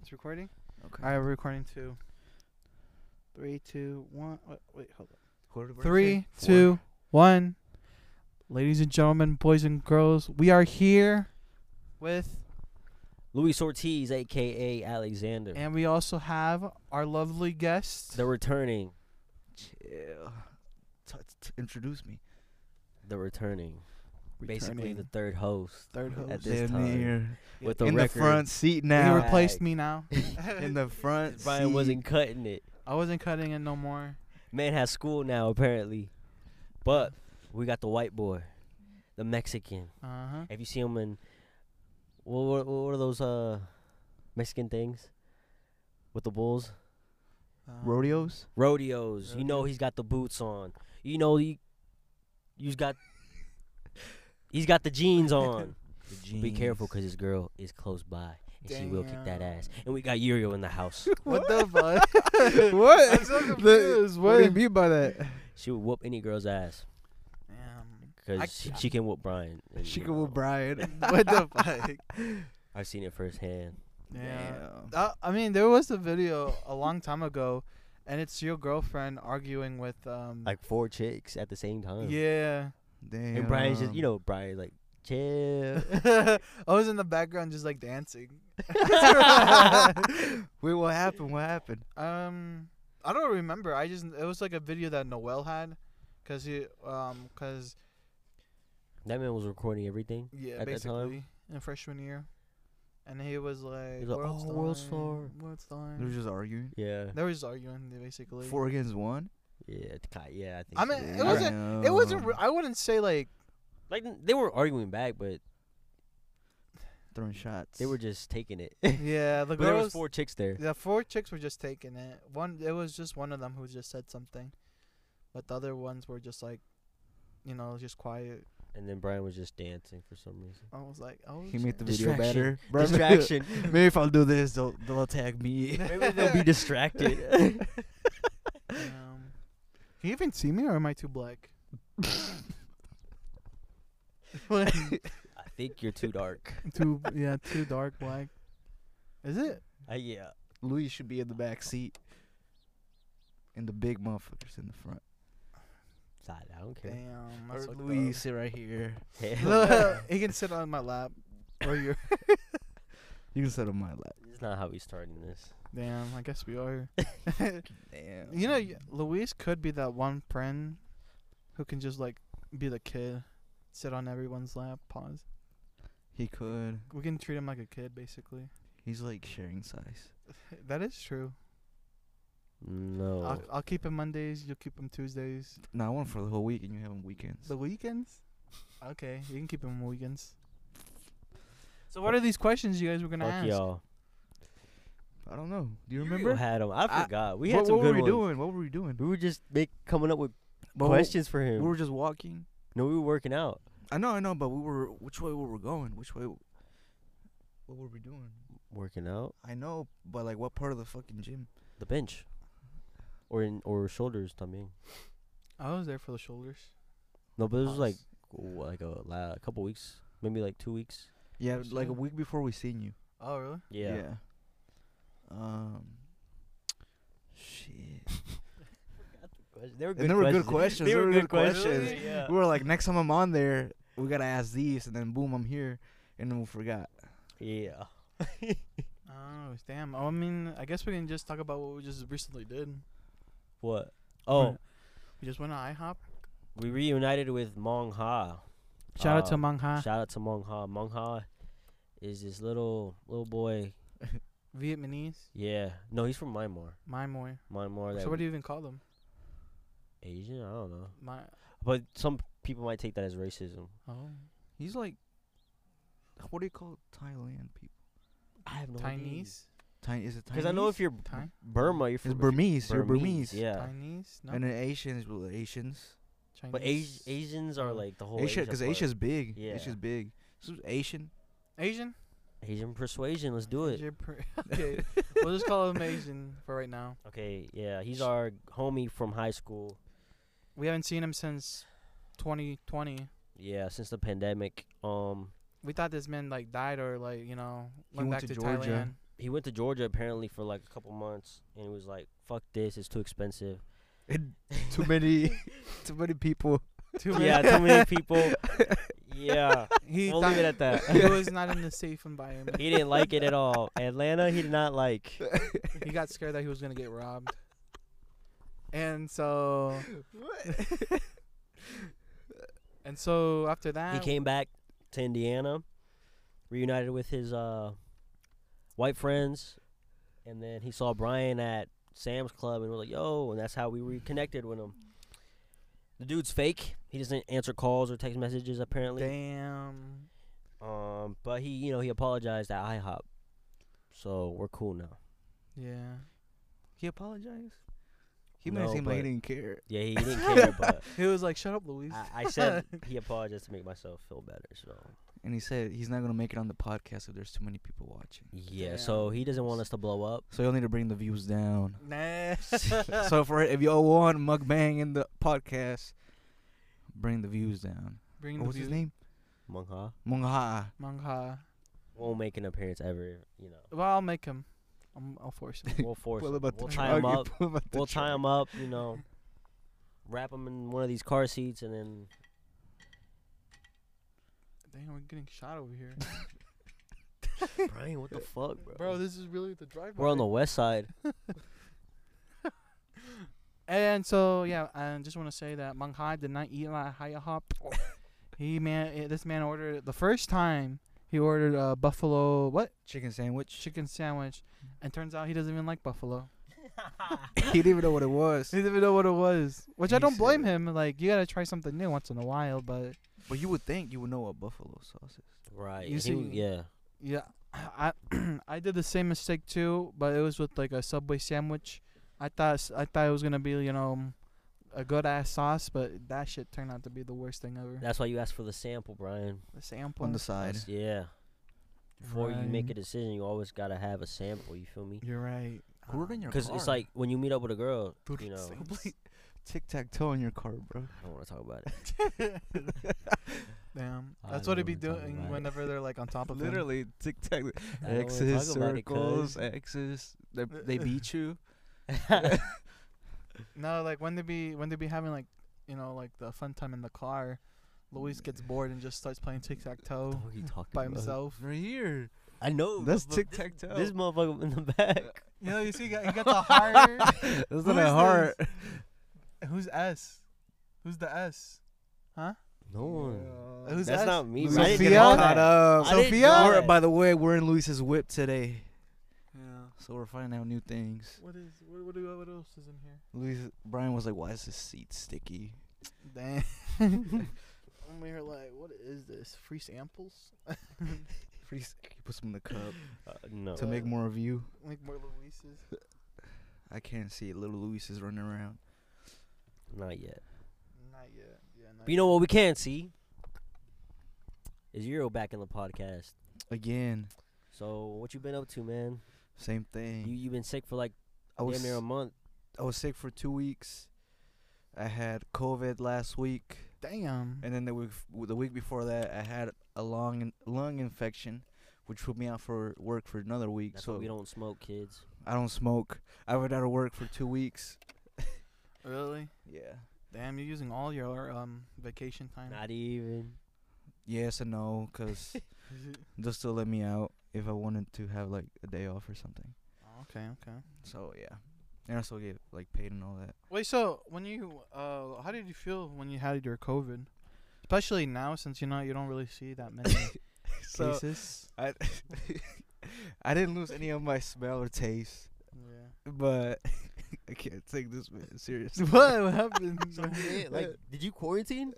it's recording. Okay. All right, we're recording two. Three, two, one. Wait, wait hold up. Quarter to Three, four. two, one. Ladies and gentlemen, boys and girls, we are here with, Luis Ortiz, aka Alexander, and we also have our lovely guest. the returning, Chill. T- t- introduce me. the returning, basically the Returning third host third host. at Damn this time. near. with the in record. the front seat He now. replaced me now. in the front. Brian seat. wasn't cutting it. I wasn't cutting it no more. Man has school now apparently, but we got the white boy, the Mexican. Uh huh. Have you seen him in what what, what are those uh Mexican things with the bulls? Um, rodeos. Rodeos. You know Rodeo. he's got the boots on. You know he, he's got he's got the jeans on. Be careful, cause this girl is close by, and she will kick that ass. And we got Yurio in the house. What the fuck? what? I'm so The- confused. what do you What- mean by that? she will whoop any girl's ass, Damn. I- cause she, she can whoop Brian. and, She you could with know, Brian. What the fuck? I've seen it firsthand. Yeah. Damn. Uh, I mean, there was a video a long time ago, and it's your girlfriend arguing with um. Like four chicks at the same time. yeah. Damn. And Brian's just, you know, Brian like chill. I was in the background just like dancing. Wait, what happened? What happened? Um, I don't remember. I just it was like a video that Noel had, cause he um, cause that man was recording everything. yeah, At that time? basically in freshman year, and he was like, He's like, world's "Oh, world's dying, star." world's They were dying. just arguing. Yeah. They were just arguing basically. Four against one. Yeah. it's ki- Yeah. I think. I so. mean, it wasn't- It uh, wasn't. Re- Damn. I wouldn't say like like n- they were arguing back, but throwing shots. they were just taking it. yeah. The but there was girls- four chicks there. The four chicks were just taking it. One, it was just one of them who just said something, but the other ones were just like, you know, just quiet. And then Brian was just dancing for some reason. I was like, oh, He made the shit. video Distraction. better. Bro, Distraction. Maybe if I'll do this, they'll they'll tag me. Maybe they'll be distracted. Damn. Can you even see me, or am I too black? I think you're too dark. too yeah, too dark black. Is it? Uh, yeah. Louis should be in the back seat, and the big motherfuckers in the front. Side, I don't care. Damn, Or that's fucked Louis sit right here. Hell no. up. he can sit on my lap, or you. You can sit on my lap. It's not how we starting this. Damn, I guess we are. Damn. You know, y- Luis could be that one friend who can just like be the kid, sit on everyone's lap. Pause. he could. We can treat him like a kid, basically. He's like sharing size. That is true. No. I'll, I'll keep him Mondays. You'll keep him Tuesdays. No, I want for the whole week, and you have him weekends. The weekends. Okay, you can keep him weekends. So what are these questions you guys were gonna Fuck ask? y'all. I don't know. Do you You remember? had 'em. I I- forgot. we what, had some what good were we ones. doing? What were we doing? We were just make, coming up with But we- questions for him. We were just walking. no, we were working out. I know, I know, but we were. Which way were we going? Which way? What were we doing? Working out I know, but like, what part of the fucking gym? the bench, or in or shoulders. I mean, I was there for the shoulders. no, but it was Pause. like w- like a, la- a couple weeks, maybe like two weeks. Yeah, Yes, like a yeah. week before we seen you. Oh really? Um. Shit. They were And they were good questions. They were good questions. Really? Yeah. We were like, next time I'm on there, we gotta ask these, and then boom, I'm here, and then we forgot. yeah. Oh damn. Oh, I mean, I guess we can just talk about what we just recently did. What? Oh, We just went to IHOP. we reunited with Mong Ha. Shout out to Um, Mangha, Shout out to Mong Ha. Mong Ha is this little little boy. Vietnamese, Yeah. No, he's from Myanmar. my moi. Myanmar. That So what do you even call them? Asian? I don't know. My But some people might take that as racism. oh. He's like, what do you call Thailand people? I have no Chinese? Thai is it Thailand? Because I know if you're Thai? Burma, you're it's from Burmese, you're Burmese. Yeah. Chinese? No. And then Asians, well, Asians. Chinese. But Asi- Asians are Oh. like the whole Asia, because Asia part. Asia's big. Yeah. Asia's big. So Asian. Asian? Asian persuasion. Let's do it. Asian per- okay. we'll just call him Asian for right now. Okay. Yeah. He's our homie from high school. We haven't seen him since 2020. Yeah. Since the pandemic. Um. We thought this man like died or like you know He went went back to to, Georgia. Thailand. he went to Georgia apparently for like a couple months, and he was like, "Fuck this, it's too expensive." And too many, too many people. Too yeah, too many people. Yeah, He we'll thought leave it at that. he was not in a safe environment. he didn't like it at all. Atlanta, he did not like. He got scared that he was gonna get robbed. And so, and so after that, He came back to Indiana, reunited with his uh, white friends, and then he saw Brian at Sam's Club and was like, "Yo," and that's how we reconnected with him. The dude's fake. He doesn't answer calls or text messages apparently. damn. Um, but he, you know, he apologized at IHOP, so we're cool now. Yeah. he apologized. He made it No, seem like he but- didn't care. Yeah, he didn't care, but He was like, "Shut up, Luis." I, I said he apologized to make myself feel better. So And he said he's not gonna make it on the podcast if there's too many people watching. yeah, so he doesn't want us to blow up. So you'll need to bring the views down. nah. so for if y'all want mukbang in the podcast, bring the views down. Bring What the was his view- name? Mungha Mungha. Mangha. won't make an appearance ever. You know, Well, I'll make him. I'm, I'll force him. we'll force. Well, him. about We'll to tie him argue, up. well, about to We'll tie try. him up. You know, wrap him in one of these car seats, and then Damn, we're getting shot over here, Brian, what the fuck, bro? bro. This is really the drive. we're on the west side. And so yeah, I just want to say that Mang Hai did not eat at Haya Hop. he man, eh, this man ordered the first time he ordered a buffalo what Chicken sandwich. chicken sandwich, and turns out he doesn't even like buffalo. he didn't even know what it was. He didn't even know what it was, which I He don't blame said- him. Like you gotta try something new once in a while, but But you would think you would know what buffalo sauce is. Right. You and he was- see- yeah. yeah, I I did the same mistake too, but it was with like a Subway sandwich. I thought s- I thought it was gonna be you know a good ass sauce, but that shit turned out to be the worst thing ever. That's why you asked for the sample, Brian. The sample On the side. That's- yeah. Before you make a Right. decision, you always gotta have a sample. You feel me? You're right. Who in your Because it's like when you meet up with a girl, Dude, you know. it's like tic tac toe in your car, bro. I don't want to talk about it. Damn. I That's what know it'd be what you're talking doing about. whenever they're like on top of him. Literally tic tac. I don't wanna X's talk about it, circles, 'cause- X's. They, they beat you. No, like when they be when they be having like you know like the fun time in the car, Luis gets bored and just starts playing tic tac What the toe fuck are you talking by about? himself. Oh, For here. I know. That's but tic tac toe. This motherfucker in the back. You know, you see, he got, he got the heart. That's Who not a is heart. Who's S? Who's the S? No one. Who's That's S? not me, bro. I didn't get Sophia, all caught that. up. I didn't Sophia? know We're- that. by the way, we're in Luis's whip today, Yeah. so we're finding out new things. What is what what, do- what else is in here? Luis Brian was like, "Why is this seat sticky?" Damn. I'm here like, what is this? Free samples? Pretty sticky. Put some in the cup Uh, no. to make more of you. Like more Luises. I can't see it. Little Luis is running around. Not yet. Not yet. Yeah. Not But you know what we can see? Is Euro back in the podcast. Again, So what you been up to, man? same thing. You you been sick for like I was damn near a month. I was sick for two weeks. I had COVID last week, Mm-hmm. Damn. and then the week f- the week before that, I had a lung in- lung infection, which put me out for work for another week. That's so why we don't smoke, kids. I don't smoke. I went out of work for two weeks. Really? Yeah. Damn, you're using all your um vacation time. Not even. Yes and no, 'cause just to let me out if I wanted to have like a day off or something. Oh, okay, okay. So yeah, and I still get like paid and all that. Wait, so when you uh, how did you feel when you had your COVID? Especially now, since you know you don't really see that many cases. I I didn't lose any of my smell or taste, Yeah. but I can't take this man seriously. What happened? like, did you quarantine?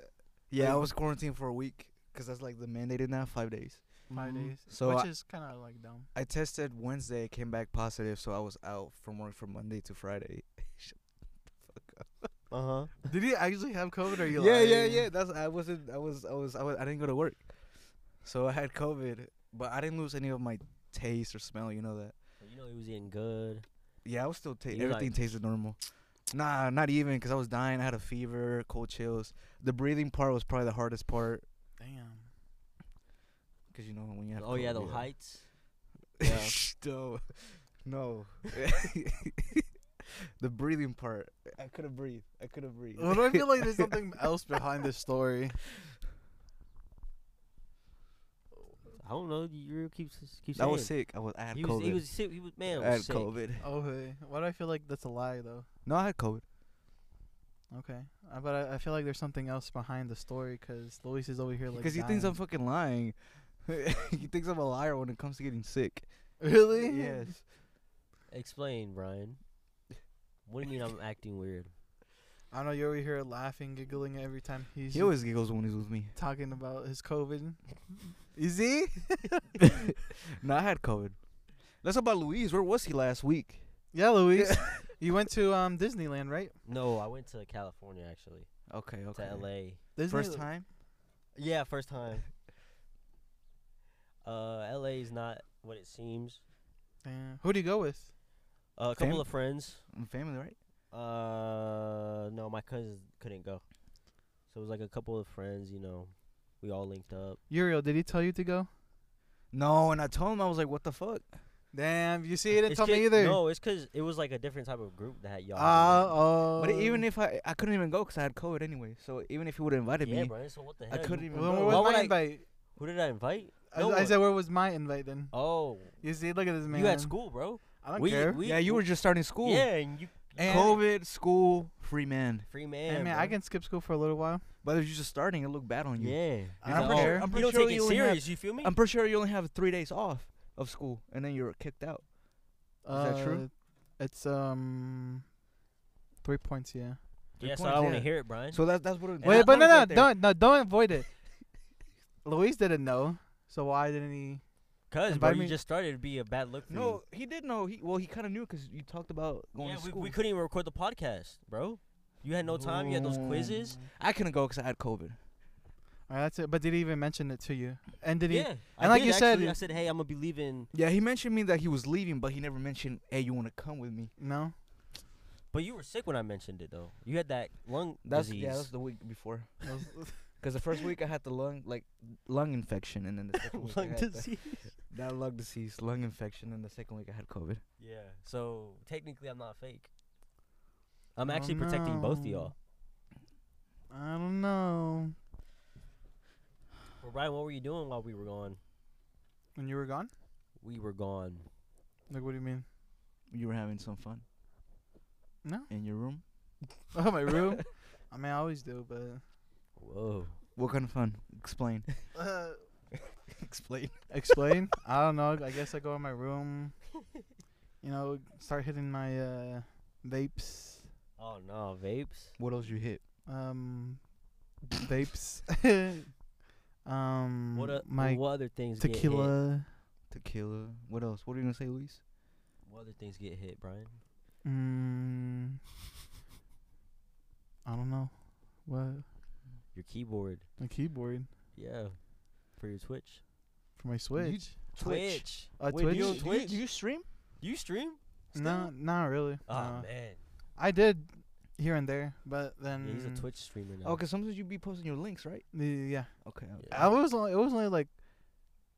Yeah, I was quarantined for a week 'cause that's like the mandated now, five days. five days. So which I- is kind of like dumb. I tested Wednesday, came back positive, so I was out from work from Monday to Friday. Shut the fuck up. Uh Uh-huh. huh. Did you actually have COVID? Or you yeah, yeah, lying? yeah. That's I wasn't. I was. I was. I was. I didn't go to work, so I had COVID, but I didn't lose any of my taste or smell. You know that. You know he was eating good. Yeah, I was still. Ta- You everything like- tasted normal. Nah, not even because I was dying. I had a fever, cold chills. The breathing part was probably the hardest part Damn. because you know when you have. oh yeah, the COVID, heights. Yeah. no, no. the breathing part. I couldn't breathe. I couldn't breathe. Well, I feel like there's something else behind this story. I don't know. You keeps keeps I saying. was sick. I was. I had He COVID. was, he was sick. He was man. I had was sick. COVID. Oh, hey. Why do I feel like that's a lie, though? No, I had COVID. Okay. Uh, but I, I feel like there's something else behind the story because Luis is over here like. Because he thinks I'm fucking lying. he thinks I'm a liar when it comes to getting sick. Really? Yes. Explain, Brian. What do you mean I'm acting weird? I know you're over here laughing, giggling every time he's He always giggles when he's with me. talking about his COVID. Is he? no, I had COVID. That's about Luis. Where was he last week? Yeah, Luis. you went to um Disneyland, right? No, I went to California actually Okay, okay. to L.A. Disney- First time? Yeah, first time. uh, L.A. is not what it seems. Yeah. Who do you go with? Uh, a couple Fam- of friends. i family, right? Uh, no, my cousins couldn't go, so it was like a couple of friends. You know, we all linked up. Uriel, did he tell you to go? No, and I told him I was like, "What the fuck?" Damn, you see, he didn't It's tell me 'cause- either. Uh, No, it's because it was like a different type of group that y'all. Ah, had. oh. But even if I, I couldn't even go because I had COVID anyway. So even if he would have invited yeah, me, Brian. So what the I hell? couldn't You- even. Well, where go. was Why would my I- invite? Who did I invite? I, No I one. said, where was my invite then? Oh, You see, look at this man. you at school, bro. I don't we, care. We, yeah, you were we- just starting school. Yeah, and you. And- COVID, school, free man. Free man. hey, man, I bro. can skip school for a little while. But if you're just starting, it looked bad on you. Yeah. I'm Like, pretty oh, sure- I'm you pretty don't sure take you it only have- serious. You feel me? I'm pretty sure you only have three days off of school, and then you're kicked out. Is that true? Uh, It's um, three points. Yeah. three yeah, so I points, don't want to yeah. hear it, Brian. So that, that's what. It, And Wait, that but no, point's no, right there. don't, no, don't avoid it. Luis didn't know, so why didn't he? Cause and bro, by you me- just started to be a bad look. For No, he did know. He well, he kind of knew because you talked about You. going Yeah, to we, school. we couldn't even record the podcast, bro. You had no time. You had those quizzes. I couldn't go because I had COVID. All right, that's it. But did he even mention it to you? And did he? yeah, I and like did, you said- actually. I said, "Hey, I'm gonna be leaving," Yeah, he mentioned me that he was leaving, but he never mentioned, "Hey, you want to come with me?" No. but you were sick when I mentioned it, though. You had that lung That's disease. yeah, that's the week before. That was- Because the first week I had the lung like lung infection, and then the second week I lung had the- disease. that lung disease, lung infection, and the second week I had COVID. Yeah. So technically, I'm not fake. I'm Oh, actually protecting both of Oh, no. y'all. I don't know. Well, Brian, what were you doing while we were gone? When you were gone? We were gone. Like, what do you mean? You were having some fun No. in your room. Oh, my room. I mean, I always do, but Whoa. What kind of fun? Explain. uh, Explain. explain. I don't know. I guess I go in my room. You know, start hitting my uh, vapes. Oh no, vapes. What else you hit? Um, vapes. um, What o- my what other things Get hit? Mm, tequila. Tequila. uh, What else? What are you gonna say, Luis? What other things get hit, Brian? Mm, I don't know. What? Your keyboard. My keyboard Yeah. For your Twitch. for my Switch. Twitch. Uh, Wait, Twitch? You Do on you- Twitch? Do you stream? You stream? No, not really. Oh Nah. man. I did here and there, but then Yeah, he's a Twitch streamer now. Oh, cause sometimes you be posting your links, right? the- Yeah, Okay. okay. Yeah. I was only it was only like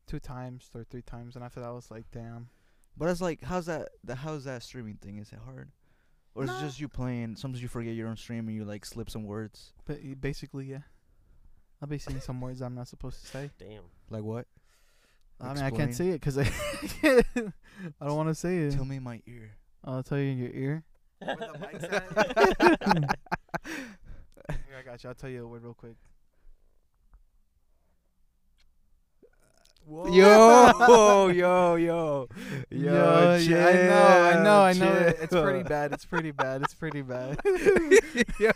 two times or three times, and after that I was like, damn. But it's like, how's that? The how's that streaming thing? Is it hard, or is Nah. it just you playing? Sometimes you forget you're on stream and you like slip some words. But y- basically, yeah, I'll be saying some words I'm not supposed to say. Damn. Like what? I mean, I Explain. can't say it 'cause I I don't want to say it. Tell me in my ear. I'll tell you in your ear. Here, I got you. I'll tell you a word real quick. yo, yo, yo, yo. Yo, yeah, I know, I know, I chill, know. chill. It's pretty bad. It's pretty bad. It's pretty bad. yo,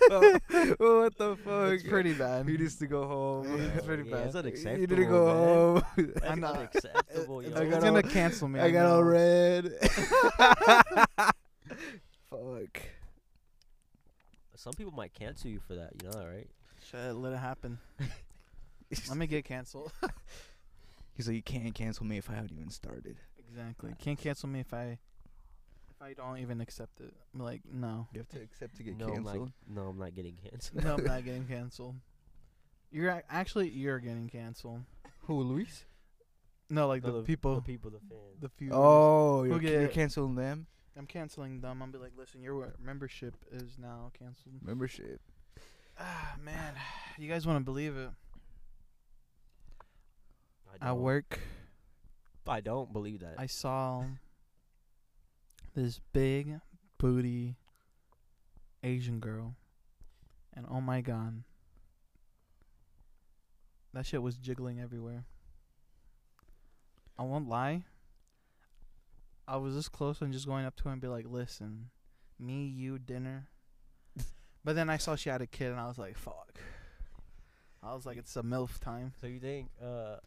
what the fuck? it's pretty bad. He needs to go home. It's pretty yeah, bad. It's unacceptable. He need to go man. home. That's know. unacceptable, yo. It's got gonna all- cancel me. I got know. all red. Fuck. Some people might cancel you for that. You know that, right? Shit, let it happen. Let me get canceled. He's like, you can't cancel me if I haven't even started. exactly. Can't cancel me if I if I don't even accept it. I'm like, no, You have to accept to get no, I'm canceled. not, no, I'm not getting canceled. no, I'm not getting canceled. You're ac- actually you're getting canceled. Who, Luis? No, like the, No, people, the people, the fans. the few. Oh, you're, We'll you're get- canceling them I'm canceling them. I'm be like, listen, your wa- membership is now canceled. membership. Ah, man, you guys wouldn't believe it. don't- At work, I don't believe that. I saw this big booty Asian girl, and oh my god, that shit was jiggling everywhere. I won't lie. I was this close on just going up to her and be like, "Listen, me, you, dinner." but then I saw she had a kid, and I was like, "Fuck." I was like, "It's a milf time." so you think uh,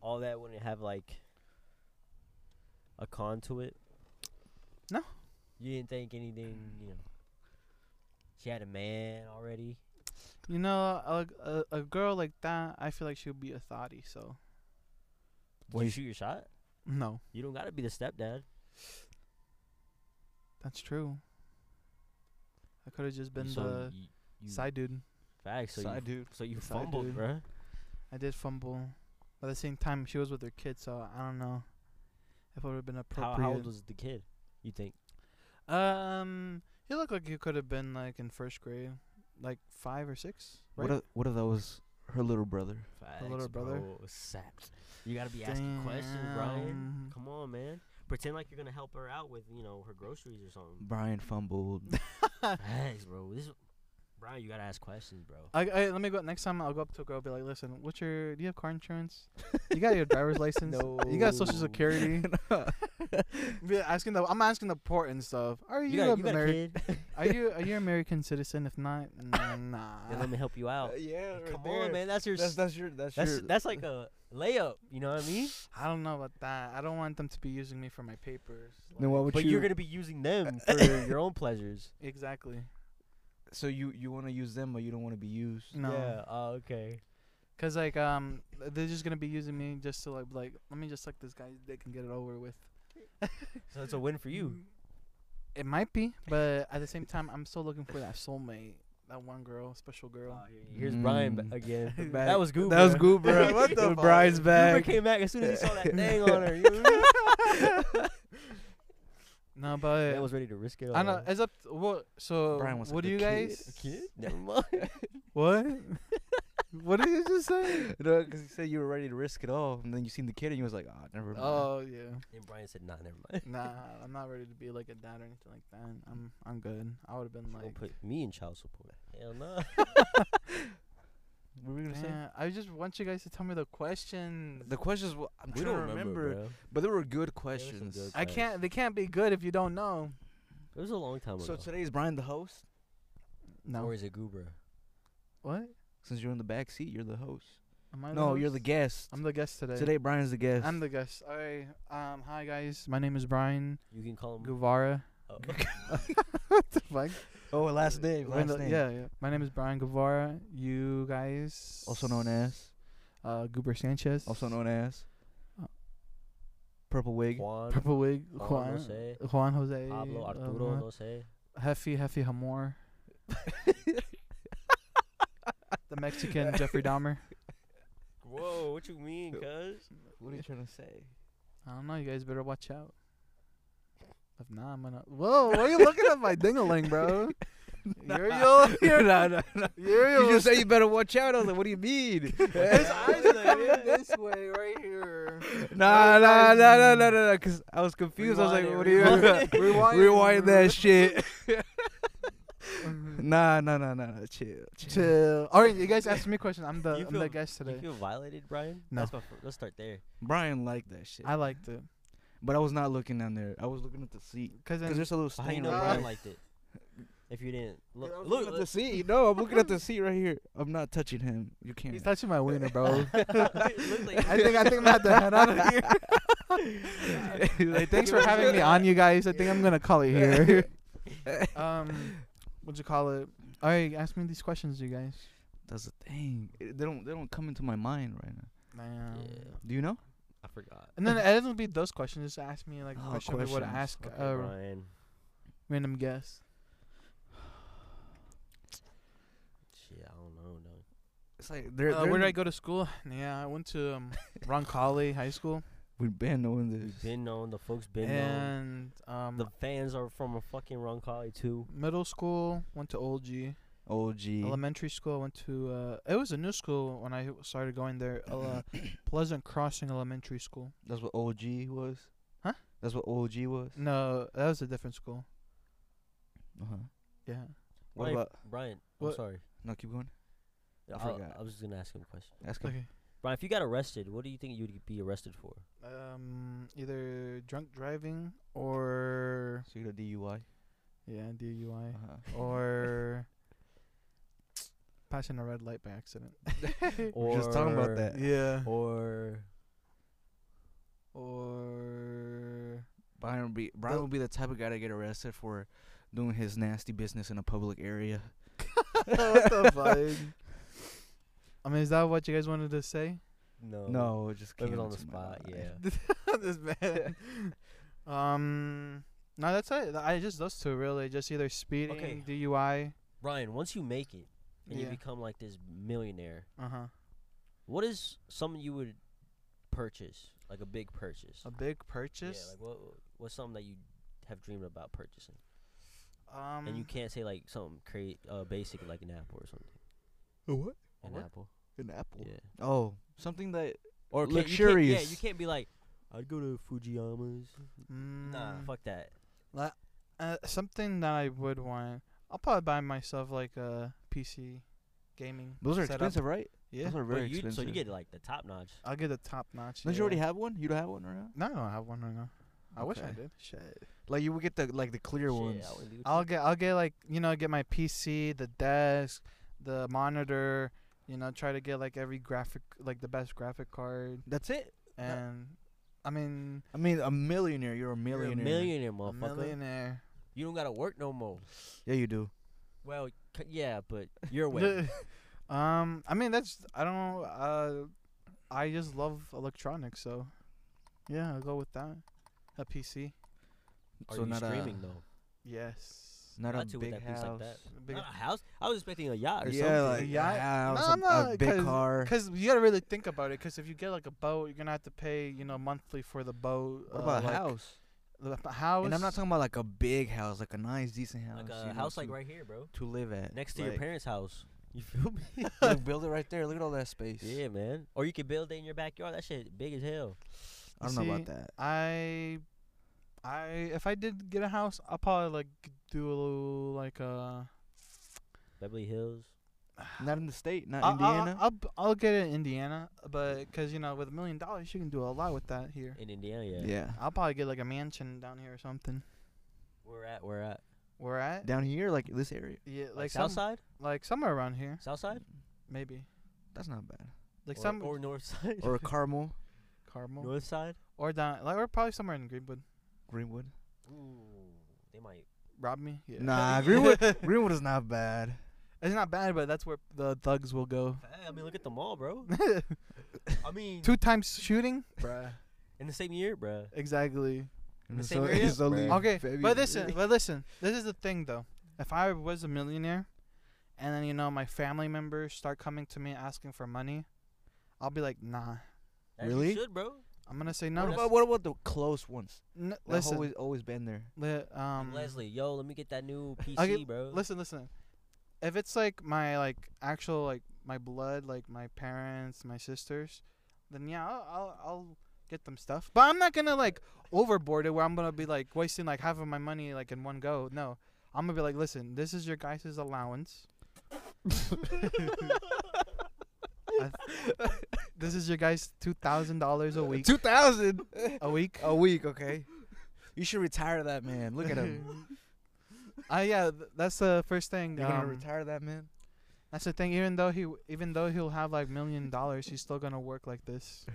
all that wouldn't have like a con to it? No. You didn't think anything, you know. She had a man already. You know, a, a, a girl like that, I feel like she would be a thotty. So Did Wait. you shoot your shot? no, You don't gotta be the stepdad. that's true. I could have just been so the you, you, side dude. facts. So you, dude. so you side fumbled, dude. bruh. I did fumble, but at the same time, she was with her kid, so I don't know if it would have been How, appropriate. how old was the kid? You think? um, he looked like he could have been like in first grade, like five or six, right? What if, what if that was her little brother? little Facts, brother. bro. Sapped. You gotta be asking questions, Brian. Damn. Come on, man. Pretend like you're gonna help her out with, you know, her groceries or something. Brian fumbled. Facts, bro. This, Brian, you gotta ask questions, bro. I, I, let me go. Next time I'll go up to a girl, be like, "Listen, what's your? Do you have car insurance? You got your driver's license? You got social No. security? Be asking the. I'm asking the port and stuff. Are you, You got, you got a American? kid. Are you are you American citizen? If not, nah. Then let me help you out. yeah, right Uh, Come there. on, man. That's your. That's That's that's your that's, that's, your that's like a layup. You know what I mean? I don't know about that. I don't want them to be using me for my papers. Then why would But you? you're gonna be using them for your own pleasures. Exactly. so you you want to use them, but you don't want to be used. No. Yeah. Oh, okay. Cause like um, they're just gonna be using me just to like like let me just suck this guy's dick and get it over with. So it's a win for you. It might be, but at the same time, I'm still looking for that soulmate, that one girl, special girl. Oh, here- Here's Brian ba- Mm. again. Back- That was good. That was good, bro. What the fuck? Brian's Cooper back. came back as soon as he saw that thing on her. You know what I mean? No, but Man was ready to risk it. I all. know. It's up. To, what? So Brian wants a what do good you kid. guys? Kid? Never mind. What? what did you just say? no, because he said you were ready to risk it all, and then you seen the kid, and you was like, oh, never mind. Oh yeah. And Brian said, "Nah, never mind." Nah, I'm not ready to be like a dad or anything like that. I'm I'm good. I would have been Don't like. put me in child support. Hell no. what were we gonna say? "Man, I just want you guys to tell me the questions. The questions were, I'm trying to remember, bro. but there were good were some questions. good I can't. They can't be good if you don't know. It was a long time ago. so today is Brian the host. No. Or is it Goober? What? Since you're in the back seat, you're the host. Am I? No, you're the host? guest. I'm the guest today. Today Brian's the guest. I'm the guest. All right. Um. Hi guys. My name is Brian You can call him. Guevara. Oh. The fuck? oh last name, When last the- name. Yeah, yeah. My name is Brian Guevara. You guys. Also known as, Uh, Goober Sanchez. also known as, Uh, purple uh-huh. wig. Juan, Purple Wig. Oh, Juan Juan. Jose, Juan Jose. Pablo, uh, Arturo, no sé. Heffy, Heffy Hamor. the Mexican Jeffrey Dahmer. Whoa, what you mean, cuz? What are you trying to say? I don't know. You guys better watch out. If not, I'm gonna. Whoa, why are you looking at my dingaling, bro? You're your. You're no, no, no. You're You your. just say you better watch out. I was like, what do you mean? His eyes are coming this way, right here. Nah, nah, nah, nah, nah, nah, nah. Cause I was confused. I was Rewind like, it, what do you rewind it. rewind, Rewind it. that shit? nah, nah, nah, nah, nah. Chill, chill. Chill. All right, you guys asked me a question. I'm the You I'm the feel- guest You today. feel violated, Brian? No. That's my fir- let's start there. Brian liked that shit, I liked it but I was not looking down there. I was looking at the seat. because Cause there's a little So How you stain know Brian. right Brian here. liked it? If you didn't look, I was look, looking at the seat. No, I'm looking at the seat right here. I'm not touching him. You can't. he's touching my wiener, bro. Looks like- I think I think I'm gonna have to head out of here. Hey, thanks for having me on, you guys. I think I'm gonna call it here. um, what'd you call it? All right, ask me these questions, you guys. That's the thing. It- They don't. They don't come into my mind right now. Damn. Yeah, Do you know? I forgot. And then it doesn't be those questions. Just ask me like a Oh, question I would questions. ask Okay, uh, a Brian. random guest. Shit, I don't know. No. It's like they're, Uh, they're where did I in- go to school? Yeah, I went to um, Ron Colley High School, We've been knowing this. We've been known. The folks been known. and um, The fans are from a fucking wrong collie too. middle school went to Old G. OG. Elementary school went to. Uh, it was a new school when I started going there. Uh, Pleasant Crossing Elementary School. That's what OG was. Huh? That's what OG was. No, that was a different school. Uh huh. Yeah. What Life- about? Brian, I'm What? sorry. No, keep going. I, forgot. I was just gonna ask him a question. Ask him. Okay. Brian, if you got arrested, what do you think you'd be arrested for? Um, either drunk driving or So you got a DUI. yeah DUI Uh-huh. or passing a red light by accident. Or We're just talking about that. yeah. Or Or Brian would be Brian Well- would be the type of guy to get arrested for doing his nasty business in a public area. what the fuck? I mean, is that what you guys wanted to say? no. No, it just Leave came it Um, on the into my spot. mind. Yeah. this man. um, no, that's it. I just those two really, just either speeding, Okay. DUI. Brian, once you make it and Yeah. you become like this millionaire, Uh huh. what is something you would purchase, like a big purchase? A big purchase. yeah, like what what's something that you have dreamed about purchasing, um. and you can't say like something crazy, uh, basic like an apple or something. what? An What? apple. An apple. Yeah. Oh, something that or You can't- you can't- luxurious. yeah, you can't be like, I'd go to Fujiyama's. mm, Nah, fuck that. uh, something that I would want. I'll probably buy myself like a PC, gaming. Those are setup. expensive, right? Yeah. Those are But very you, expensive. so you get like the top notch. I'll get a top notch. Don't you already have one? You don't have one right now? No, I don't have one right now. I wish I Okay. did. Shit. Like you would get the like the clear Shit, I ones. wouldn't be with I'll you. get I'll get like you know get my PC, the desk, the monitor. You know, try to get like every graphic, like the best graphic card, That's it. and I mean, I mean, a millionaire. You're a You're millionaire. a millionaire, a motherfucker. millionaire. You don't gotta work no more. Yeah, you do. Well, c- yeah, but you're away. um, I mean that's I don't know. Uh, I just love electronics, so yeah, I'll go with that. A PC. Are so you not a- streaming though? Yes. Not Not a too with big that piece house. like that. Big- Not Ah. a house. I was expecting a yacht or yeah, something. like Yeah, I- a house, no, a- no, a big 'cause- car. Cause you gotta really think about it. Cause if you get like a boat, you're gonna have to pay, you know, monthly for the boat. What uh, about a like, house? The p- house. And I'm not talking about like a big house, like a nice, decent house. like you a know, house like to- right here, bro. to live at. Next to your Like, parents' house. You feel me? look, build it right there. Look at all that space. yeah, man. Or you could build it in your backyard. That shit big as hell. I don't know See, about that. I, I if I did get a house, I'll probably like g- do a little like uh. Beverly Hills. Not in the state. Not I'll, Indiana. I'll, I'll, b- I'll get it in Indiana, but cause you know with a million dollars you can do a lot with that here. In Indiana, yeah. yeah. I'll probably get like a mansion down here or something. We're at, we're at. Where at? Down here, like this area. Yeah, like, Like, some, Southside? like somewhere around here, Southside? maybe. That's not bad. Like or, some or North Side? Or Carmel, Carmel North Side? or down, like or probably somewhere in Greenwood. Greenwood. Ooh, they might. Rob me? Yeah. Nah, Greenwood. Greenwood is not bad. It's not bad, but that's where the thugs will go. I mean, look at the mall, bro. I mean, Two times shooting? Bruh. in the same year, bruh. Exactly. In the It's same o- area? it's only Bruh. Okay, very- but listen, but listen. This is the thing, though. If I was a millionaire, and then you know my family members start coming to me asking for money, I'll be like, nah. As you Really? should, bro. I'm gonna say What no. about what about the close ones? N- Like, listen, always always been there. li- um, Leslie, yo, let me get that new PC, Okay, bro. listen, listen. If it's like my like actual like my blood, like my parents, my sisters, then yeah, I'll I'll, I'll get them stuff. But I'm not gonna like overboard it where I'm gonna be like wasting like half of my money like in one go. No, I'm gonna be like, listen, this is your guys' allowance. I This is your guys' two thousand dollars a week. Two thousand A week. a week. Okay. You should retire that man. Look at him. Uh, yeah, th- that's the first thing. You're gonna um, retire that man. That's the thing. Even though he, w- even though he'll have like million dollars, he's still gonna work like this.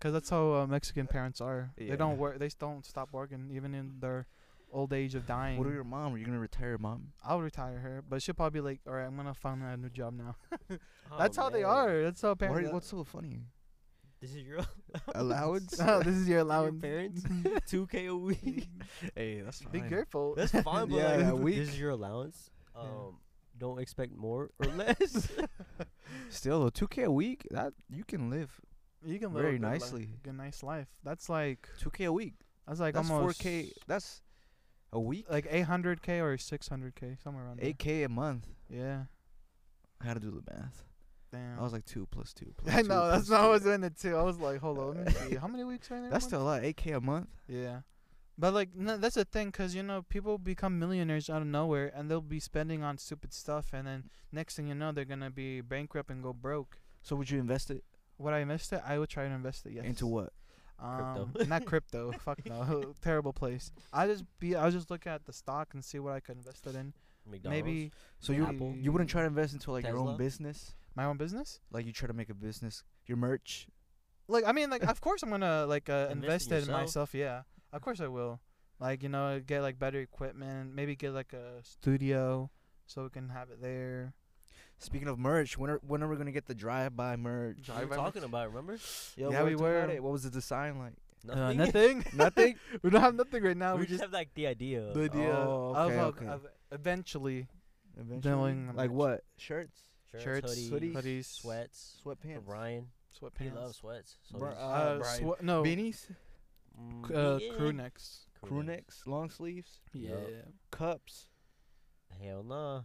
Cause that's how uh, Mexican parents are. They Yeah. don't work. They s- don't stop working even in their old age of dying. What are your mom? Are you gonna retire your mom? I'll retire her, but she'll probably be like, "All right, I'm gonna find a new job now." Oh, that's how they man. are. That's how Why, parents. what's so funny? This is your Allowance? no, Oh, this is your allowance. allowance. parents, two k a week. hey, that's Be careful. That's fine, but Yeah, like, a week. this is your allowance. Um, don't expect more or less. Still though, two K a week, that you can live. You can live Very a good li- nicely. good nice life. That's like Two K a week. that's like that's four almost K that's a week. like 800k or 600k somewhere around Eight K a month. there. Yeah. I had to do the math. Damn. I was like two plus two. Plus I two know that's plus not what I two. was doing it too. I was like, hold on, let me see. How many weeks right there? That's One? still a lot. Eight K a month. Yeah. But like no, that's the thing, cause you know people become millionaires out of nowhere, and they'll be spending on stupid stuff, and then next thing you know, they're gonna be bankrupt and go broke. So would you invest it Would I invest it? I would try to invest it. Yes. into what? Um, Crypto. not crypto. Fuck no. Terrible place. I just be. I just look at the stock and see what I could invest it in. McDonald's. Maybe So you Apple. you wouldn't try to invest into like your own Tesla? business, my own business. like you try to make a business, your merch. Like I mean, like of course I'm gonna like uh, Invest in invest it in yourself. myself. Yeah, of course I will. Like you know, get like better equipment. Maybe get like a studio so we can have it there. Speaking of merch, when are when are we gonna get the drive by merch? We were talking about it, remember? Yo, Yeah, what we talking about were. it? What was the design like? Nothing. Uh, nothing. Nothing. we don't have nothing right now. we We just just have like the idea. The of- idea Oh, okay, of, okay. of eventually Eventually. the merch. Like what? Shirts, shirts, shirts, hoodies, hoodies, sweats. sweatpants, Ryan, sweatpants. he loves sweats. So Bru- he's- uh, Uh, Brian. swe- no, beanies, Mm, c- uh, yeah. crew necks. crew necks, long sleeves, Yeah. Yup. cups. Hell nah.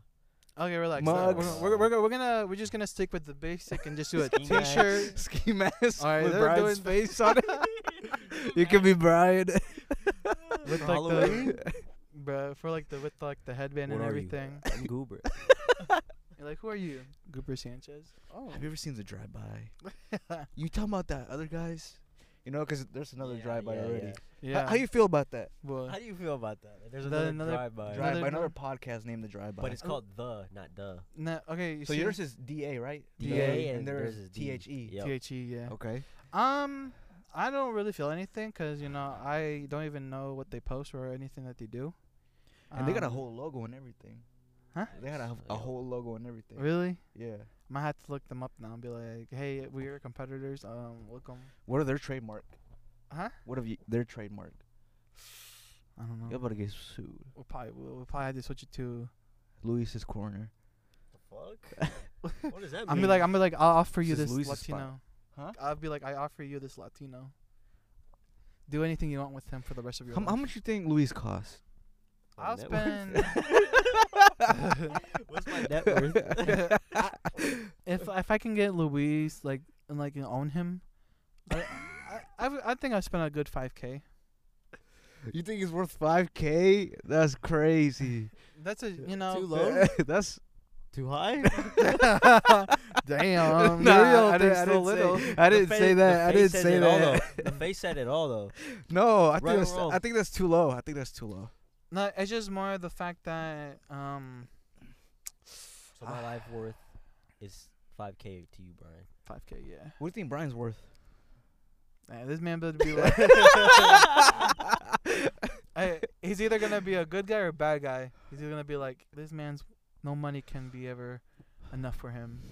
Okay, relax. No, we're, Mugs. gonna- we're, we're, we're gonna we're just gonna stick with the basic and just do a t-shirt. ski mask. All right, with they're Brian's doing- face on it. you can be Brian. With like Halloween? the, bruh, for like the with like the headband What and are you? everything. I'm Goober. You're like, who are you? Gooper Sanchez. Oh, Have you ever seen the drive by? you talking about that other guys? You know, 'cause there's another Yeah, drive by yeah, already. yeah. H- yeah. How, you feel about that? Well, How do you feel about that? There's The- another, another drive-by, Drive- Drive by Another another dri- podcast named the drive by. but it's called the, not the. nah, okay. You so see? yours is D A right? DA, and, and there's theirs is D. T H E. Yep. T-H-E, yeah. Okay. Um, I don't really feel anything 'cause you know I don't even know what they post or anything that they do. And they got a Um, whole logo and everything. Huh? They got a, a whole logo and everything. Really? Yeah. Might have to look them up now and be like, hey, we are competitors. Um, welcome. What are their trademark? Huh? What have you? Their trademark. I don't know. You're about to get sued. We'll probably we'll, we'll probably have to switch it to. Luis's corner. What the fuck? what does that mean? I'm be like I'm be like I'll offer you This is this Luis's spot. Latino. Huh? I'll be like I offer you this Latino. Do anything you want with him for the rest of your How, life. how much you think Luis costs? I'll Net worth? spend What's my net worth? if if I can get Luis like and like you know, own him. I, I, I, would- I think I spent a good 5k. You think it's worth five k? That's crazy. That's a you know Too low? That's Too high? Damn, Nah, you're real, they're I didn't- I so didn't say- little. I The didn't fa- say that. the I didn't face says say it all, that. though. the face said it all though. No, I Right or think that's, wrong? I think that's too low. I think that's too low. No, it's just more the fact that um, So my life worth is 5k to you, Brian. 5k, yeah. What do you think Brian's worth? Nah, this man better be like, I, he's either gonna be a good guy or a bad guy. He's either gonna be like, this man's no money can be ever enough for him,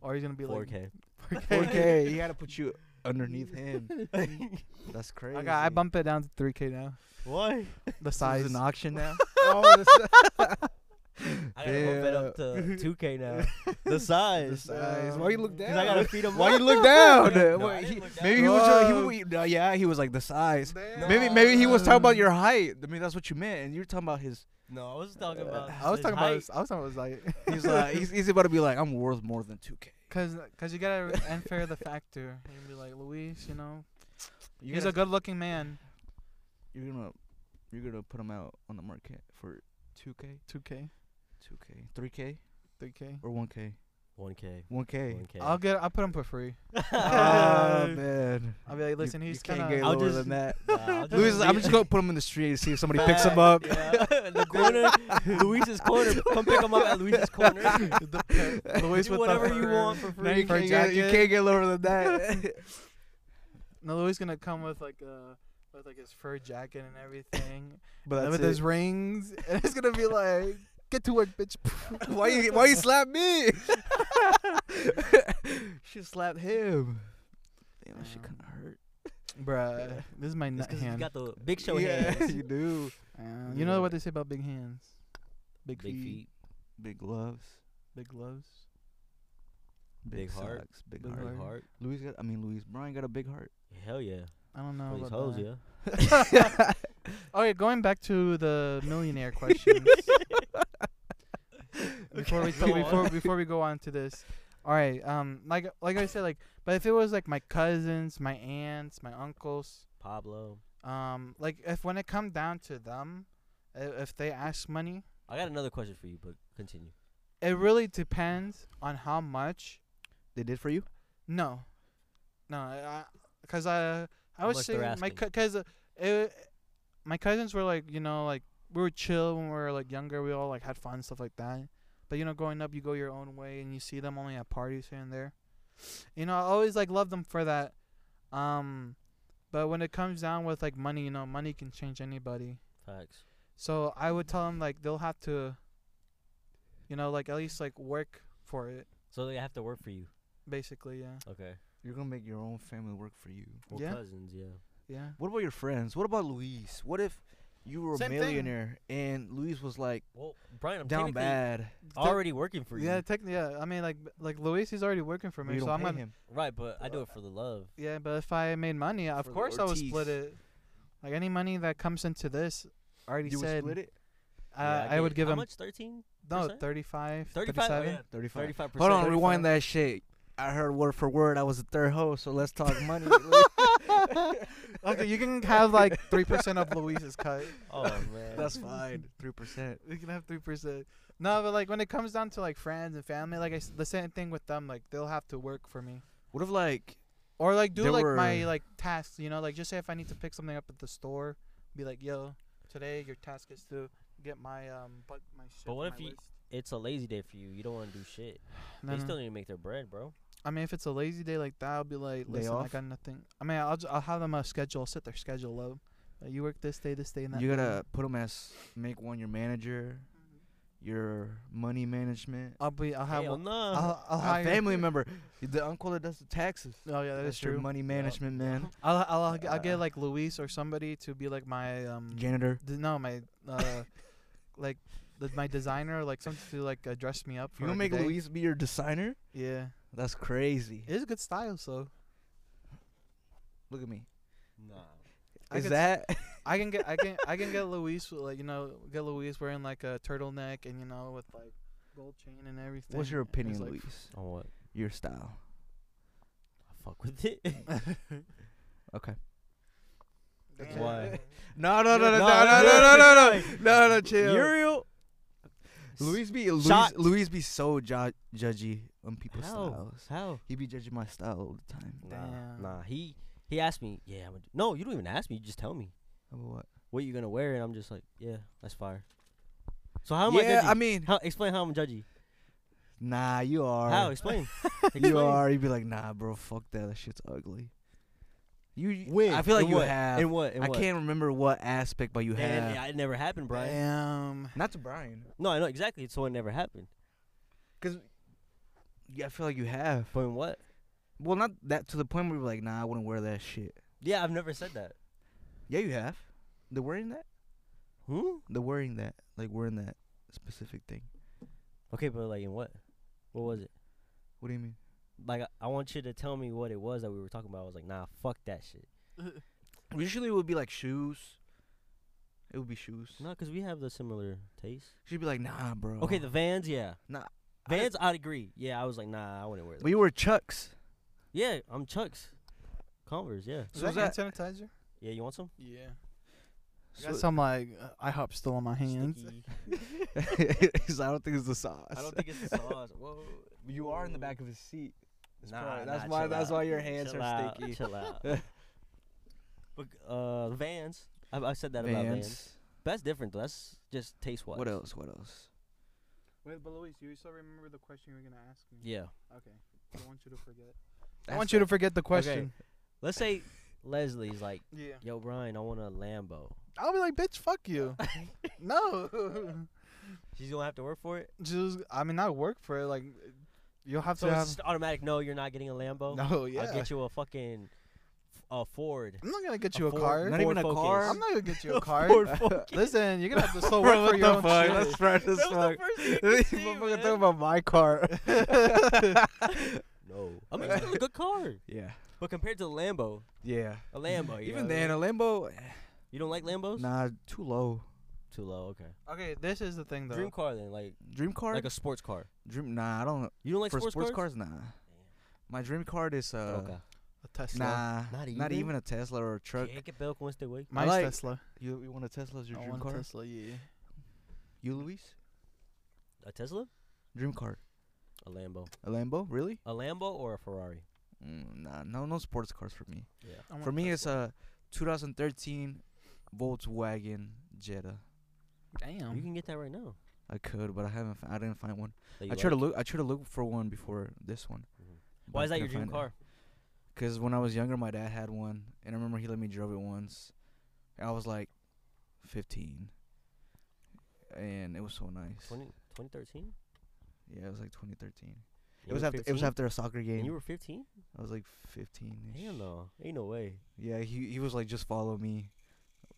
or he's gonna be like, 4k. 4K. He had to put you underneath him. That's crazy. I got, I bump it down to 3k now. Why? The This size. is an auction now. oh, this I gotta bump it up to 2k now. The size. Um, the size. Why you look down? Cause I gotta feed him. Why you look down? No, What, I didn't he- look down. maybe he was. trying- Whoa. He, wa- no, yeah, he was like the size. Damn. Maybe maybe he was talking about your height. I mean, that's what you meant, and you were talking about his. No, I was Uh, talking about. I was his talking about. height. His, I was talking about his like, He's like, he's, he's about to be like, I'm worth more than 2K. cause, cause you gotta unfair the factor. You're gonna be like, Luis, you know, You he's gotta- a good-looking man. You're gonna, you're gonna put him out on the market for 2K, 2k, 2K, 3K, 3k. or 1K. 1k. 1K. 1k. I'll get. I'll put him for free. oh man. I'll be like, listen, you, he's you can't kinda- get I'll lower just- than that. Nah, I'll Louis, is- I'm leave- just gonna put him in the street and see if somebody picks him up. Yeah. the corner, Luis's corner. Come pick him up at Luis's corner. Luis Do with the whatever you fur. want for Now free. you For a can't, get, you jacket. can't get lower than that. No, Louis gonna come with like a with like his fur jacket and everything, but and that's with it. his rings, and it's gonna be like, get to work, bitch. why you why you slap me? she slapped him. Damn, that shit Yeah. kind of hurt. Bruh, this is my It's nut 'cause he's hand. got the big show yeah, hands. you do. Uh, you know what they say about big hands? Big feet. Big gloves. Big gloves. Big heart. socks, Big, Big heart. heart. Louis got. I mean, Louis Brian got a big heart. Hell yeah. I don't know. Please about hoes, that. yeah. Okay, going back to the millionaire questions. before we go before on. before we go on to this, all right. Um, like like I said, like, but if it was like my cousins, my aunts, my uncles, Pablo. um, like if when it come down to them, i- if they ask money, I got another question for you, but continue. it really depends on how much. they did for you. No, no, I, because I, I How was much they're saying my asking. because it, my cousins were like you know like we were chill when we were like younger. We all like had fun stuff like that. But you know, growing up, you go your own way, and you see them only at parties here and there. You know, I always like love them for that. Um, but when it comes down with like money, you know, money can change anybody. Facts. So I would tell them like they'll have to. You know, like at least like work for it. So they have to work for you. Basically, yeah, Okay. You're gonna make your own family work for you. Or Yeah. cousins, yeah. yeah. What about your friends? What about Luis? What if you were Same a thing. millionaire and Luis was like Well, Brian, I'm down technically bad? already working for you. Yeah, technically, yeah. I mean, like, like Luis, he's already working for but me, you so don't I'm pay gonna. him. Right, but I do it for the love. Yeah, but if I made money, of For the course I would split Ortiz. it. Like any money that comes into this, I already You would said. split it. I, Yeah, I, would get- give how him much? 13? no 35%? 35, 35? Oh, 37. yeah, Thirty-five. 35%. Hold on, 35. rewind that shit. I heard word for word. I was the third host, so let's talk money. Okay, you can have like three percent of Luis's cut. Oh, man. That's fine. Three percent. You can have three percent. No, but like when it comes down to like friends and family, like I s- the same thing with them. Like they'll have to work for me. What if like Or like do There like were- my like tasks, you know, like just say if I need to pick something up at the store, be like, yo, today your task is to get my um but my shit. But what from if my you- list." It's a lazy day for you. You don't want to do shit. No, they no. still need to make their bread, bro. I mean, if it's a lazy day like that, I'll be like, Day listen, I off? got nothing. I mean, I'll ju- I'll have them a schedule, set their schedule up. Uh, you work this day, this day, and that. you day. gotta put him as make one your manager, Mm-hmm. your money management, I'll be. I'll have. Hell one, Uh-huh. no. I'll, I'll a hire. family member, the uncle that does the taxes. Oh yeah, that That's is your true. money management man, I'll I'll I'll, g- I'll Uh, get like Luis or somebody to be like my um. janitor. d- no, my uh, like. the- My designer, like something to like uh, dress me up for. You gonna like, make a day. Luis be your designer? Yeah, That's crazy. it is a good style. So Look at me. Nah. I Is could s- that I can get I can I can get Luis with, like you know get Luis wearing like a turtleneck and you know with like gold chain and everything. what's your and it's opinion, like, Luis? On what? Your style. I fuck with it. Okay. "Damn." Why? No, no, no, no, no, no, no, no, no, no, no, no, no, no, no, chill. Uriel. Luis be Luis, Shot. Luis be so ju- judgy on people's How? styles. How? He be judging my style all the time. Damn. Nah, nah. He he asked me. Yeah, I'm gonna do. No, you don't even ask me. You just tell me How about what? what you're gonna wear, and I'm just like, yeah, that's fire. So how am I yeah, judgy? I mean, how explain how I'm judgy? nah, you are. How explain? you Explain. are. You be like, nah, bro, fuck that. That shit's ugly. You. you- When? I feel like In you what? have. In what? In I what? can't remember what aspect, but you And- and have. I- it never happened, Brian. Damn. Not to Brian, No, I know exactly. So it never happened. because yeah, I feel like you have. But in what? Well, not that to the point where you're like, nah, I wouldn't wear that shit. Yeah, I've never said that. Yeah, you have. The wearing that. Hmm. The wearing that. Like wearing that specific thing. Okay, but like in what? What was it? What do you mean? Like I, I want you to tell me what it was that we were talking about. I was like, nah, fuck that shit. Usually it would be like shoes. It would be shoes. No, because we have the similar taste. She'd be like, nah, bro. Okay, the Vans, yeah. Nah, I Vans, I'd agree. Yeah, I was like, nah, I wouldn't wear that. But you were Chucks. yeah, I'm Chucks. Converse, yeah. Is So that, is hand sanitizer? Yeah, you want some? Yeah. I So got some like uh, I hop still on my hands. Sticky. He's like, I don't think it's the sauce. I don't think it's the sauce. Whoa. you are in the back of his seat. It's Nah, probably- that's nah, why. chill That's out. why your hands Chill are out, sticky. Chill out. but uh, Vans, I, I said that about Vans. But that's different though. That's just taste wise. What else? What else? Wait, but Luis, you still remember the question you were gonna ask me? Yeah. Okay. I don't want you to forget. I That's want you to it. forget the question. Let's say Leslie's like, Yeah. yo, Brian, I want a Lambo. I'll be like, bitch, fuck you. no. She's gonna have to work for it. Just, I mean, not work for it. Like, you'll have So to it's have. just automatic. No, you're not getting a Lambo. No, yeah. I'll get you a fucking f- afford. I'm not gonna get you a Ford- card. Not even a Ford Focus. car? I'm not gonna get you a A card. Ford Focus. Listen, you're gonna have to still Bro, work what for your the own fuck? shit. That's fresh as That was the fuck. first thing I This could see, motherfucker man. talking about my car. No, I mean it's still a good car, yeah. but compared to the Lambo, Yeah. a Lambo. you Even know, then, a Lambo, eh, you don't like Lambos? nah, too low. Too low. Okay. Okay, this is the thing though. Dream car then, like Dream car? like a sports car. dream? Nah, I don't. You don't like for sports, cars? nah. My dream car is uh, okay. A Tesla. nah, Not not even? even? a Tesla or a truck. Can't get Belk once they wake. Mine's like- Tesla. You, you want a Tesla as your I dream want a car? Tesla. Yeah. You, Luis? A Tesla? Dream car? A Lambo. A Lambo? Really? A Lambo or a Ferrari? Mm, nah, no, no sports cars for me. Yeah. I want For a me, it's Tesla. a 2013 Volkswagen Jetta. damn. You can get that right now. I could, but I haven't. F- I didn't find one. that you I tried to like. look. I tried to look for one before this one. Mhm. Why is that your dream car? Because when I was younger, my dad had one, and I remember he let me drive it once. I was like, 15, and it was so nice. 20, 2013? Yeah, it was like 2013. You It was were after. It was 15? after a soccer And game. you were 15? I was like 15. Hell no. Ain't no way. Yeah, he he was like just follow me,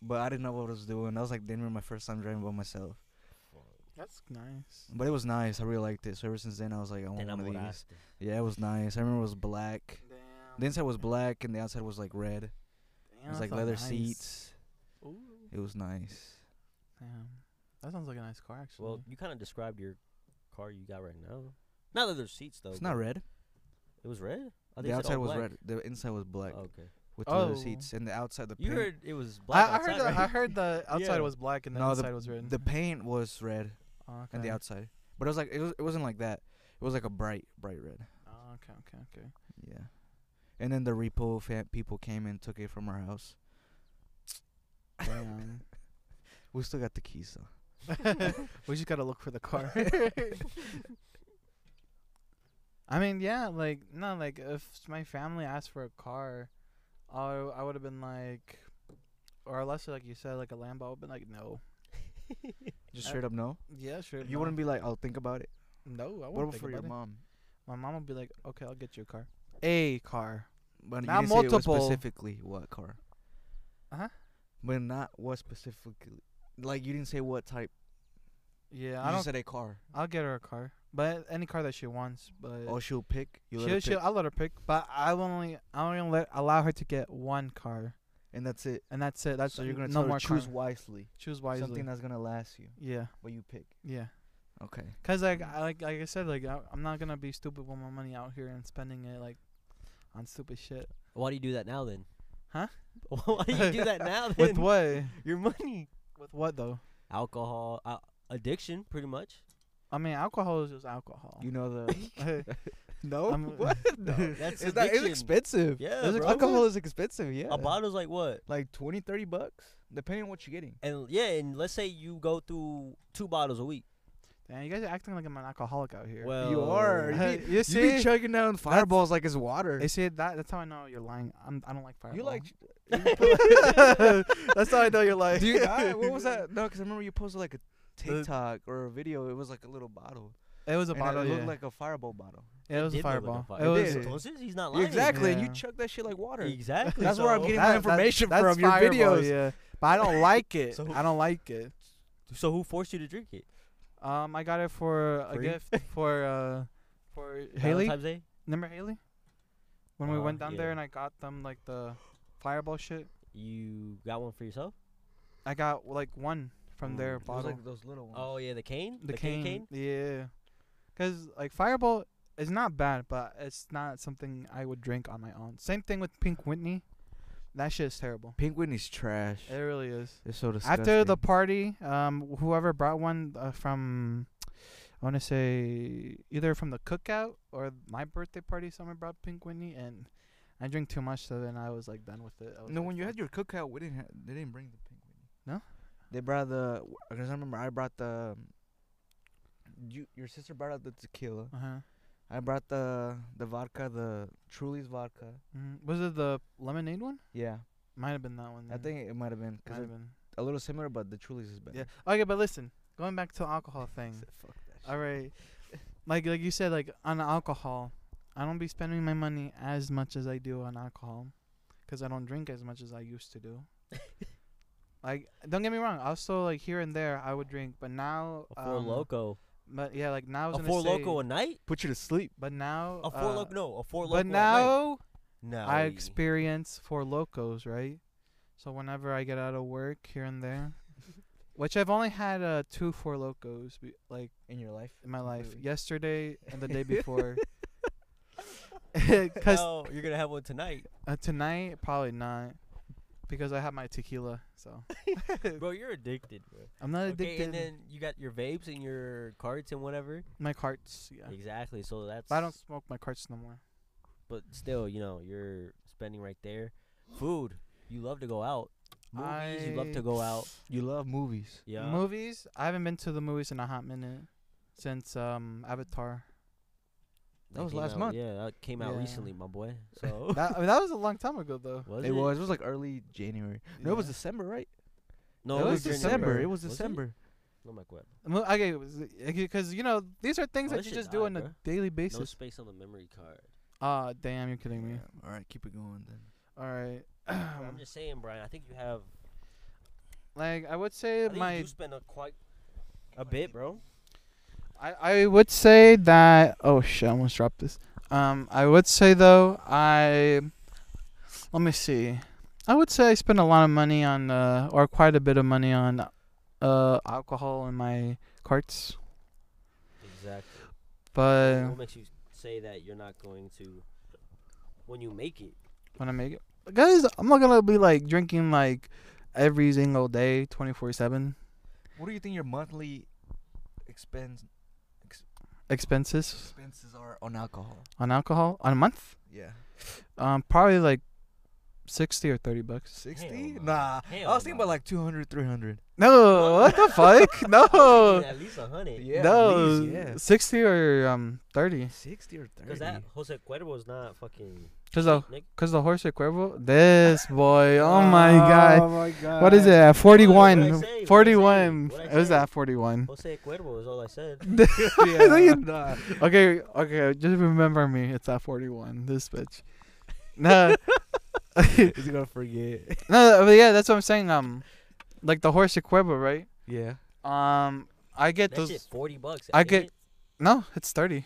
but I didn't know what I was doing. I was like then my first time driving by myself, That's nice. but it was nice. I really liked it. So ever since then, I was like, I want Then one I'm of old these. ass. Yeah, it was nice. I remember it was black. Damn. The inside was black and the outside was like red. Damn, it was that like sounds leather nice. seats. Ooh. It was nice. Damn. That sounds like a nice car actually. Well, you kind of described your car you got right now. Not that there's seats though. It's Oh, but not red. It was red. I The outside was red. The inside was black Oh, Okay. with the leather Oh. seats and the outside the You paint. heard it was black. I, I heard outside, the I right? heard the outside Yeah. was black and the No, the- inside was red. the paint was red oh, okay. and the outside, but it was like it was it wasn't like that. It was like a bright bright red. Oh, okay, okay, okay. Yeah. And then the repo fa- people came and took it from our house. Damn. We still got the keys though. we just gotta look for the car. I mean, yeah, like no, like if my family asked for a car, I I would have been like, or unless like you said like a Lambo, I would been like no. Just Uh, straight up no. Yeah, sure. You wouldn't be like, I'll think about it. No, I What wouldn't. about think for your about it. mom? My mom would be like, okay, I'll get you a car. A car. But Not didn't say it was multiple. specifically what car? Uh-huh. But not what specifically. Like you didn't say what type. Yeah, you I just don't. said a car. I'll get her a car, but any car that she wants. But Oh, she'll pick. You let her she'll, she'll, pick, I'll let her pick. But I will only I only let allow her to get one car, and that's it. and that's it. That's so you're gonna no tell her more choose car. wisely. choose wisely. Something that's gonna last you. yeah, But you pick. yeah. Okay. Cause like I like like I said like I, I'm not gonna be stupid with my money out here and spending it like on stupid shit. Why do you do that now then? Huh? Why do you do that now then? With what? Your money. With what though? Alcohol uh, addiction, pretty much. I mean, alcohol is just alcohol. You know the. no. what? No. That's it's, not, it's addiction. expensive. Yeah, It's bro. alcohol is expensive. Yeah. A bottle's like what? like 20 30 bucks depending on what you're getting And yeah, and let's say you go through two bottles a week. Damn, you guys are acting like I'm an alcoholic out here. Well, you are Uh, you be, you you be see? chugging down fireballs like it's water They say that. That's how I know you're lying. I'm. I don't like fireball. you like that's how I know you're lying. do you not? what was that no because i remember you posted like a tiktok or a video it was like a little bottle It was a and bottle. it Yeah. looked like a fireball bottle yeah, it was a did look like fireball. fire- It was. did. Entonces, he's not lying. exactly and you Yeah. chug that shit like water Exactly. That's where I'm so- getting my information that's from your fireball, videos. Yeah, but I don't like it. So- I don't like it. So who forced you to drink it? Um, I got it for a Free? gift for uh for Haley. Valentine's Day? Remember Haley? When we Uh, went down yeah. there and I got them like the fireball shit. You got one for yourself? I got like one from Mm, their it was it was bottle. like those little ones Oh yeah, the cane. the cane. cane, Yeah. Cause like fireball is not bad, but it's not something I would drink on my own. Same thing with Pink Whitney. That shit is terrible. pink whitney's trash It really is. it's so disgusting After the party, um, whoever brought one uh, from, I want to say either from the cookout or my birthday party, someone brought Pink Whitney, and I drank too much, so then I was like done with it. I was no like, when you "Fuck." had your cookout we didn't ha- they didn't bring the pink whitney No? they brought the because i remember i brought the um, you, your sister brought out the tequila Uh-huh. I brought the the vodka, the Truly's vodka. Mhm. Was it the lemonade one? Yeah, Might have been that one. I then. think it might have Mm-hmm. been might 'cause have it- been. a little similar, but the Truly's is better. Yeah. Okay, but listen, going back to the alcohol thing. Fuck that shit. All right. Like like you said, like on alcohol, I don't be spending my money as much as I do on alcohol, because I don't drink as much as I used to do. like, don't get me wrong. Also, like here and there, I would drink, but now. A four um, loco. But yeah, like now I was A gonna four say, loco a night? Put you to sleep. But now. A four uh, loco? No, a four loco. But a night. now no, I experience four locos, right? So whenever I get out of work here and there, which I've only had uh, two four locos, be- like In your life? in my life, Really? yesterday and the day before. Because No, you're gonna have one tonight, Uh, tonight, probably not, because I have my tequila. So bro. You're addicted, bro. I'm not Okay, addicted. and then you got your vapes and your carts and whatever. my carts, yeah. Exactly. So that's. But I don't smoke my carts no more. But still, you know, you're spending right there. Food. You love to go out. Movies. You love to I- go out. You love movies. Yeah. Movies. I haven't been to the movies in a hot minute since um Avatar. That was came last out- month. Yeah, that came out Yeah. recently, my boy. So That I mean, that was a long time ago though. was it was. It was like early January. No, it was Yeah. December, right? No, It it was was during the December. break. It was it? December. No, my God. Mo- Okay, because you know these are things Oh, that this you shit just do on died, a bruh. daily No basis. space on the memory card. Ah, damn, you're kidding me. Yeah. All right, keep it going then. All right. But I'm just saying, Brian. I think you have. like I would I say think my you do spend a quite a bit, bro. I, I would say that oh shit I almost dropped this. Um, I would say though I let me see. I would say I spend a lot of money on uh, or quite a bit of money on uh, alcohol in my carts, Exactly. but What makes you say that you're not going to when you make it? when I make it, guys, I'm not gonna be like drinking like every single day, twenty four seven What do you think your monthly expense expenses expenses are on alcohol? on alcohol on a month. Yeah, Um, probably like sixty or thirty bucks. sixty? no. Nah, Hell I was thinking no. about like 200, 300. No, what the fuck? No. I mean, at least a hundred. Yeah, at no, least, yeah. sixty or um thirty. Sixty or thirty? Because that Jose Cuervo is not fucking. Cause the cheap, Nick. cause the horse at Cuervo. This boy, oh my god, my god! what is it? At What'd I Forty-one. say? What'd I say? Forty-one. What'd I It was say? at forty-one. Jose Cuervo is all I said. nah. Okay, okay, just remember me. It's at forty-one. This bitch. No, Is he gonna forget? no, but yeah, that's what I'm saying. Um, like the horse at Cuervo, right? yeah. Um, I get That shit those. forty bucks. I ain't get- it? No, it's thirty.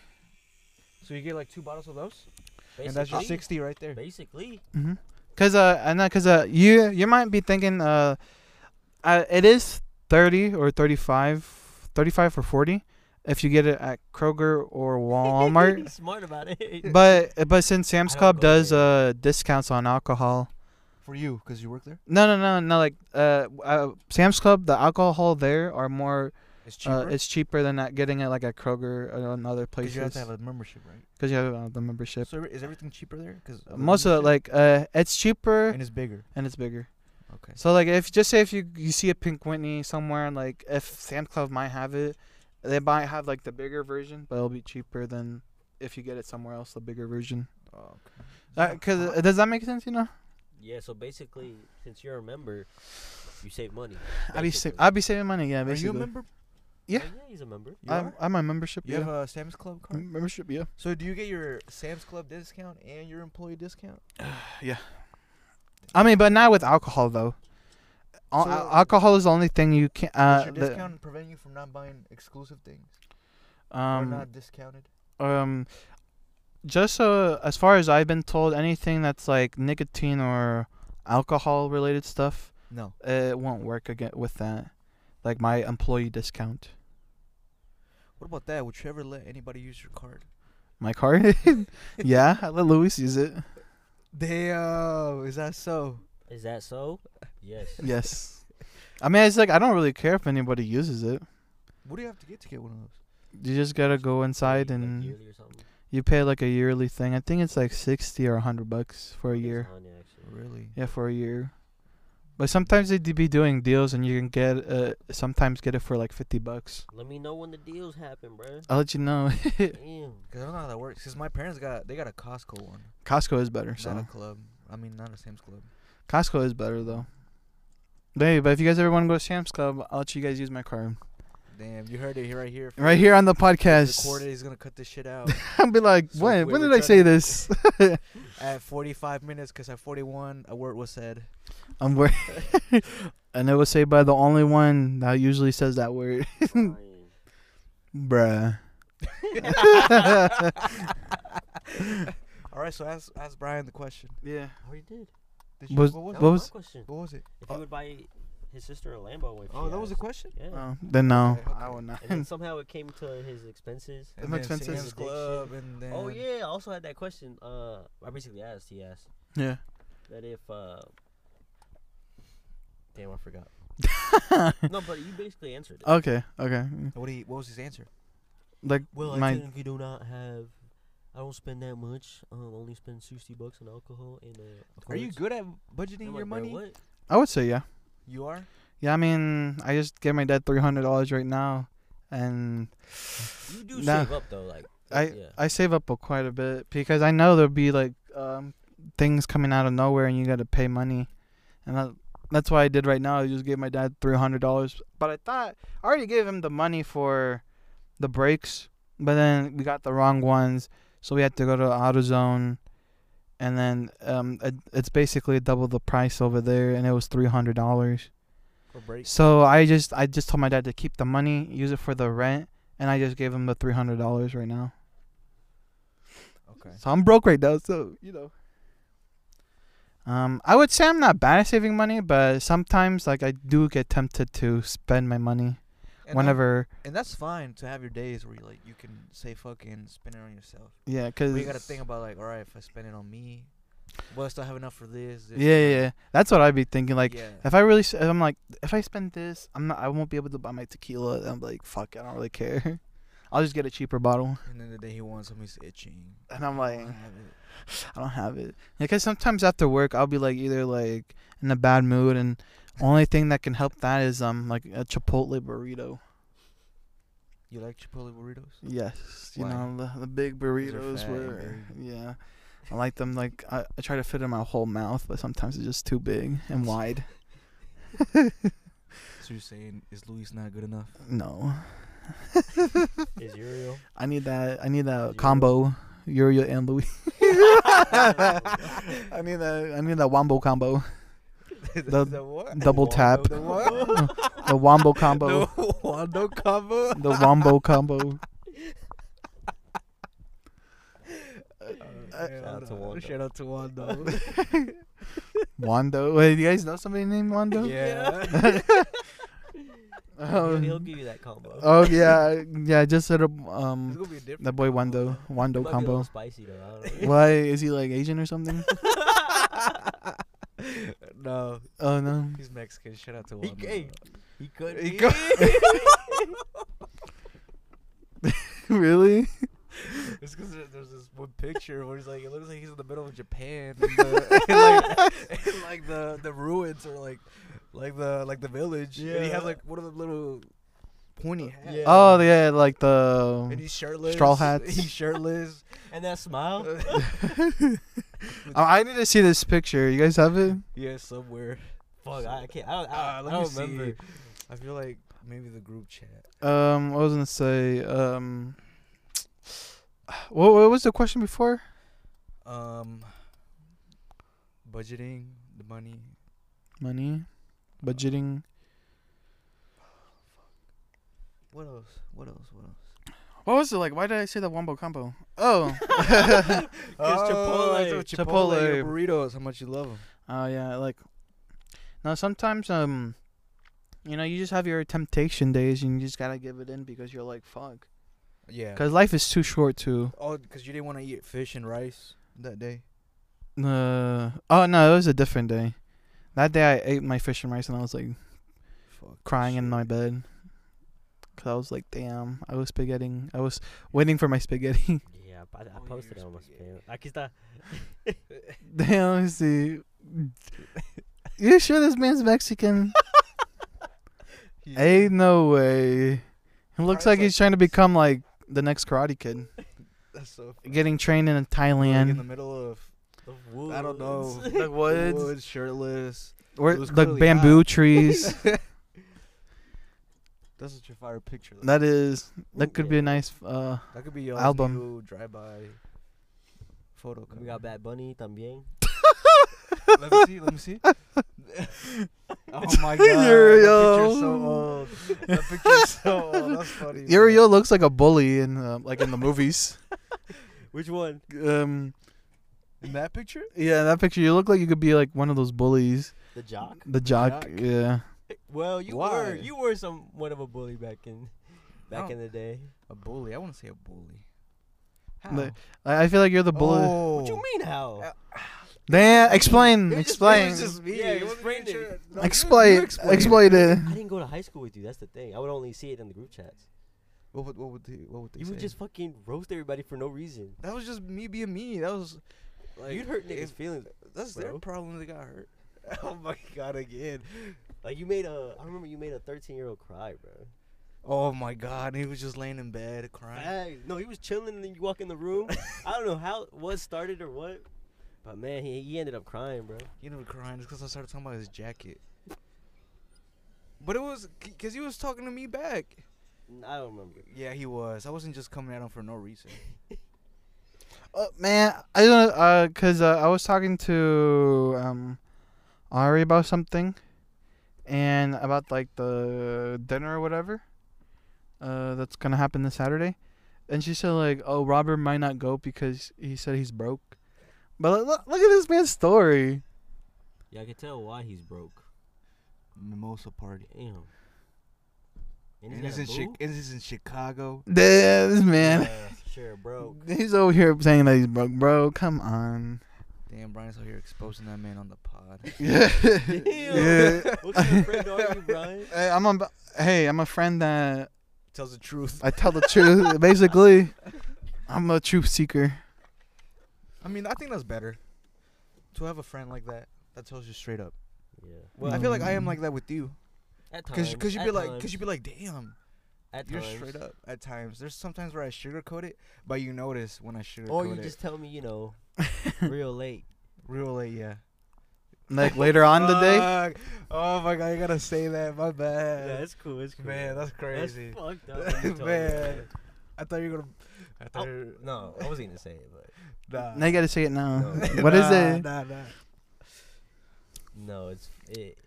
So you get like two bottles of those, Basically, and that's your sixty right there. Basically, Mm-hmm. Cause uh, I know, cause uh, you you might be thinking uh, uh, it is thirty or 35, 35 or forty, if you get it at Kroger or He's Walmart. smart about it. but but since Sam's I don't Club go does there. uh discounts on alcohol, For you, cause you work there. no no no no like uh, uh Sam's Club the alcohol there are more It's uh, it's cheaper than at getting it like at Kroger or on other places Cause Oh, you have to have a membership, right? because you have uh, the membership. So is everything cheaper there? Cause the Most of it, membership? like uh it's cheaper and it's bigger. and it's bigger. Okay. So like if just say if you you see a pink Whitney somewhere and like if Sam's Club might have it, they might have like the bigger version, but it'll be cheaper than if you get it somewhere else, the bigger version. Oh, okay. Uh 'cause uh, does that make sense? You know, yeah. So basically, since you're a member, you save money. I'd be sa- basically. I'd be saving money. Yeah, Are you a basically. member? yeah. Oh, yeah, he's a member. You I'm are? I'm a membership. You yeah. Mm-hmm. have a Sam's Club card. M- membership. Yeah. So do you get your Sam's Club discount and your employee discount? I mean, but not with alcohol though. Al- So- al- alcohol is the only thing you can. Does Uh, your the- discount prevent you from not buying exclusive things? um, or not discounted? Um, just uh, as far as I've been told, anything that's like nicotine or alcohol related stuff, No. it won't work again with that. Like my employee discount, What about that? Would you ever let anybody use your card? my card. yeah, I let Luis use it. Damn, is that so? Is that so? Yes. Yes. I mean, it's like I don't really care if anybody uses it. What do you have to get to get one of those? You just gotta go Like inside and yearly or something. you pay like a yearly thing. I think it's like sixty or hundred bucks for a I think it's year. 100 actually. Really? Yeah, for a year. But sometimes they do be doing deals, and you can get uh sometimes get it for like fifty bucks. Let me know when the deals happen, bro. I'll let you know. Damn. Cause I don't know how that works. Cause my parents got they got a Costco one, Costco is better, so not a club. I mean, not a Sam's Club. Costco is better though. But hey, but if you guys ever want to go to Sam's Club, I'll let you guys use my card. Damn, you heard it here- right here. Right here on the It's podcast. Recorded. He's gonna cut this shit out I'll be like, So when? we When were did I trying say to- this? at 45 minutes because at 41 a word was said. I'm wor- and it was say by the only one that usually says that word, bruh. All right, so ask ask Brian the question. Yeah. already did. Did Was- what, was what was- my question? it? what was it? If he would buy his sister a Lambo. If Oh, she that was the asked. question. Yeah. Oh, then no, Okay, I okay. would not. and then somehow it came to his expenses. Them then expenses. Sam's Club, and then Oh yeah, I also had that question. Uh, I basically asked. He asked yeah. that if. Uh, damn, I forgot. no, but you basically answered it. Okay. Okay. What he? What was his answer? Like well, I my technically do not have. I don't spend that much. I um, only spend sixty bucks on alcohol and. Uh, Are you clothes. good at And budgeting I'm your like, "Bro, money? what?" I would say yeah. You are. Yeah, I mean, I just gave my dad three hundred dollars right now, and You do Nah. save up though, like. I yeah. I save up a quite a bit because I know there'll be like um things coming out of nowhere and you got to pay money, and that, that's why I did right now. I just gave my dad three hundred dollars, but I thought I already gave him the money for the brakes, but then we got the wrong ones, so we had to go to AutoZone, and then um it, it's basically double the price over there, and it was three hundred dollars. For break. So I just I just told my dad to keep the money, use it for the rent, and I just gave him the three hundred dollars right now. Okay. So I'm broke right now, so you know. Um, I would say I'm not bad at saving money, but sometimes like I do get tempted to spend my money And whenever. that- and that's fine to have your days where you like you can say fucking spend it on yourself. Yeah, cause But you gotta think about like, all right, if I spend it on me, will I still have enough for this? this yeah, yeah, yeah, that's what I'd be thinking. Like, yeah. if I really, s- if I'm like, if I spend this, I'm not, I won't be able to buy my tequila. I'm like, fuck, I don't really care. I'll just get a cheaper bottle, And then the day he wants something, he's itching. and I'm like. I have it. I don't have it. Because sometimes after work, I'll be like either like in a bad mood, and only thing that can help that is um like a Chipotle burrito. You like Chipotle burritos? Yes, you Why? know the, the big burritos fat and were yeah. I like them like I, I try to fit in my whole mouth, but sometimes it's just too big and wide. So you're saying is Luis not good enough? No, Is Uriel? I need that. I need that Uriel. combo, Yuria and Louis. I need that. I need that wombo combo, The what? double tap. The what? the wombo combo, The Wando combo. the wombo combo. Shout out to Wando. Shout out to Wando. Wando. Wait, you guys know somebody named Wando? yeah. He'll- Oh. Um, he'll give you that combo. oh yeah, yeah. Just sort of It's um, gonna be a different. that boy Wando, It might Wando be a little combo. Spicy though. I don't know. Why is he like Asian or something? no, Oh no. he's Mexican. Shout out to He Wando. gay. He could. He be. could- really? It's because there's this one picture where he's like, it looks like he's in the middle of Japan, and, the, and like, and like the the ruins or like, like the like the village, and he has Yeah. like one of the little pointy hats. Yeah. Oh yeah, like And the. he's shirtless. straw hats. He's shirtless. and that smile. Oh, I need to see this picture. You guys have it? yeah, somewhere. Fuck, I I can't. I don't, I, Ah, I let me don't see. remember. I feel like maybe the group chat. Um, I was gonna say um. What, what was the question before? Um, budgeting the money. Money, budgeting. What else? What else? What else? What was it like? Why did I say that wombo combo? Oh. Oh, Chipotle. so Chipotle, your Chipotle. burritos. How much you love them? Oh yeah, like now sometimes um you know, you just have your temptation days and you just gotta give it in because you're like fuck. Yeah. Cause life is too short to. Oh, because you didn't want to eat fish and rice that day. Uh, oh no, it was a different day. That day I ate my fish and rice and I was like Fuck. crying in my bed. Cause I was like, damn, I was spaghettiing. I was waiting for my spaghetti. Yeah, I, I Oh, posted you're it on my spaghetti. spam. Aquí está. damn, let me see. You sure this man's Mexican? Ain't no way. He looks like Price like he's trying to this. become like the next Karate Kid. That's so. funny. Getting trained in Like in the Thailand. middle of The I don't know woods. The woods. woods, shirtless. Or It was the clearly bamboo hot. trees. That's such a fire picture. though. That is that could be a nice uh that could be y'all's album. new drive-by photo. We got Bad Bunny también. cover. let me see. Let me see. oh my god! That picture's so Uriel. old. That picture's so old. That's funny. bro. Uriel looks like a bully in uh, like in the movies. Which one? Um In that picture? yeah, that picture you look like you could be like one of those bullies. The jock. The jock, Jock? yeah. Well, you Mm, Why? Oh. were you were somewhat of a bully back in back No. in the day. A bully. I want to say a bully. The- I, I feel like you're the bully. Oh. What you mean how? Uh, Damn, explain, It was just- explain. It was just me. Yeah, It wasn't explain even it. sure- No, you- explain, you explain, it. I didn't go to high school with you. That's the thing. I would only see it in the group chats. What would what would they, what would they You say? would just fucking roast everybody for no reason. that was just me being me. That was like You'd hurt niggas' if- feelings. That's their bro. problem. They got hurt. Oh my god! Again. Like you made a. I remember you made a 13 year old cry, bro. Oh my god! He was just laying in bed crying. Hey, no, he was chilling, and then you walk in the room. I don't know how what started or what, but man, he, he ended up crying, bro. He ended up crying just because I started talking about his jacket. But it was because he was talking to me back. N- I don't remember. Yeah, he was. I wasn't just coming at him for no reason. Uh, man, I don't know, uh, cause uh, I was talking to um, Ari about something, and about like the dinner or whatever, uh, that's gonna happen this Saturday, and she said like, oh, Robert might not go because he said he's broke, but look, look at this man's story. Yeah, I could tell why he's broke. Mimosa party. Damn. And And this in, Chi- and this in Chicago. Damn, this Uh, man, sure, broke. he's over here saying that he's broke, bro. Come on. Damn, Brian's out here exposing that man on the pod. Yeah. Damn. yeah. What kind of friend are you, Brian? Hey, I'm a, hey, I'm a friend that Tells the truth. I tell the truth. Basically, I'm a truth seeker. I mean, I think that's better. To have a friend like that that tells you straight up. Yeah. I feel like I am like that with you. At Cause, times. 'cause you'd at be like, times, cause you'd be like, damn, at you're times. straight up at times. There's sometimes where I sugarcoat it, but you notice when I sugarcoat Or Oh, you it. just tell me, you know, real late. real late, yeah. Like later on the day. Fuck. Oh my god, you gotta say that. My bad. cool. That's Man, that's crazy. fucked up. what you told me, Man. I thought you were gonna. I Oh, thought you No, I wasn't gonna say it, but were, nah. Now you gotta say it now. No. What is Nah, it? Nah, nah. no, it's it.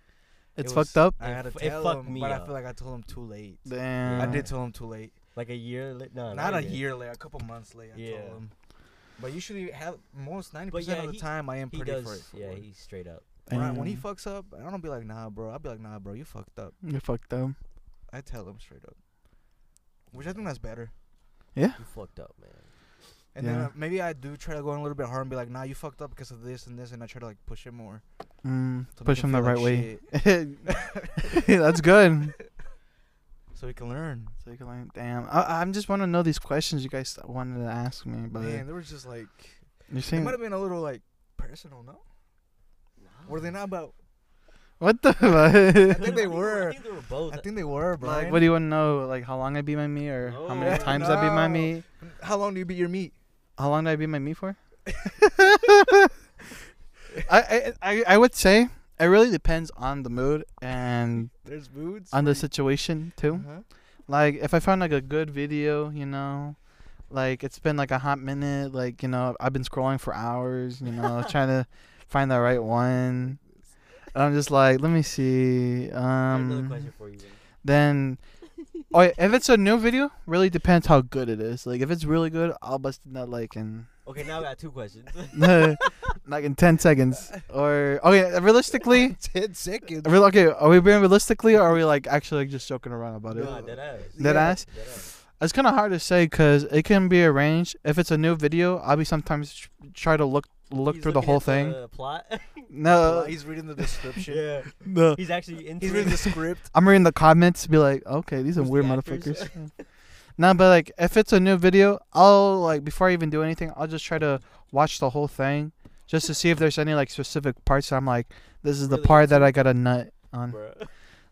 It's It was- fucked up. I It had to fu- it tell fucked him, me but I up. feel like I told him too late. Damn. I did tell him too late. Like a year, li- no, Not not a year late, a couple months late. I Yeah. told him. But usually, have most ninety yeah, percent of the he- time, I am He pretty does, for it. yeah, forward. he's straight up. When, I- when he Damn. fucks up, I don't be like, nah, bro. I'll be like, nah, bro, you fucked up. You're fucked up. I tell him straight up, which I think that's better. You fucked up, man. And then Yeah. uh, maybe I do try to go in a little bit hard and be like, nah, you fucked up because of this and this, and I try to like push it more. Mm, to make push him the feel like right way. shit, That's good. so he can learn. So you can learn- Damn. I, I'm just want to know these questions you guys wanted to ask me, but Man, there was just like you're it saying might have been a little like personal, no? Were they not about? what the I fuck? think they I were. think they were both. I think they were, bro. Like, what do you want to know? Like, how long I beat my meat, or how many Oh, times I beat my no. meat? How long do you beat your meat? How long did I be my meat for? I, I I I would say it really depends on the mood and There's moods. on the situation too. Like if I found like a good video, you know, like it's been like a hot minute, like you know I've been scrolling for hours, you know, trying to find the right one. And I'm just like, let me see. I have another Um, question for you. Then. then, oh, yeah, if it's a new video, really depends how good it is. Like if it's really good, I'll bust in that like and. Okay, now I got two questions. uh-huh. like in 10 seconds or okay realistically Ten seconds. real, okay are we being realistically or are we like actually like, just joking around about it nah, dead ass. Dead yeah. ass. Dead ass. It's kind of hard to say because it can be arranged. If it's a new video, I'll be sometimes tr- try to look look He's through the looking whole at thing. The plot. Uh, no, he's reading the description. yeah. no, He's actually into He's reading the it. script. I'm reading the comments, be like, okay, these are Who's the weird actors? motherfuckers. no, but like if it's a new video, I'll like before I even do anything, I'll just try to watch the whole thing just to see if there's any like specific parts. I'm like, this is the Really part that I got a nut on. Bruh.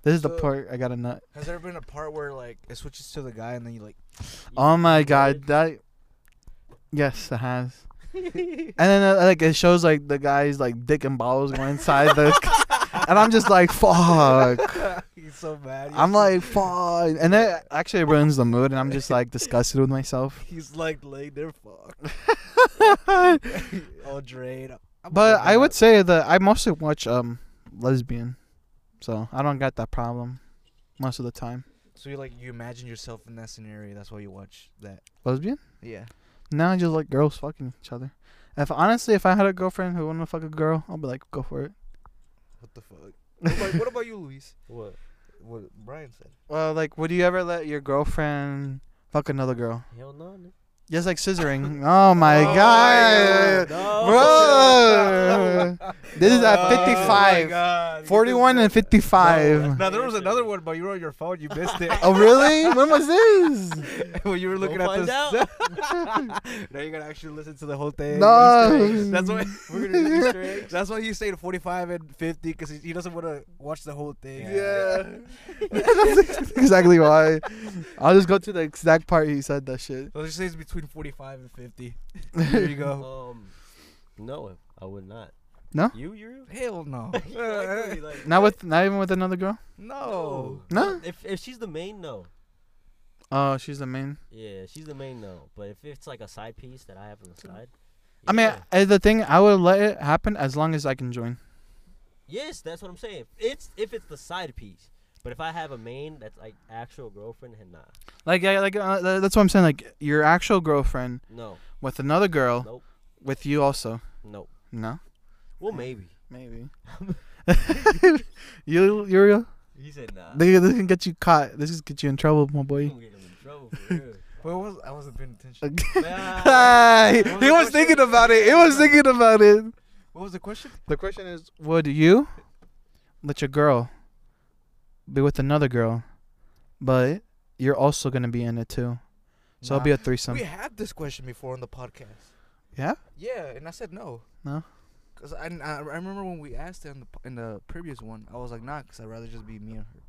This is the So- part I got a nut. Has there been a part where like it switches to the guy and then you like? Oh my You god, that. Yes, it has. and then uh, like it shows like the guy's like dick and balls going inside the and I'm just like, fuck. He's so mad. he's I'm so- like, fuck. And that actually ruins the mood, and I'm just like disgusted with myself. He's like laid there, fucked. All drained. I'm But fucking I would up. say that I mostly watch um lesbian, so I don't got that problem most of the time. So you like you imagine yourself in that scenario. That's why you watch that. Lesbian? Yeah. Now I just like girls fucking each other. If honestly, if I had a girlfriend who wanted to fuck a girl, I'd be like, go for it. What the fuck? What about, what about you, Luis? What? What Brian said. Well, like, would you ever let your girlfriend fuck another girl? Hell no. nigga. Just like scissoring. oh my Oh, god. No. Bro, this is Oh at my 55, God, you 41, just- and 55. No, there was another one, but you were on your phone. You missed it. Oh really? When was this? when you were looking We'll at this. find now you gotta actually listen to the whole thing. No. Easter eggs. That's why. We're gonna do Easter eggs. That's why he's saying 45 and 50 because he, he doesn't want to watch the whole thing. That's exactly why. I'll just go to the exact part he said that shit. So he says between 45 and 50. There you go. Um, no, I would not. No? You, you? Hell no. like, Not with, not even with another girl. no. No. If if she's the main, no. Oh, she's the main. Yeah, she's the main, no. But if it's like a side piece that I have on the side. I mean, yeah. uh, the thing I would let it happen as long as I can join. Yes, that's what I'm saying. It's if it's the side piece. But if I have a main that's like actual girlfriend, and nah, Like, I, like uh, th- that's what I'm saying. Like your actual girlfriend no, with another girl, Nope. with you also. no. No. Well, maybe. Maybe. you, Uriel. He said nah. They, this can get you caught. This is get you in trouble, my I'm boy. gonna get him in trouble for real. Where was I? Wasn't paying attention. Ah, he, What was he the was question? thinking about it. He was thinking about it. What was the question? The question is, would you let your girl be with another girl, but you're also gonna be in it too? So it'll be a threesome. we had this question before on the podcast. Yeah? Yeah, and I said no. No? Cause I, I I remember when we asked it in the p- in the previous one, I was like, nah, cause I'd rather just be me and her.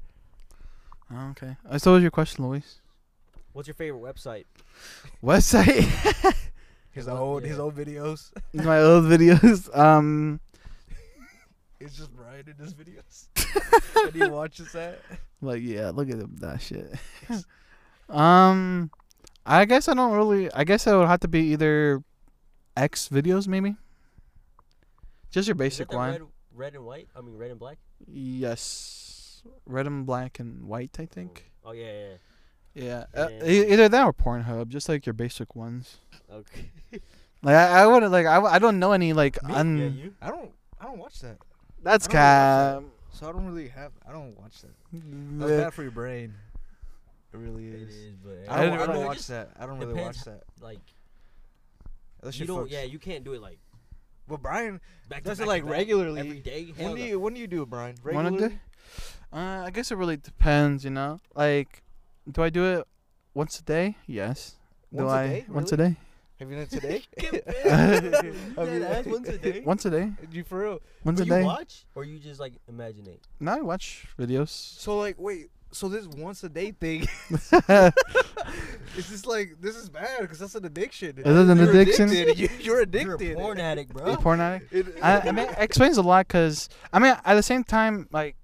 Oh, okay. Uh, So what was your question, Luis? What's your favorite website? Website. His Yeah, old his yeah. old videos. My old videos. Um, It's just Brian in his videos. and he watches that. like yeah, look at him, that shit. um, I guess I don't really. I guess it would have to be either X videos, maybe. Just your Is that basic the one. Red, red and white. I mean, red and black. Yes, red and black and white, I think. Oh yeah, yeah. yeah. Yeah, uh, Yeah. e- either that or Pornhub, just like your basic ones. Okay. Like I, I wouldn't like I, w- I don't know any like Me? un. yeah, you. I don't I don't watch that. That's I cap. So I don't really have I don't watch that. That's Yeah. bad for your brain. It really It is. is, I but don't, I didn't don't really- watch that. I don't really depends watch that. Like That you shit don't. fucks. Yeah, you can't do it like But Brian, back. to does back it to like back regularly. every day. Hell When do no. you when do you do it, Brian? Wanna do- Regularly. Uh, I guess it really depends, you know. Like, do I do it once a day? Yes. do Once a I day? once a day? Have you done it today? Get back. I mean- Dead ass, once a day. Once a day? you for real? Once But a you day? watch or you just like imaginate? Now I watch videos. So like, wait. So this once a day thing, is this like this is bad because that's an addiction. Is it an You're addiction? addicted. You- You're You're addicted. a porn addict, bro. You porn addict? It- I, I mean, it explains a lot because I mean, at the same time, like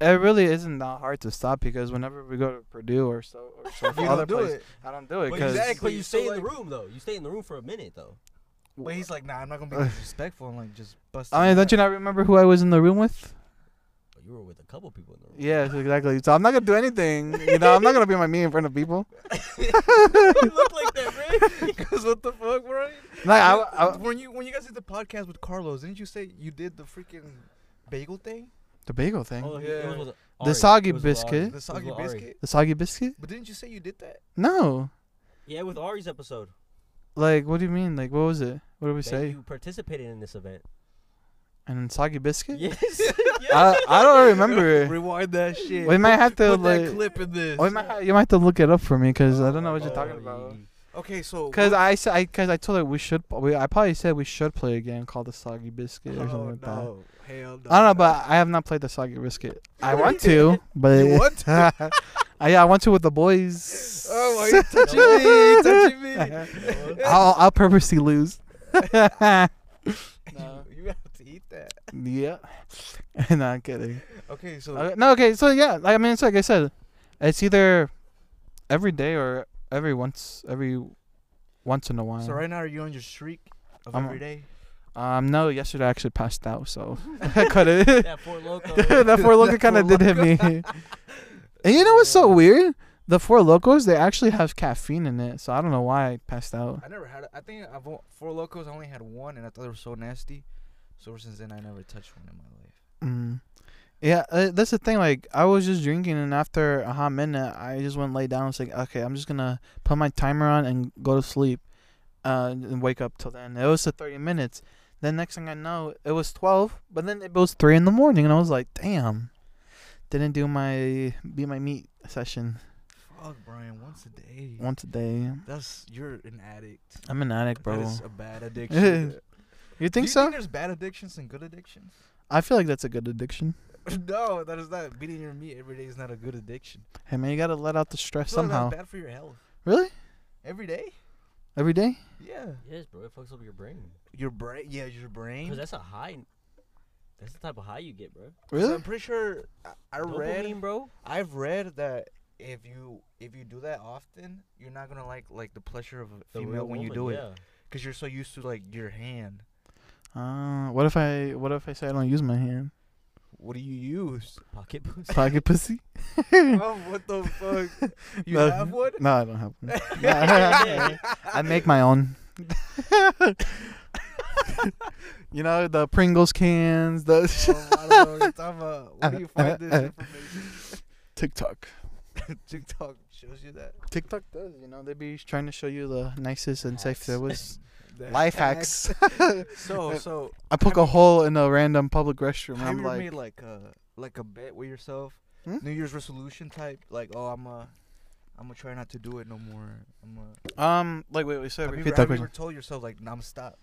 it really isn't that hard to stop because whenever we go to Purdue or so or so you for don't other do places, it. I don't do it But because you, Exactly, but you so stay in the like- room though. You stay in the room for a minute though. But he's like, nah, I'm not gonna be disrespectful and like just bust. I mean, don't you not remember who I was in the room with? But you were with a couple people in the room. Yes, exactly. So I'm not gonna do anything. You know, I'm not gonna be my me in front of people. you look like that, bro. Because what the fuck, Brian? Like I, I- when you when you guys did the podcast with Carlos, didn't you say you did the freaking bagel thing, the bagel thing, Oh, he- Yeah. it was with The Ari. soggy It was with Ari. biscuit. the It was soggy with Ari. biscuit? the soggy biscuit. But didn't you say you did that? No, Yeah, with Ari's episode. like what do you mean? Like what was it? What did we that say? you participated in this event. And then soggy biscuit. Yes. I, I don't remember. Rewind that shit. We might have to Put like. that clip in this. we might ha- you might have to look it up for me because I don't know what you're Oh, talking you- about. Okay, so Cause I said, I, cause I told her we should. We, I probably said we should play a game called the Soggy Biscuit or something like that. Oh, no. Hell no. I don't know, but I have not played the Soggy Biscuit. I want to, but You want to? yeah, I want to with the boys. Oh, why you touching me? Touching me. I'll I'll purposely lose. You, you have to eat that. yeah. no, I'm kidding. Okay, so Okay, no, okay. So yeah, like, I mean, it's like I said, it's either every day or every once every once in a while. So right now, are you on your streak of I'm every on- day? Um, no, yesterday I actually passed out, so I cut it. That Four Loko. that four loco kind of did hit me. and you know what's so weird? The four locos they actually have caffeine in it, so I don't know why I passed out. I never had. it. I think I've o- four locos. I only had one, and I thought they were so nasty. So ever since then, I never touched one in my life. Mm. Yeah, uh, that's the thing. Like, I was just drinking, and after a hot minute, I just went lay down. I was like, okay, I'm just gonna put my timer on and go to sleep, uh, and wake up till then. It was the 30 minutes. Then next thing I know, it was 12, but then it was three in the morning, and I was like, damn, didn't do my be my meat session Fuck, Brian. Once a day. once a day. That's you're an addict. I'm an addict, That bro. is a bad addiction. You Do you think so? Think there's bad addictions and good addictions. I feel like that's a good addiction. no, that is not beating your meat every day is not a good addiction. Hey man, you gotta let out the I stress feel like somehow. that's bad for your health. Really? Every day? Every day? Yeah. Yes, bro. It fucks up your brain. Your brain. Yeah, your brain. Because that's a high. That's the type of high you get, bro. 'Cause Really? I'm pretty sure I, I read. Dopamine, bro. I've read that if you if you do that often, you're not gonna like like the pleasure of a The female real when you woman, do it yeah. because you're so used to like your hand. Uh, what if I what if I say I don't use my hand? What do you use? Pocket pussy. Pocket pussy? oh, what the fuck? You No. have one? No, I don't have one. Nah, I make my own. you know the Pringles cans, the Oh, I don't know what you're talking about. Where do you find this information? TikTok. TikTok shows you that. TikTok does, you know, they be trying to show you the nicest and Hacks. safest there was That- life hacks. So so I poke a hole in a random public restroom. have I'm you ever like, made like a like a bet with yourself? Hmm? New Year's resolution type, like oh I'm a I'm gonna try not to do it no more. I'm a Um, like wait, wait, sorry, Have you, repeat ever, that have you question. ever told yourself like, "Nah, I'm stop,"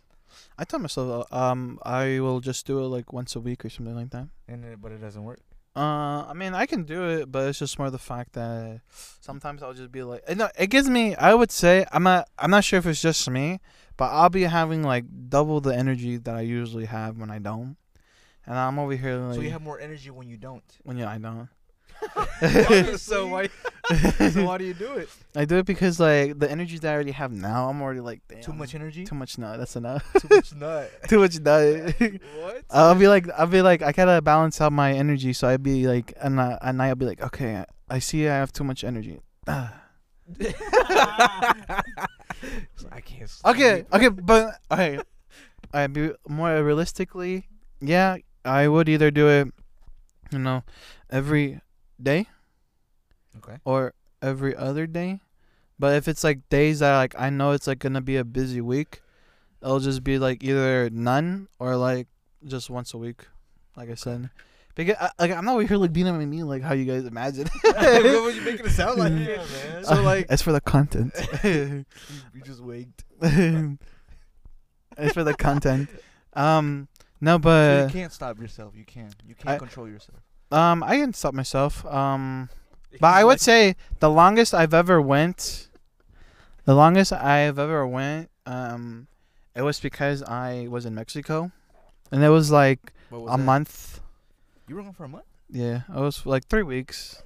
I tell myself, uh, um, I will just do it like once a week or something like that. and it, but it doesn't work. Uh, I mean, I can do it, but it's just more the fact that sometimes I'll just be like, eh, no, it gives me. I would say I'm not. I'm not sure if it's just me, but I'll be having like double the energy that I usually have when I don't, and I'm over here like So you have more energy when you don't. when yeah I don't. so why? so why do you do it? I do it because like the energy that I already have now, I'm already like damn, Too much energy. too much nut. That's enough. Too much nut. too much nut. what? I'll be like, I'll be like, I gotta balance out my energy. So I'd be like, and I, and I'll be like, okay, I see I have too much energy. Ah. So I can't. Sleep. okay, okay, but okay, I be more realistically, yeah, I would either do it, you know, every day Okay. or every other day. But if it's like days that like I know it's like gonna be a busy week, it'll just be like either none or like just once a week, like I said. Because I, like I'm not over here like beating on me like how you guys imagine. what you making it sound like? Yeah, man. So like, it's for the content. you, you just waked. it's for the content. Um, no, So but you can't stop yourself. You can. You can't I- control yourself. um, I can stop myself. Um, but I would say the longest I've ever went, the longest I've ever went, um, it was because I was in Mexico, and it was like What a month. You were gone for a month. Yeah, it was for, like three weeks.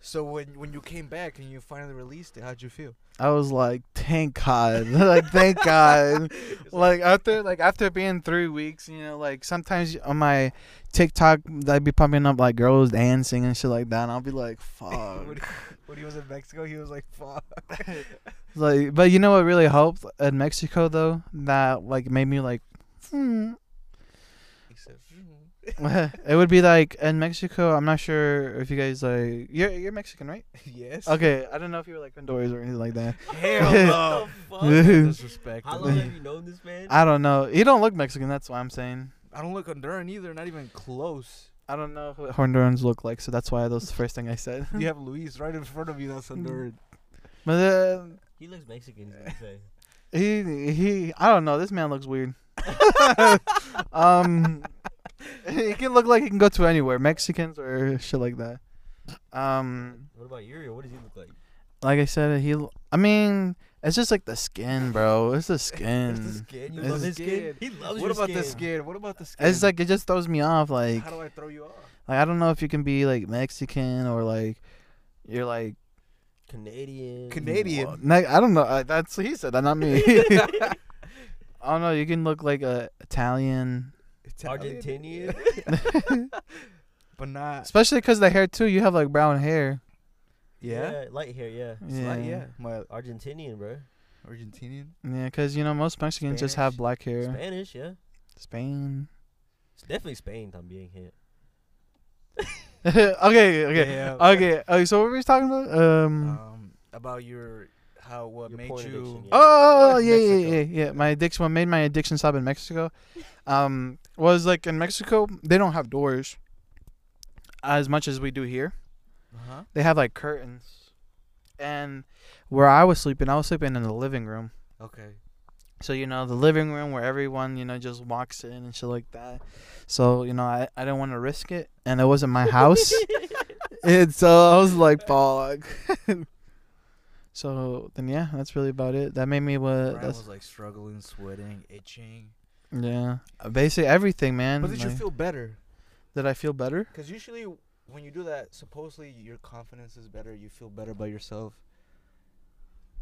So when when you came back and you finally released it, how'd you feel? I was like, thank God, like thank God. like after like after being three weeks, you know, like sometimes on my TikTok, I'd be popping up like girls dancing and shit like that, and I'll be like, What fuck. When he was in Mexico, he was like, "Fuck." like, but you know what really helped in Mexico though, that like made me like, hmm. He said, "Mm." it would be like in Mexico. I'm not sure if you guys like you're you're Mexican, right? "Yes." Okay, I don't know if you were like Honduras or anything like that. Hell What no. the fuck? Disrespect. How long have you known this man? I don't know. You don't look Mexican. That's why I'm saying. I don't look Honduran either. Not even close. I don't know what Hondurans look like, so that's why that was the first thing I said. You have Luis right in front of you. That's Mm. Honduran. But uh, He looks Mexican. He's gonna say. He he I don't know, this man looks weird. um he can look like he can go to anywhere, Mexicans or shit like that. Um What about Yuri? What does he look like? like I said, he I mean, It's just like the skin, bro. It's the skin. It's it's, the skin. You It's love the his skin. skin. He loves What your about the skin. skin? What about the skin? like it just throws me off. Like, how do I throw you off? like I don't know if you can be like Mexican or like you're like Canadian. Canadian. Wha- Ne- I don't know. I, that's what he said. That not me. I don't know. You can look like a Italian, Italian? Argentinian. but not. especially because the hair too. You have like brown hair. Yeah. Light hair. Yeah. Yeah, Yeah. yeah. My Argentinian, bro. Argentinian. yeah. Because you know most Mexicans just have Spanish. black hair. Spanish. Yeah. Spain. It's definitely Spain. I'm being hit. okay, okay, Yeah. okay, okay. So what were we talking about? Um. Um, about your how what Your made porn you addiction, yeah. Oh yeah, yeah, Mexico. yeah, yeah. My addiction. What made my addiction stop in Mexico, um, was like in Mexico they don't have doors as much as we do here. Uh-huh. They have like curtains, and where I was sleeping, I was sleeping in the living room. Okay. So you know the living room where everyone you know just walks in and shit like that. So you know I I didn't want to risk it, and it wasn't my house, and so I was like fuck. so then yeah, that's really about it. That made me what. Brian Uh, That's, was like struggling, sweating, itching. Yeah, Uh, basically everything, man. But did you Like, feel better? did I feel better? Because usually when you do that, supposedly your confidence is better. You feel better about yourself.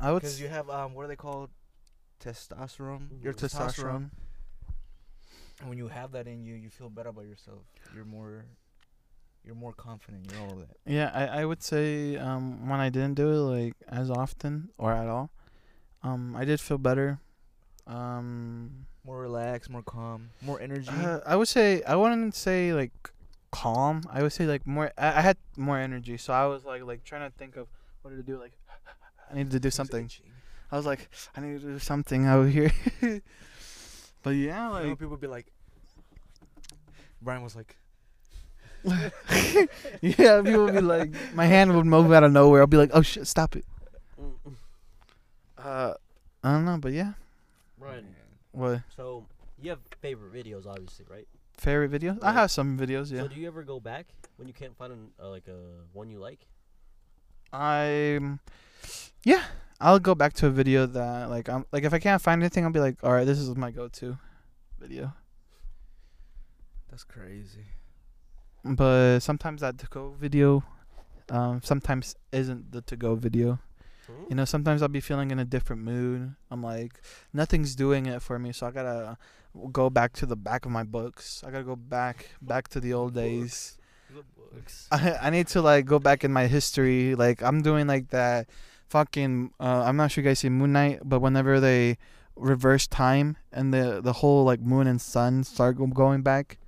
I would. Because s- you have um, what are they called? Testosterone. your testosterone. And When you have that in you, you feel better about yourself. You're more, you're more confident. You're all that. Yeah, I, I would say um when I didn't do it like as often or at all, um I did feel better. Um, More relaxed, more calm, more energy. uh, I would say I wouldn't say like calm. I would say like more. I, I had more energy, so I was like like trying to think of what to do. Like I needed to do something. I was like I need to do something out here. but yeah, You know, like people be like. Brian was like, yeah, people would be like, my hand would move out of nowhere. I'll be like, oh shit, stop it. Uh, I don't know, but yeah. Right. What So you have favorite videos, obviously, right? favorite videos? I Right. have some videos. Yeah, So do you ever go back when you can't find an, uh, like a one you like? I'm. Yeah, I'll go back to a video that like I'm like if I can't find anything, I'll be like, all right, this is my go-to video. That's crazy. But sometimes that to-go video, um, sometimes isn't the to-go video. You know, sometimes I'll be feeling in a different mood. I'm like, nothing's doing it for me, so I gotta go back to the back of my books. I gotta go back, back to the old days. I, I need to like go back in my history. Like I'm doing like that, fucking. Uh, I'm not sure you guys see Moon Knight, but whenever they reverse time and the the whole like moon and sun start go- going back,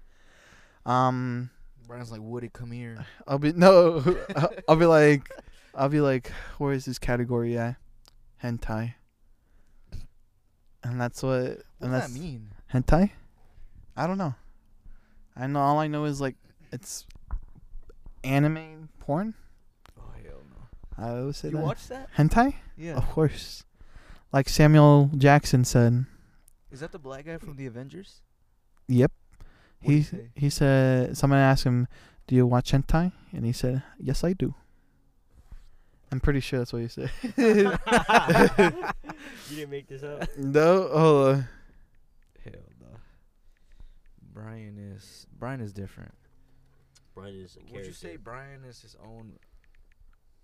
um, Brian's like, Woody, come here. I'll be no, I'll be like, I'll be like, where is this category at? Hentai. And that's what. What and does that that's mean? hentai. I don't know. I know all I know is like it's anime porn. Oh hell no. I always say You that. watch that? Hentai? Yeah. Of course. Like Samuel Jackson said. Is that the black guy from the Avengers? Yep. What'd he He say? he said someone asked him, "Do you watch hentai?" And he said, "Yes, I do." I'm pretty sure that's what he said. you didn't make this up. no, hold on. Hell no. Brian is Brian is different. Brian is a character. Would you say Brian is his own?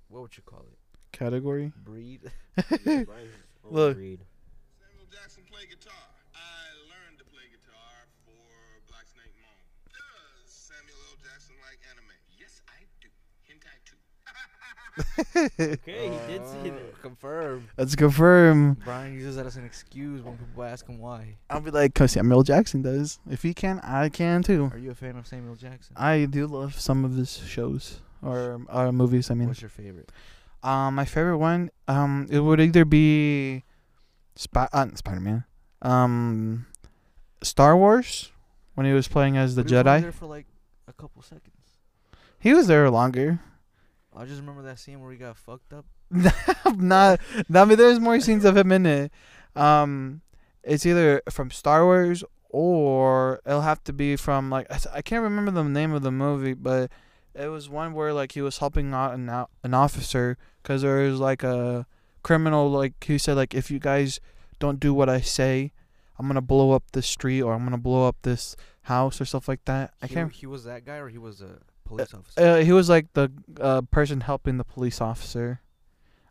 What would you call it? Category. Breed. Yeah, Brian's own Look. breed. Samuel Jackson play guitar. I learned to play guitar for Black Snake Moan. Does Samuel L. Jackson like anime? Yes, I do. Hentai too. Okay, he did say that. Confirm. Let's confirm. Uh, Brian uses that as an excuse when people ask him why. I'll be like, "Cause Samuel Jackson does. If he can, I can too." Are you a fan of Samuel Jackson? I do love some of his shows or uh, movies. I mean, What's your favorite? Um, my favorite one, um, it would either be Spy- uh, Spider Man, um, Star Wars, when he was playing as the We was only Jedi. There for like a couple seconds. He was there longer. I just remember that scene where he got fucked up. Not, I mean, there's more scenes of him in it. Um, it's either from Star Wars or it'll have to be from like I s- I can't remember the name of the movie, but it was one where like he was helping out an o- an officer because there was like a criminal like he said like if you guys don't do what I say, I'm gonna blow up this street or I'm gonna blow up this house or stuff like that. I He- can't. He was that guy, or he was a police officer. Uh, he was like the uh, person helping the police officer.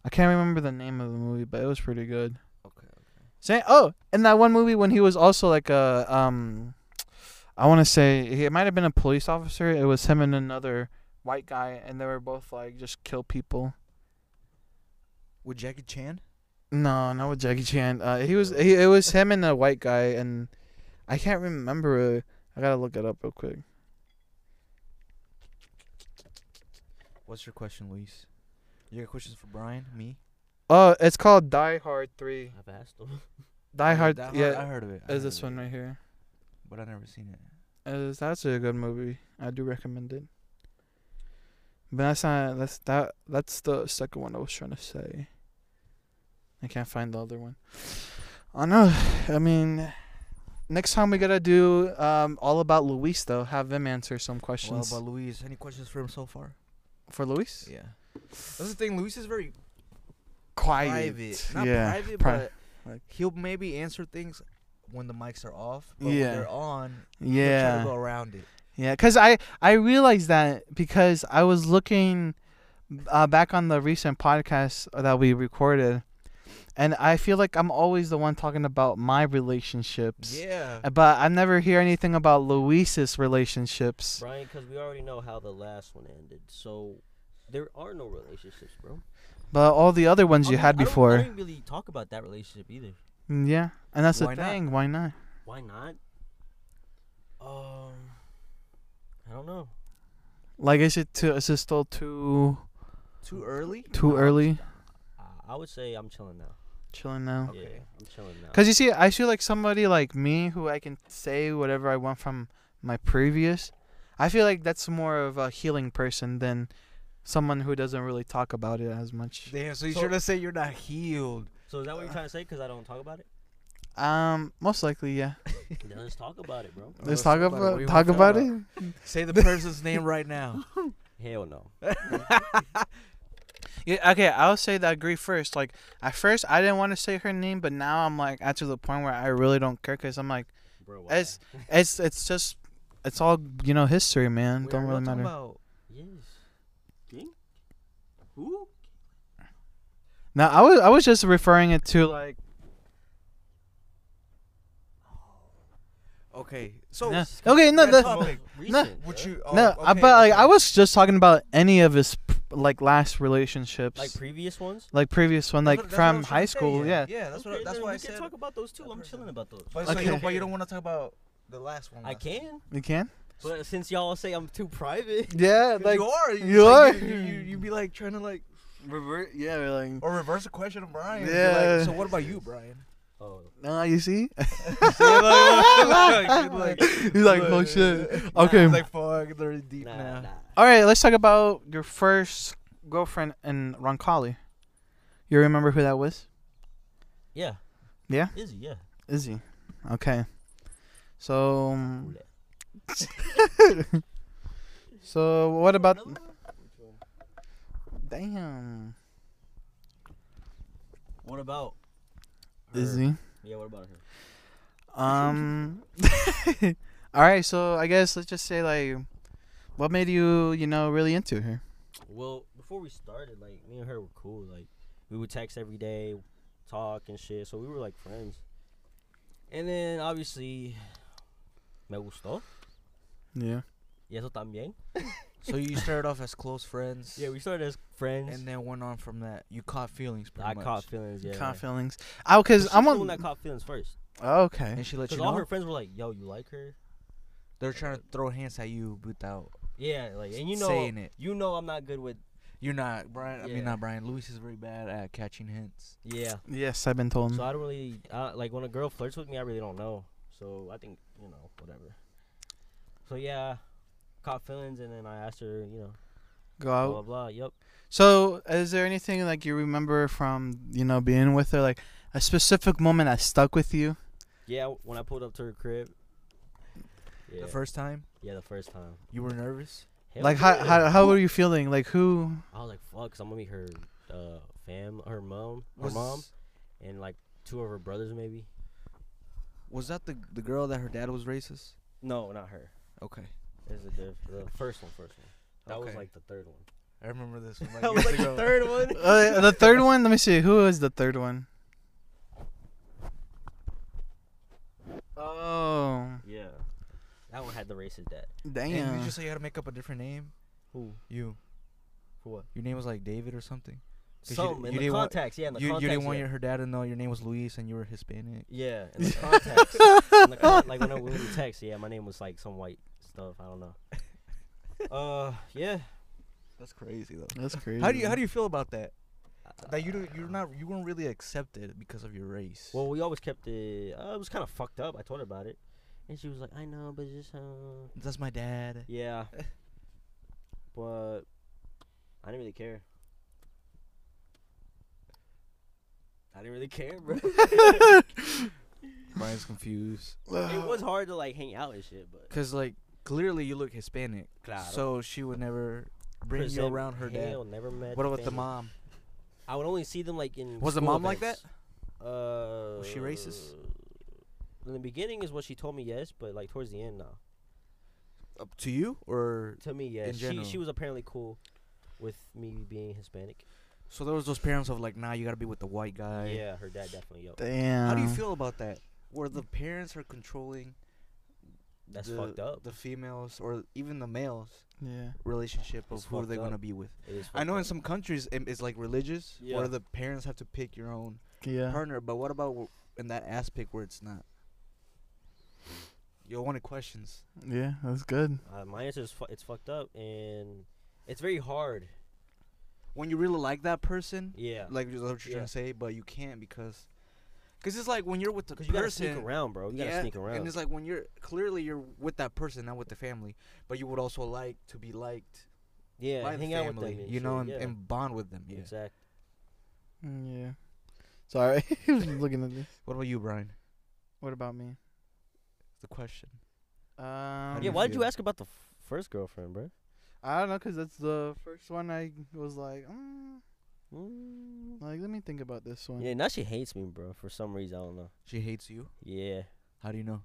I can't remember the name of the movie, but it was pretty good. okay. okay. Say oh, and that one movie when he was also like a um, I want to say he, it might have been a police officer. It was him and another white guy, and they were both like just kill people. With Jackie Chan. No, not with Jackie Chan. Uh, he was he, it was him and a white guy, and I can't remember. Really. I gotta look it up real quick. What's your question, Luis? You got questions for Brian? Me? Oh, it's called Die Hard Three. I've asked them. Die Hard, That I yeah, heard of it. I is heard this of it, one right here. But I never seen it. Is that's a good movie. I do recommend it. But that's not that's that that's the second one I was trying to say. I can't find the other one. I know. I mean, next time we gotta do um all about Luis though. Have him answer some Well, questions but Luis, any questions for him so far? for Luis. Yeah. That's the thing. Luis is very Quiet. private. Not yeah. private, pri- but like- he'll maybe answer things when the mics are off. But Yeah. when they're on, he'll try to yeah. go around it. Yeah, because I I realized that because I was looking uh, back on the recent podcast that we recorded, and I feel like I'm always the one talking about my relationships. Yeah. Uh, But I never hear anything about Luis's relationships. Brian, because we already know how the last one ended, so there are no relationships, bro. But all the other ones I you mean, had I don't- I before. didn't really talk about that relationship either. Mm, Yeah, and that's Why the not? thing. Why not? Why not? Um, I don't know. Like, is it too? Is it still too Too early? too early? I- I would say I'm chilling now. Chilling now. Yeah, Okay. I'm chilling now. Cause you see, I feel like somebody like me who I can say whatever I want from my previous. I feel like that's more of a healing person than someone who doesn't really talk about it as much. Damn, so you So- sure to say you're not healed. so is that what you're trying to say? Because I don't talk about it. Um, most likely, yeah. Then let's talk about it, bro. Let's let's talk talk about it. What about do you talk wanna about talk it. Say the person's name right now. Hell no. Yeah. Okay, I'll say that I agree first. Like at first, I didn't want to say her name, but now I'm like at to the point where I really don't care. Cause I'm like, Bro, why? it's it's it's just it's all you know history, man. We don't are really not talking matter. about- Yes. King? Who? No, I was I was just referring it to like okay. So yeah. okay, no, that that, topic, Recent, would bruh. you no, oh, I, okay, but like okay. I was just talking about any of his p- like last relationships, like, Like previous ones? previous one, That's like what- that's what I from was high trying to say, school. yeah. Yeah, that's Okay, what that's then why we I can said. talk about those too. that I'm person. chilling about those. But, so you Okay. don't, but you don't want to talk about the last one. I last time. can, you can. but since y'all say I'm too private, Yeah, you are. You, you like, are. You, you, you be like trying to like revert. Yeah, like or reverse a question of Brian. and be Yeah. Like, so what about you, Brian? oh, nah, you see. like, like, He's like, oh shit. Okay. It's like fuck, they're deep nah, now. nah. All right, let's talk about your first girlfriend in Roncalli. You remember who that was? Yeah. Yeah? Izzy, yeah. Izzy. Okay. So. um, so what about? Damn. What about her? Izzy. Yeah, what about her? Um. all right, so I guess let's just say like, what made you you know really into her? Well, before we started, like me and her were cool. Like we would text every day, talk and shit. So we were like friends. And then obviously, me gustó. Yeah. Y eso también. So you started off as close friends. Yeah, we started as friends. and then went on from that. You caught feelings. Pretty I much. caught feelings. Yeah. Caught feelings. Oh, But cause she's I'm the on. Oh, one that caught feelings first. okay. And she let Cause you all know her friends were like, "Yo, you like her?" they're trying to throw hands at you without Yeah, like, and you know, saying it. you know, I'm not good with. You're not Brian. I Yeah. mean, not Brian. Luis is very bad at catching hints. Yeah. Yes, I've been told. So I don't really uh, like when a girl flirts with me. I really don't know. So I think you know whatever. So yeah, caught feelings, and then I asked her, you know, Go out. blah blah. Yep. So, is there anything like you remember from you know being with her, like a specific moment that stuck with you? Yeah, w- when I pulled up to her crib. Yeah. The first time yeah, the first time. you were nervous. Hell like how, yeah. how how were you feeling? Like who? I was like, fuck, i I'm gonna meet her uh fam her mom her Was- mom and like two of her brothers maybe. Was that the the girl that her dad was racist? No, not her. Okay. There's a diff- the first one, first one. That was Okay. like the third one. I remember this one. that was like the third one. Uh, the third one. Let me see. Who is the third one? Oh, Yeah. That one had the racist dad. damn! you just say you had to make up a different name. Who? You. For what? Your name was like David or something. 'Cause you Some d- in you the didn't want- contacts, yeah, in the you contacts. you didn't want yeah. your her dad to know your name was Luis and you were Hispanic. Yeah, in the contacts. in the con- like when I when we text, yeah, my name was like some white stuff. I don't know. Uh, yeah. That's crazy though. That's crazy. How do you how do you feel about that? That you don't- you're not you weren't really accepted because of your race. Well, we always kept it. Uh, it was kind of fucked up. I told her about it, and she was like, "I know, but just uh, that's my dad. yeah." but I didn't really care. I didn't really care, bro. Brian's confused. it was hard to like hang out and shit, but Cause like clearly you look Hispanic, Claro. so she would never bring you Present- around her dad. hell, Never met. What about the family. mom? I would only see them like in. Was the school mom like that? events. Uh, Was she racist? In the beginning is what she told me yes, but like towards the end now. Up to you or To me yes. In She she general. was apparently cool with me being Hispanic. so there was those parents of like, nah, you gotta be with the white guy. yeah, her dad definitely yo. Damn. How do you feel about that? Where the parents are controlling That's the, fucked up. The females or even the males Yeah. relationship of It's who they're fucked gonna up. be with. It is I fucked know in up. some countries it- it's like religious Yeah. where the parents have to pick your own Yeah. partner, but what about w- in that aspect where it's not? You wanted questions. Yeah. That's good. Uh, my answer is fu- it's fucked up and it's very hard. When you really like that person, Yeah. like that's what you're Yeah. trying to say, but you can't because, because it's like when you're with the Cause you gotta person, sneak around, bro. You gotta yeah, sneak around. and it's like when you're clearly you're with that person, not with the family, but you would also like to be liked yeah, by hang the out family, with them. And you know, shit, and, yeah. and bond with them. Yeah. Exact. Mm, Yeah. Sorry. I was looking at this. What about you, Brian? What about me? The question. Um, do Yeah. you Why did you feel? ask about the f- first girlfriend, bro? I don't know, cause that's the first one I was like, mm, Mm. like let me think about this one. Yeah, now she hates me, bro. For some reason, I don't know. She hates you. Yeah. How do you know?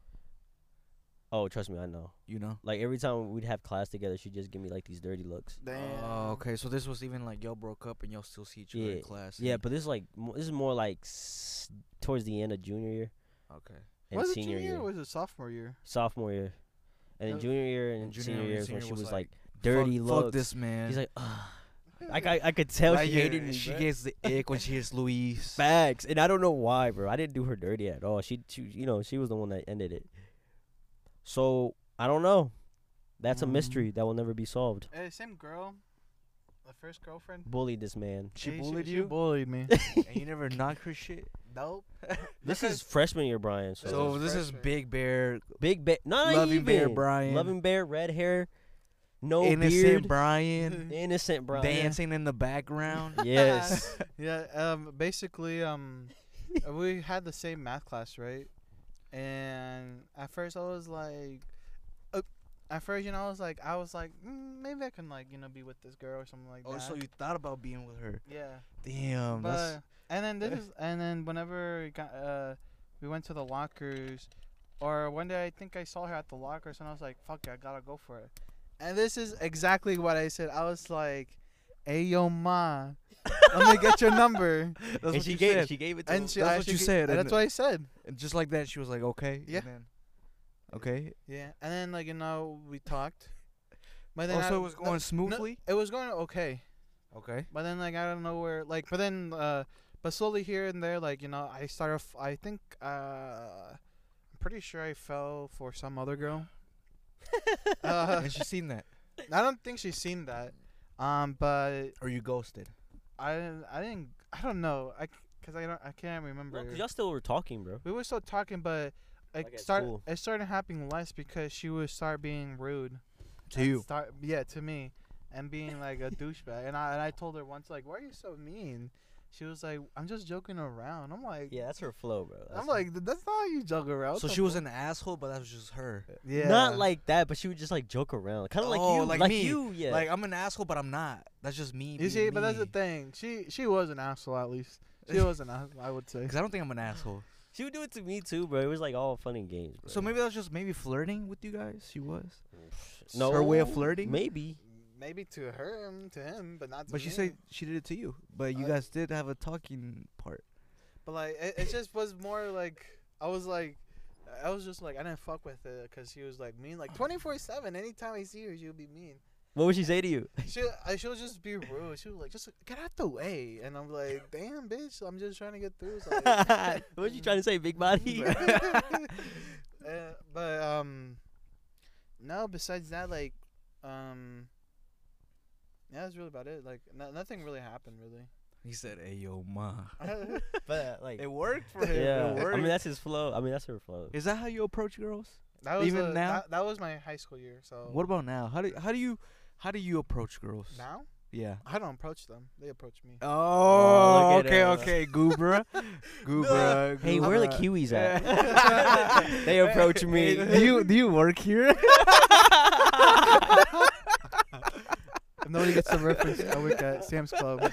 Oh, trust me, I know. You know. Like every time we'd have class together, she'd just give me like these dirty looks. Damn. Oh, okay. So this was even like y'all broke up and y'all still see each other in class. and Yeah, you- but this is like mo- this is more like s- towards the end of junior year okay. and was it senior junior year year, or was it sophomore year? sophomore year, and then Uh, junior year and, and junior senior and year is when senior she was was like, like dirty fuck, looks. Fuck this man. He's like, ah, like I, I could tell Like, she yeah, hated me. She bruh. gets the ick when she hears Luis. facts, and I don't know why, bro. I didn't do her dirty at all. She, she you know, she was the one that ended it. So I don't know. That's a Mm. mystery that will never be solved. Hey, Uh, same girl, the first girlfriend. Bullied this man. She Hey, bullied she you, bullied me. and you never knock her shit. nope. This is freshman year, Brian. So, This So is this is freshman. Big Bear, big bear, not Loving even. Bear Brian, Loving Bear, red hair, no Innocent beard, Brian, innocent Brian. dancing in the background. Yes. Yeah. Um. Basically, um, uh, we had the same math class, right? And at first, I was like, uh, at first, you know, I was like, I was like, mm, maybe I can like, you know, be with this girl or something like oh, that. so you thought about being with her? yeah. Damn, that's But and then eh. this is and then whenever it got, uh, we went to the lockers, or one day I think I saw her at the lockers and I was like, "Fuck, it, I gotta go for it." And this is exactly what I said. I was like, "Hey yo, ma, let me get your number." that's and what she you gave said. she gave it to him. And she, That's I what should you get- said, and and- that's what I said. And just like that, she was like, okay, and Yeah. then- okay. Yeah. And then like you know we talked, but then I- Also, Oh, it was no- going no, smoothly. it was going okay. Okay. But then like I don't know where like but then uh but slowly here and there like you know I start off I think uh I'm pretty sure I fell for some other girl. uh, and she seen that, I don't think she's seen that. Um but or you ghosted. I didn't I didn't I don't know. I cuz I don't I can't remember. Because y'all still were talking, bro. we were still talking but it Like at start school. it started happening less because she would start being rude To and you. Start yeah, to me and being like a douchebag. And I and I told her once like, "Why are you so mean?" She was like, "I'm just joking around." I'm like, Yeah, that's her flow, bro. I'm like, "Th- that's not how you joke around. So she was an asshole, but that was just her. yeah, not like that, but she would just like joke around, kind of like Oh, you, like like, me. you, yeah. Like I'm an asshole, but I'm not. That's just me. You see, but that's the thing. thing. She she was an asshole at least. She was an asshole, I would say. Because I don't think I'm an asshole. she would do it to me too, bro. It was like all fun and games, bro. So maybe that was just maybe flirting with you guys. She was. Psh, her way of flirting? Maybe. Maybe to her, and to him, but not. To But she me. said she did it to you. But you I- guys did have a talking part. But like, it, it just was more like I was like, I was just like, I didn't fuck with it because she was like mean, like twenty four seven. Anytime I see her, she'll be mean. What would she say to you? She I, she'll just be rude. She was like, just get out the way, and I'm like, damn, bitch, I'm just trying to get through. It's what like- was you trying to say, big body? Uh, but um, no. Besides that, like, um, yeah, that's really about it. Like, no, nothing really happened, really. He said, "Hey yo, ma." but like, worked for yeah. I mean, that's his flow. I mean, that's her flow. Is that how you approach girls? that was Even the- now? That, that was my high school year. So What about now? How do how do you how do you approach girls? now? Yeah. I don't approach them. They approach me. Oh, look at okay, us. okay, goobra, goobra. Hey, where are the goobra. Kiwis at? they approach me. Hey, do you do you work here? If nobody gets the reference, I work at Sam's Club.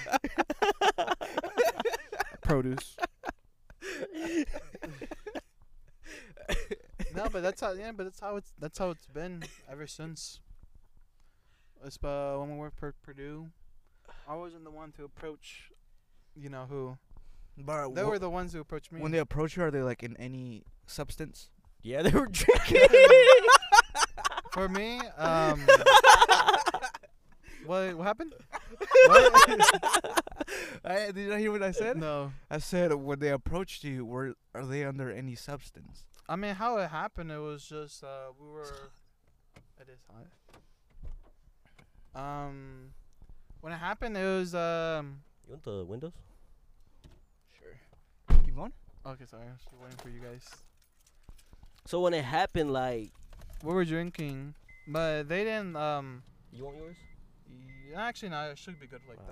Produce. no, but that's how. Yeah, but that's how it's. That's how it's been ever since. It's uh, when we worked for Purdue, I wasn't the one to approach. You know who? Bro, They were the ones who approached me. when they approach you, are they like in any substance? yeah, they were drinking. for me, um. what, what happened? What? I, did you not hear what I said? no. I said when they approached you, were are they under any substance? I mean, how it happened, it was just uh, we were. It is hot. Um, when it happened, it was um. You want the windows? Keep going. Okay, sorry, I was waiting for you guys. So when it happened, like, We were drinking, but they didn't. Um, you want yours? y- actually, no, it should be good like Wow.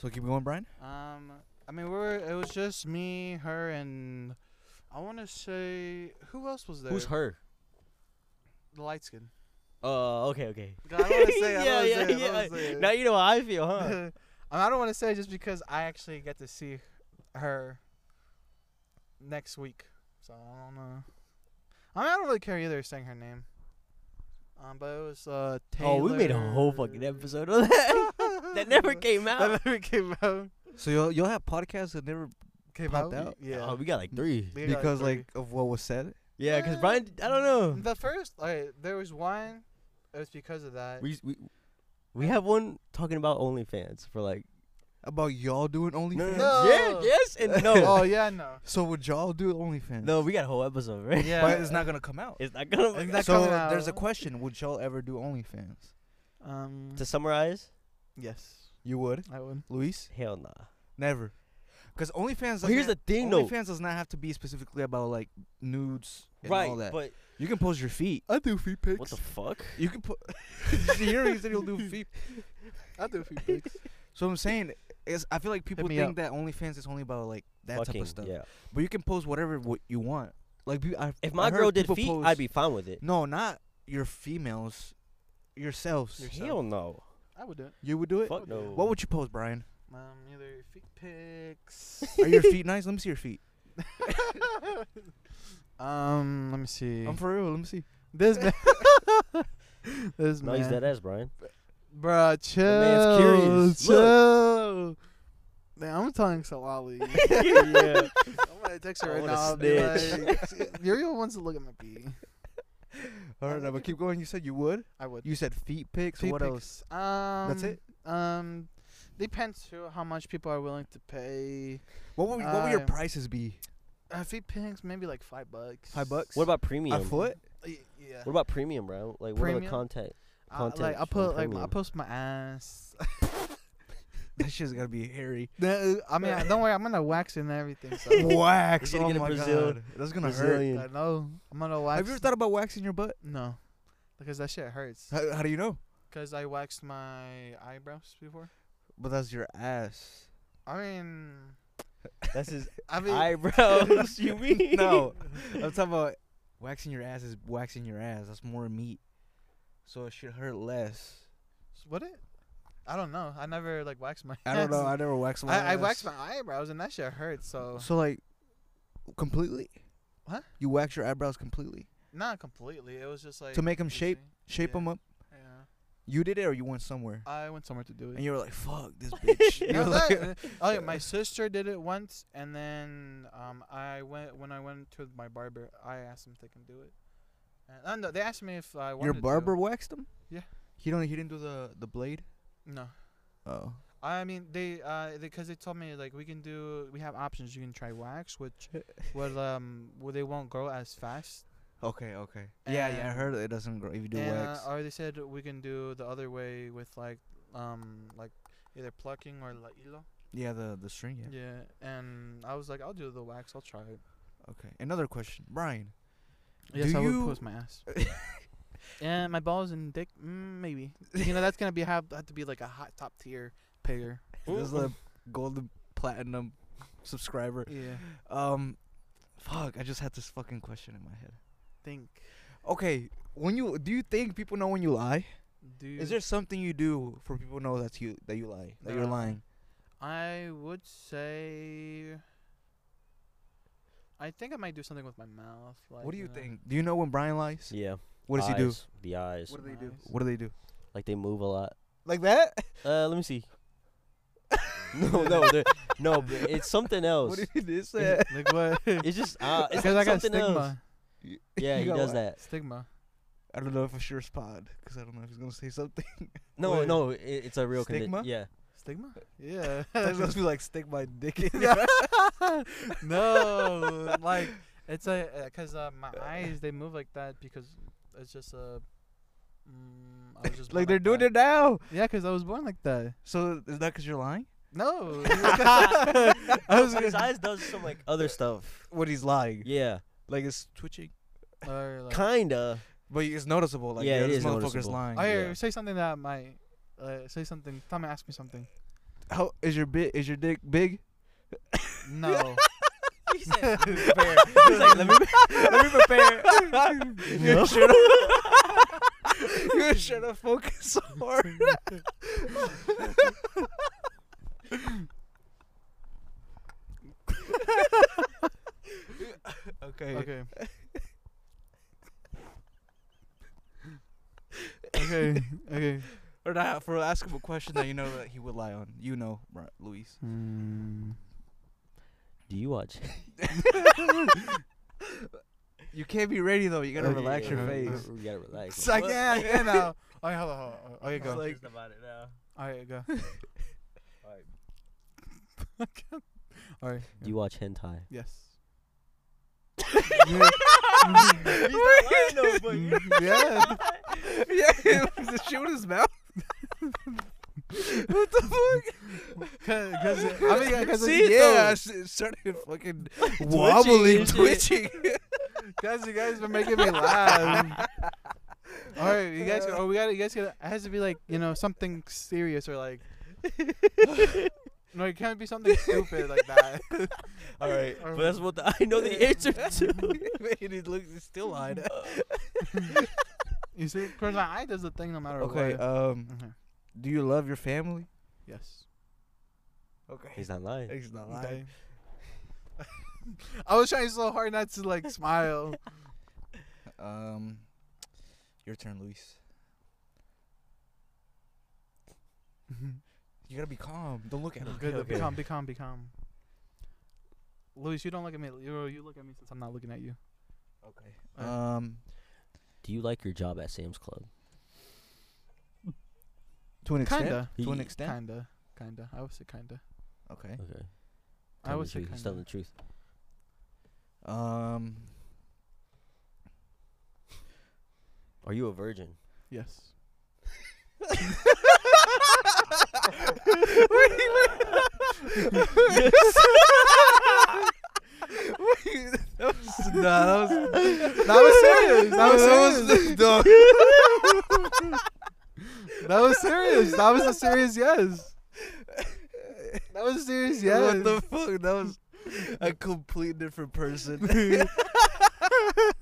So keep going, Brian. that. Um, I mean, we were. It was just me, her, and I want to say who else was there? Who's her? The light skin. Uh, okay, okay. God, I don't wanna say it, I don't wanna say it, I don't wanna say it. Now you know how I feel, I huh? mean, I don't want to say just because I actually get to see her next week, so I don't know. I mean, I don't really care either saying her name. Um, but it was uh. Taylor. oh, we made a whole fucking episode of that. that never came out. That never came out. So you'll you'll have podcasts that never Came Popped out? Yeah. Oh, we got like three. We got, because three. like of what was said. Yeah, because Brian, I don't know. the first, like, there was one. It was because of that. We we we have one talking about OnlyFans for like. About y'all doing OnlyFans. no. Yeah. Yes and no. oh yeah, no. So would y'all do OnlyFans? No, we got a whole episode, right? Yeah. but it's not gonna come out. It's not gonna. It's not so coming out. there's a question: Would y'all ever do OnlyFans? Um. to summarize, yes, You would, that one. Luis? hell nah. Never, because OnlyFans. But here's the doesn't- thing, though. OnlyFans does not have to be specifically about like nudes and all that. but you can post your feet. I do feet pics. what the fuck? You can put. Did you hear? He said he'll do feet. I do feet pics. So I'm saying is I feel like people me think up. that OnlyFans is only about like that Fucking, type of stuff. Yeah. But you can post whatever what you want. Like be- I, If I my heard girl did people feet, post- I'd be fine with it. no, not your females, yourselves. Hell no. I would do it. You would do it. Fuck no. What would you post, Brian? Um, either feet pics. Are your feet nice? Let me see your feet. um, let me see. I'm for real. Let me see. this man. this No, man. he's dead ass, Brian. Bruh, chill. man's curious. Chill. Look. Man, I'm telling Salali. yeah. I'm gonna text her I right wanna now. I'll be snitch. like, You're the ones that look at my pee. All right, but keep going. You said you would. I would. You said feet pics. Feet what pics. else? Um, That's it. Um, depends too how much people are willing to pay. What would what would your I- prices be? Uh, feet pics maybe like five bucks. Five bucks. What about premium? a foot? Y- Yeah. What about premium, bro? Like, what are the Premium? contact? Uh, like content I on put like I premium? post my ass. That shit's gonna be hairy. No, I mean, don't worry, I'm gonna wax it and everything. So. Wax. You should Oh get a my Brazil- god. That's gonna hurt. Brazilian. I know. I'm gonna wax. Have you ever thought about waxing your butt? No, because that shit hurts. How, how do you know? Because I waxed my eyebrows before. But that's your ass. I mean, That's his I mean, Eyebrows, you mean? no. I'm talking about waxing your ass is waxing your ass. That's more meat, so it should hurt less. would it? I don't know. I never like waxed my. I don't know. I ass. never waxed my. I, I ass. waxed my eyebrows and that shit hurt. So So like, completely. What? You wax your eyebrows completely not completely. It was just like to make them you shape, see? shape Yeah. them up. Yeah. You did it, or you went somewhere, I went somewhere to do it. and you were like, "Fuck this bitch." You No, were that- like, oh yeah, my sister did it once, and then um, I went when I went to my barber. I asked him if they can do it. And, uh, no, they asked me if I wanted your to. barber waxed them. Yeah. He don't. He didn't do the the blade. No, Oh. I mean they uh because they, told me like we can do we have options. You can try wax, which will um well, they won't grow as fast. Okay. Okay. Yeah. Yeah. I And- heard it doesn't grow if you do and, uh, wax. or they said we can do the other way with like um like either plucking or la hilo. yeah. The the string. Yeah. Yeah, and I was like, I'll do the wax. I'll try it. Okay. Another question, Brian. Yes, Do I you- would post my ass. and my balls and dick, mm, maybe. You know, that's gonna be have, have to be like a hot top tier payer. this is a golden platinum subscriber. Yeah. Um, fuck. I just had this fucking question in my head. Think. Okay. When you do you think people know when you lie? Do Is there something you do for people to know that you that you lie that you're No. lying? I would say. I think I might do something with my mouth. Like, uh, what do you know, think? Do you know when Brian lies? Yeah. What does he do? eyes, The eyes. What do they do? What do they do? Like they move a lot. Like that? Uh, let me see. no, no, they're- no. but It's something else. What do you do? like what? It's just uh, it's Because I like got something stigma. else. Yeah, You he got does what? that. Stigma. I don't know if I should respond because I don't know if he's gonna say something. No, Wait. no, it, it's a real condition. Stigma? Yeah. Stigma. Yeah. That's supposed to be like stick my dick in. no, like it's a because uh, my eyes they move like that because it's just a. Mm, I was just born like they're doing that. it now. Yeah, because I was born like that. So is that because you're lying? No, I was his gonna- eyes does some like other stuff. What he's lying? Yeah, Like it's twitching, or like, kinda. but it's noticeable. Like Yeah, yeah, it this is motherfucker's noticeable. lying. Oh, here, yeah. say something that might. Uh, say something. Tommy, ask me something. How is your bit? Is your dick big? No. He said, prepare. He's like, let me, let me prepare. You should have. you should have focused more. okay. okay. okay. Okay. Or not for ask him a question that you know that he would lie on. You know, Bri- Luis. Do you watch? You can't be ready though. You gotta Okay, relax your uh, face. You gotta relax. It's like, yeah, yeah, now. Oh, yeah, hold on, hold on. Okay, go. like- All right, go. All right. Do you watch hentai? Yes. yeah. yeah, was the shit with his mouth? what the fuck? Because I mean, yeah, cause See, it- yeah, I s- started fucking wobbling, and shit. twitching. Guys, you guys were making me laugh. All right, you guys. Oh, we got to You guys got. It has to be like you know something serious or like. no, it can't be something stupid like that. All right, Or- but that's what the, I know the answer to. and he looks he's still lying. You see, because my eye does the thing no matter Uh. Okay, what. um, Mhm. do you love your family? Yes. Okay, He's not lying. He's not Okay. I was trying so hard not to like smile. Um, your turn, Luis. You gotta be calm. Don't look at him. Good. okay. Be calm. Be calm. Be calm. Luis, you don't look at me. You you look at me since I'm not looking at you. Okay. Um, Do you like your job at Sam's Club? to an extent. Kinda. To an Ye- extent. Kinda. Kinda. I would say kinda. Okay. Okay. I would say He's telling the kinda. truth. Um, Are you a virgin? Yes. no, that was That was serious. That was serious. That was serious. That was a serious yes. That That was serious. Yeah. Yeah. What the fuck? That was a complete different person.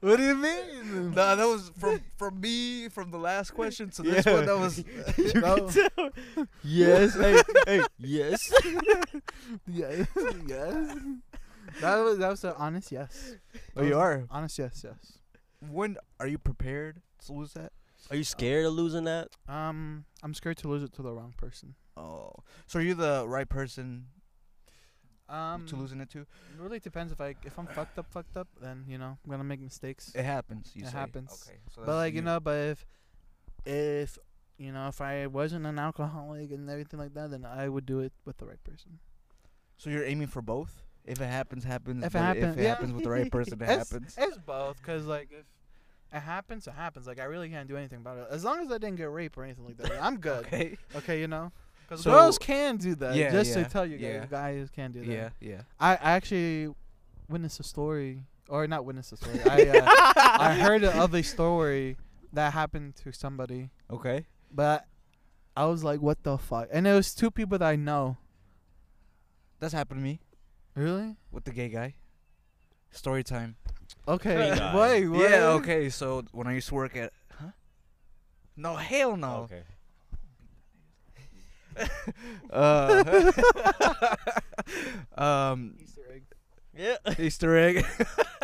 what do you mean? nah, that was from from me from the last question to this Yeah. one. That was You can No. tell. Yes. hey, hey, yes. yes. Yes. That was that was an honest yes. oh, you are. Honest yes. Yes. When are you prepared to lose that? Are you scared of losing that? Um, I'm scared to lose it to the wrong person. Oh, so are you the right person Um, to losing it to? It really depends if I if I'm fucked up, fucked up, then you know I'm gonna make mistakes. It happens. You It say. happens. Okay, so But that's like you know, but if if you know if I wasn't an alcoholic and everything like that, then I would do it with the right person. so you're aiming for both. If it happens, happens. If it but happen- if it yeah. happens with the right person, it It's- happens. It's both, cause like if it happens, it happens. Like I really can't do anything about it. As long as I didn't get raped or anything like that, I'm good. okay. Okay. you know, because So- girls can do that. Yeah, just yeah, to tell you guys, yeah. guys can do that. Yeah. Yeah. I, I actually witnessed a story, or not witnessed a story. I uh, I heard of a story that happened to somebody, Okay. but I was like, "What the fuck?" And it was two people that I know. That's happened to me Really? with the gay guy. Story time. Okay. Hey, guys. Wait. What? Yeah. Okay. So when I used to work at, huh? No, hell no. Okay. Uh, um, Easter egg. Yeah. Easter egg.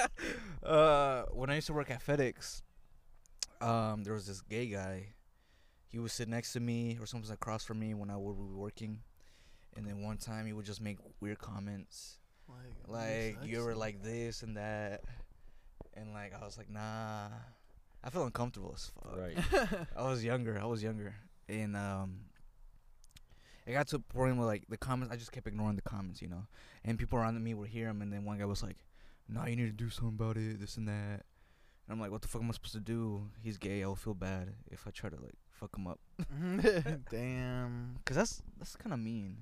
uh, when I used to work at FedEx, um, there was this gay guy. He would sit next to me or sometimes across from me when I would be working. And then one time he would just make weird comments like you were like this and that, and like I was like nah. I felt uncomfortable as fuck. Right. I was younger. I was younger, and um, it got to a point where like the comments, I just kept ignoring the comments, you know. And people around me would hear them, and then one guy was like, "Nah, you need to do something about it, this and that." And I'm like, "What the fuck am I supposed to do? He's gay. I'll feel bad if I try to like fuck him up, Damn. cause that's that's kind of mean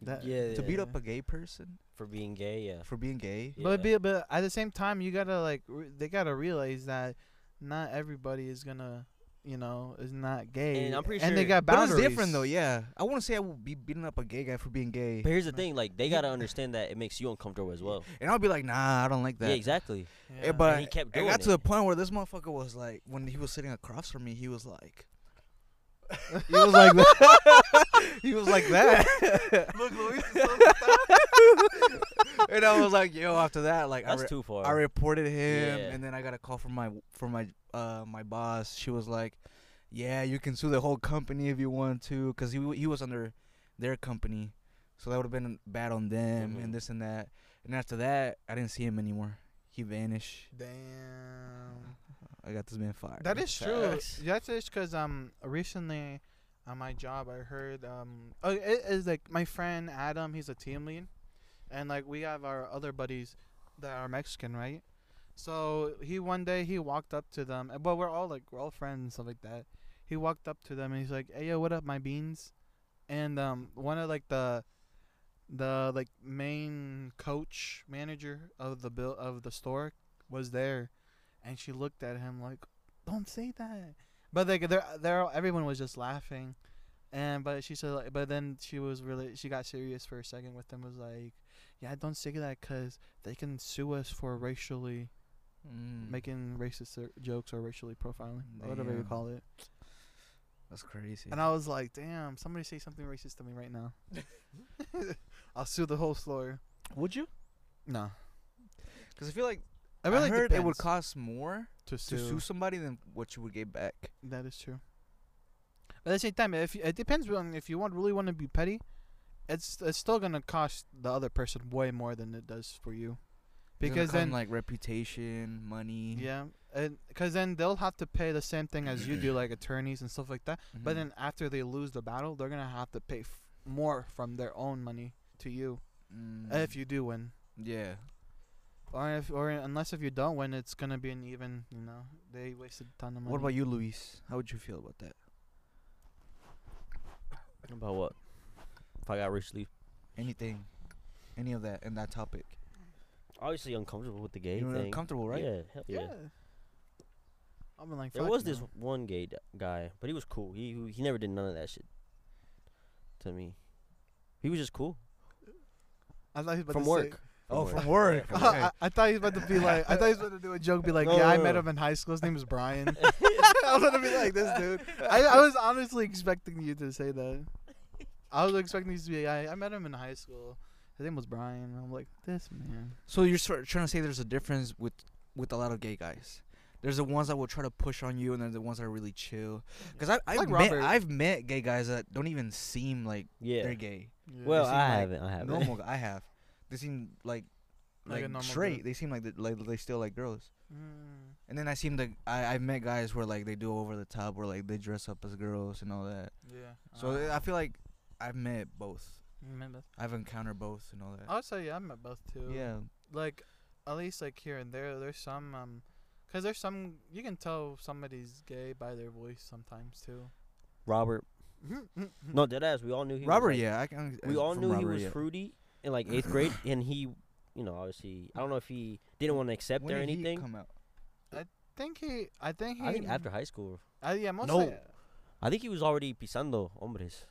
That, Yeah, to beat up yeah. a gay person For being gay, yeah. for being gay." Yeah. But be, but at the same time, you gotta like re- they gotta realize that not everybody is gonna, you know, is not gay. And I'm pretty they sure- got But boundaries. it's different though, yeah. I wouldn't say I would be beating up a gay guy for being gay. But here's the thing, like they gotta understand that it makes you uncomfortable as well. And I'll be like, nah, I don't like that. Yeah, exactly. Eh, Yeah. but he kept it doing got to a it. point where this motherfucker was like, when he was sitting across from me, he was like, he was like that. he was like that. Look, Luis is And I was like, yo, after that, like, I, That's re- too far. I reported him, Yeah. and then I got a call from my from my uh my boss. She was like, "Yeah, you can sue the whole company if you want to, because he w- he was under their company, so that would have been bad on them Mhm. and this and that." And after that, I didn't see him anymore. He vanished. Damn. I got this man fired. That is true. Facts. That's just because um recently, on my job I heard um oh, it is like my friend Adam he's a team lead, and like we have our other buddies that are Mexican right, so he one day he walked up to them and- but we're all like we're all friends and stuff like that. He walked up to them and he's like, "Hey yo, what up, my beans?" And um one of like the the like main coach manager of the bill of the store was there and she looked at him like don't say that but like they're, uh, they're all- everyone was just laughing and but she said like but then she was really she got serious for a second with them was like yeah don't say that because they can sue us for racially Mm, making racist or- jokes or racially profiling or whatever you Damn. call it that's crazy. and i was like damn somebody say something racist to me right now i'll sue the whole store would you? no Because I feel like I I, really heard it would depends. cost more to to sue somebody than what you would get back. That is true. But at the same time, if you- it depends on if you want really want to be petty, it's it's still gonna cost the other person way more than it does for you, It's gonna because cost then them, like reputation, money. yeah, and because then they'll have to pay the same thing as you do, like attorneys and stuff like that. But Mhm. then after they lose the battle, they're gonna have to pay f- more from their own money to you uh, Mm, if you do win, yeah. or if or unless if you don't win, it's gonna be an even. You know, they wasted a ton of money. What about you, Luis? How would you feel about that? About what? If I got racially Anything, any of that, in that topic? obviously uncomfortable with the gay You were thing. uncomfortable, right? Yeah, hell yeah. Yeah. I'm like, There fuck was no. this one gay d- guy, but he was cool. He he never did none of that shit to me. He was just cool I thought he was about from to say- work. Oh, from work. Yeah, Okay. I, I thought he was about to be like. I thought he was about to do a joke. Be like, No, yeah, I no, met no. him in high school. His name was Brian. I was gonna be like this dude. I, I was honestly expecting you to say that. I was expecting you to be. I, I met him in high school. His name was Brian. I'm like this man. So you're sort of trying to say there's a difference with with a lot of gay guys. There's the ones that will try to push on you, and then the ones that are really chill. Because I I've Like met Robert. I've met gay guys that don't even seem like Yeah. they're gay. Well, seem I like haven't. I haven't. Normal. I have. They seem like Like a like, normal straight. dude. They seem like they, like they still like girls. Mm. And then I seem like I I've met guys where like they do over the top, where like they dress up as girls and all that. Yeah. So uh, Ah. I feel like I've met both. remember. I've encountered both and all Oh, that. I'll say yeah, I met both too. yeah. Like, at least like here and there, there's some um, cause there's some you can tell somebody's gay by their voice sometimes too. Robert. No, dead ass. We all knew he was, Robert, like- yeah, I can. uh, We all from knew he Robert, was yeah. fruity in like eighth grade, and he, you know, obviously, I don't know if he didn't want to accept When or did he anything. come out? think he. I think he. I think after high school, Uh, yeah, most No. I think he was already pisando hombres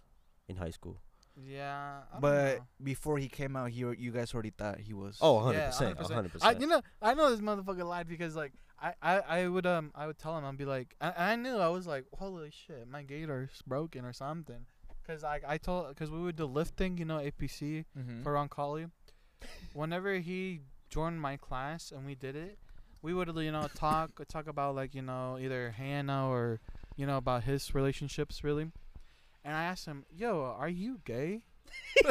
in high school. Yeah. I don't But know. before he came out, he al- you guys already thought he was. Oh, 100 Yeah, percent, 100 I, you percent. know, I know this motherfucker lied because like I, I, I would um I would tell him I'd be like I, I knew I was like holy shit my gator's broken or something because I I told because we would do lifting you know APC Mm-hmm. for Ron Colley. Whenever he joined my class and we did it, we would you know talk talk about like you know either Hannah or you know about his relationships really, and I asked him, "Yo, are you gay?"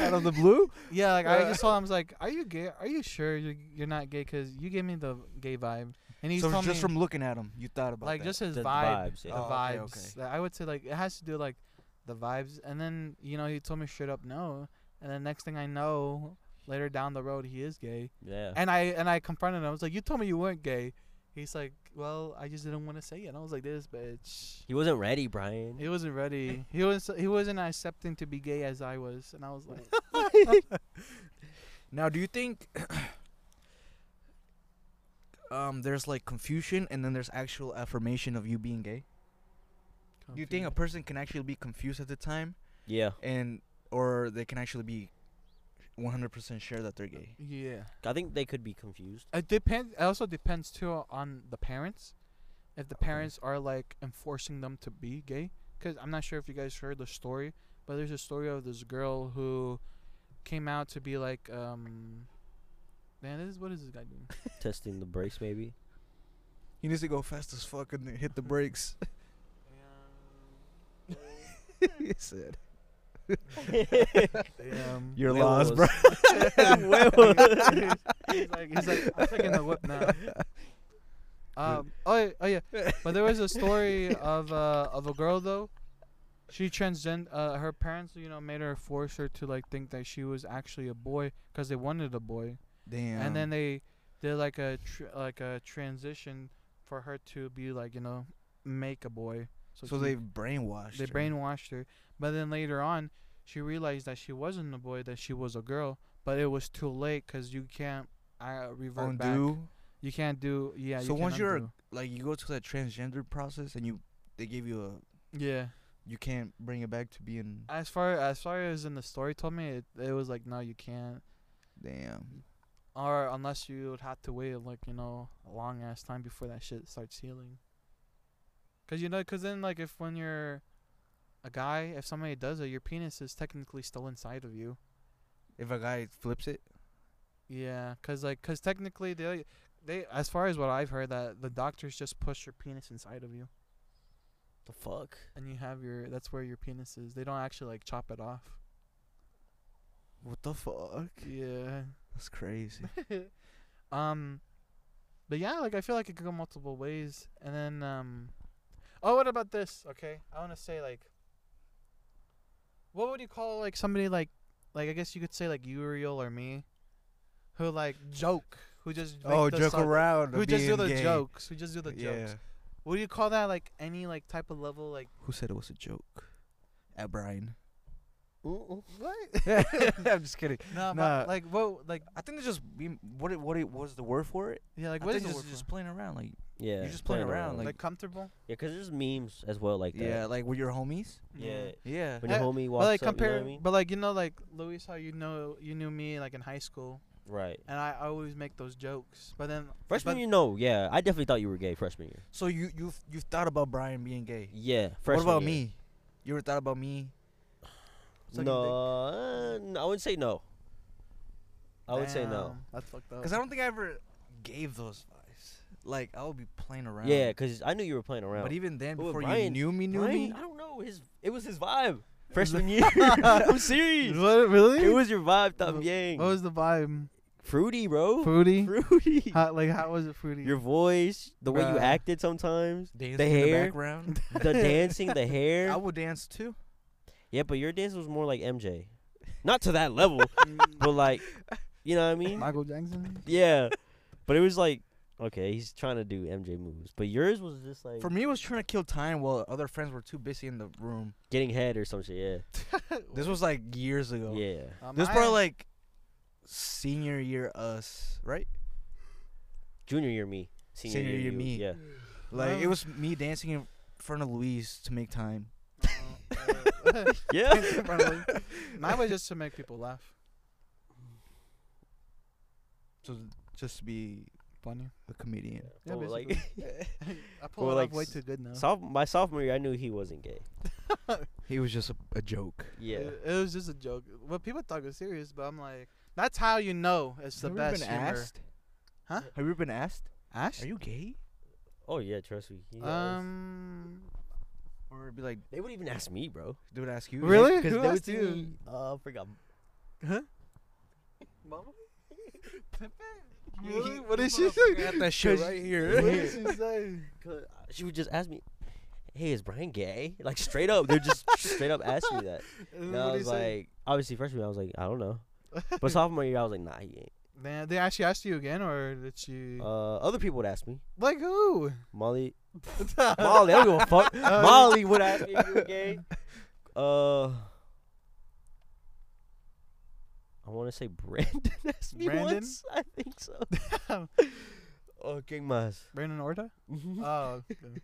out of the blue. Yeah, like I just told him, I was like, "Are you gay? Are you sure you're, you're not gay? Cause you gave me the gay vibe." And he so told just me from looking at him, you thought about like that. just his The vibe, vibes, the yeah. Oh, okay, vibes. okay. Like, I would say like it has to do like the vibes. And then you know he told me straight up no. And then next thing I know, later down the road, he is gay. Yeah. And I and I confronted him. I was like, "You told me you weren't gay." He's like, "Well, I just didn't want to say it." And I was like, "This bitch." He wasn't ready, Brian. He wasn't ready. He was he wasn't accepting to be gay as I was, and I was like, now, do you think um there's like confusion and then there's actual affirmation of you being gay? Do you think a "Confused." person can actually be confused at the time Yeah. and or they can actually be 100% sure that they're gay? Yeah. I think they could be confused. It depends. It also depends too on the parents. If the parents are like enforcing them to be gay, because I'm not sure if you guys heard the story, but there's a story of this girl who came out to be like, um, man, this is what is this guy doing? Testing the brace, maybe. He needs to go fast as fuck and then hit the brakes. he said, Damn. "You're Huevos. lost, bro." he's like, he's like, I'm taking the whip now. Um, oh, yeah, oh yeah, but there was a story of uh, of a girl though. She transgend. Uh, her parents, you know, made her force her to like think that she was actually a boy because they wanted a boy, Damn. and then they did like a tr- like a transition for her to be like you know make a boy. so she- they brainwashed. they her. brainwashed her. But then later on, she realized that she wasn't a boy, that she was a girl. But it was too late because you can't uh, revert back. undo. You can't do yeah. So you can once you're a- undo. Like you go to that transgender process and you they give you a yeah. you can't bring it back to being As far as far as in the story told me, it, it was like no, you can't. damn. Or unless you would have to wait like you know a long ass time before that shit starts healing. Cause you know, cause then like if when you're a guy, if somebody does it, your penis is technically still inside of you. If a guy flips it, Yeah, cause like, cause technically they, they as far as what I've heard that the doctors just push your penis inside of you, the fuck? and you have your that's where your penis is. They don't actually like chop it off. what the fuck? Yeah. That's crazy. um, but yeah, like I feel like it could go multiple ways, and then um, oh, what about this? Okay, I want to say like, what would you call like somebody like, like I guess you could say like Uriel or me, who like joke, who just make oh, the joke sub- around. Who just do being the gay. jokes? Who just do the yeah. jokes? What do you call that? Like any like type of level? Like Who said it was a joke? At Brian. what? I'm just kidding. No, Nah. but like what? Like I think they just be what it, what it was the word for it. yeah, like I what is think the just word just for? playing around like Yeah. You're just playing around, Like, like- comfortable. yeah, cause there's memes as well like that. yeah, like with your homies. Yeah. Yeah. When your Eh, homie But walks like up, compare, you know what I mean? but like you know, like Luis, how you know you knew me like in high school, Right. and I always make those jokes. But then Freshman but- year, no, yeah, I definitely thought you were gay freshman year. So you you've you've thought about Brian being gay. Yeah, freshman what about year. me? You ever thought about me? Sucking No, uh, no, I wouldn't say no. I would say no. Damn, That's Oh. fucked up. Because I don't think I ever gave those vibes. Like I would be playing around. Yeah, cause I knew you were playing around. But even then, But with before you Brian- knew me, knew Brian, me. I don't know. His it was his vibe. Freshman year, I'm serious. What, really? It was your vibe, Tom What- Yang. what was the vibe? fruity, bro. Fruity. Fruity. How, like how was it fruity? Your voice, the way you Bruh. acted sometimes, Dancing the in the hair, background. the dancing, the I hair. would dance too. Yeah, but your dance was more like MJ, not to that level, but like, you know what I mean? Michael Jackson. Yeah, but it was like, okay, he's trying to do MJ moves, but yours was just like For me, it was trying to kill time while other friends were too busy in the room. getting head or some shit. This was like years Yeah, ago. yeah. Um, This I- probably like senior year us, right? Junior year me, senior, Senior year, year you, me. Yeah, Like it Oh. was me dancing in front of Louise to make time. Uh, yeah. probably. Mine was just to make people laugh. So just to be Funny. a comedian. Yeah, Well, Oh, like, I pull Or it like off way s- too good now. soph- my sophomore year, I knew he wasn't gay. He was just a, a joke. Yeah, It, it was just a joke. Well, people thought it was serious, but I'm like, that's how you know it's the Have you ever best. been humor. asked? Huh? Have you ever been asked? Ash? Are you gay? Oh yeah, trust me. he knows. Um. Or be like, they wouldn't even ask me, bro. they would ask you. Really? Because Who they would asked see you? me. Uh, I forgot. Really? What did she say? Got that shit right here. What did she say? 'Cause She would just ask me, "Hey, is Brian gay?" Like straight up, they're just straight up asking me that. And And I what'd was you say? like, obviously freshman, year, I was like, I don't know. But sophomore year, I was like, Nah, he ain't. Man, they actually asked you again, or did she? Uh, other people would ask me. like who? Molly, Molly, I don't give a fuck. Molly would ask me if you were gay. Uh, I want to say Brandon asked me Brandon? once. I think so. oh, King Mas. Brandon Orta? Mhm. Oh, okay.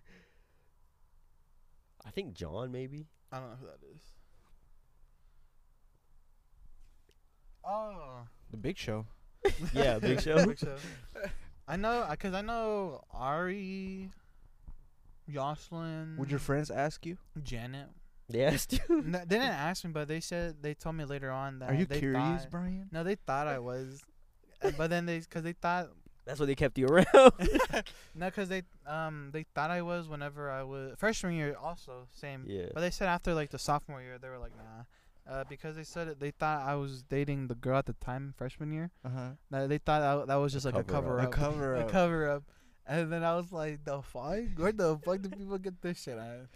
I think John maybe. I don't know who that is. Oh. The Big Show. Yeah, Big Show. I know, I- cause I know Ari, Jocelyn, Would your friends ask you? Janet. They asked you. No, they didn't ask me, but they said they told me later on that Are you they curious, thought- Brian? No, they thought I was, uh, but then they, cause they thought, That's why they kept you around. no, cause they um they thought I was whenever I was freshman year also same. yeah. But they said after like the sophomore year they were like nah. Uh, because they said it, they thought I was dating the girl at the time freshman year. Uh huh. That they thought I, that was just like cover a cover A up. cover a up. cover up. And then I was like, the fuck? Where the fuck do people get this shit at?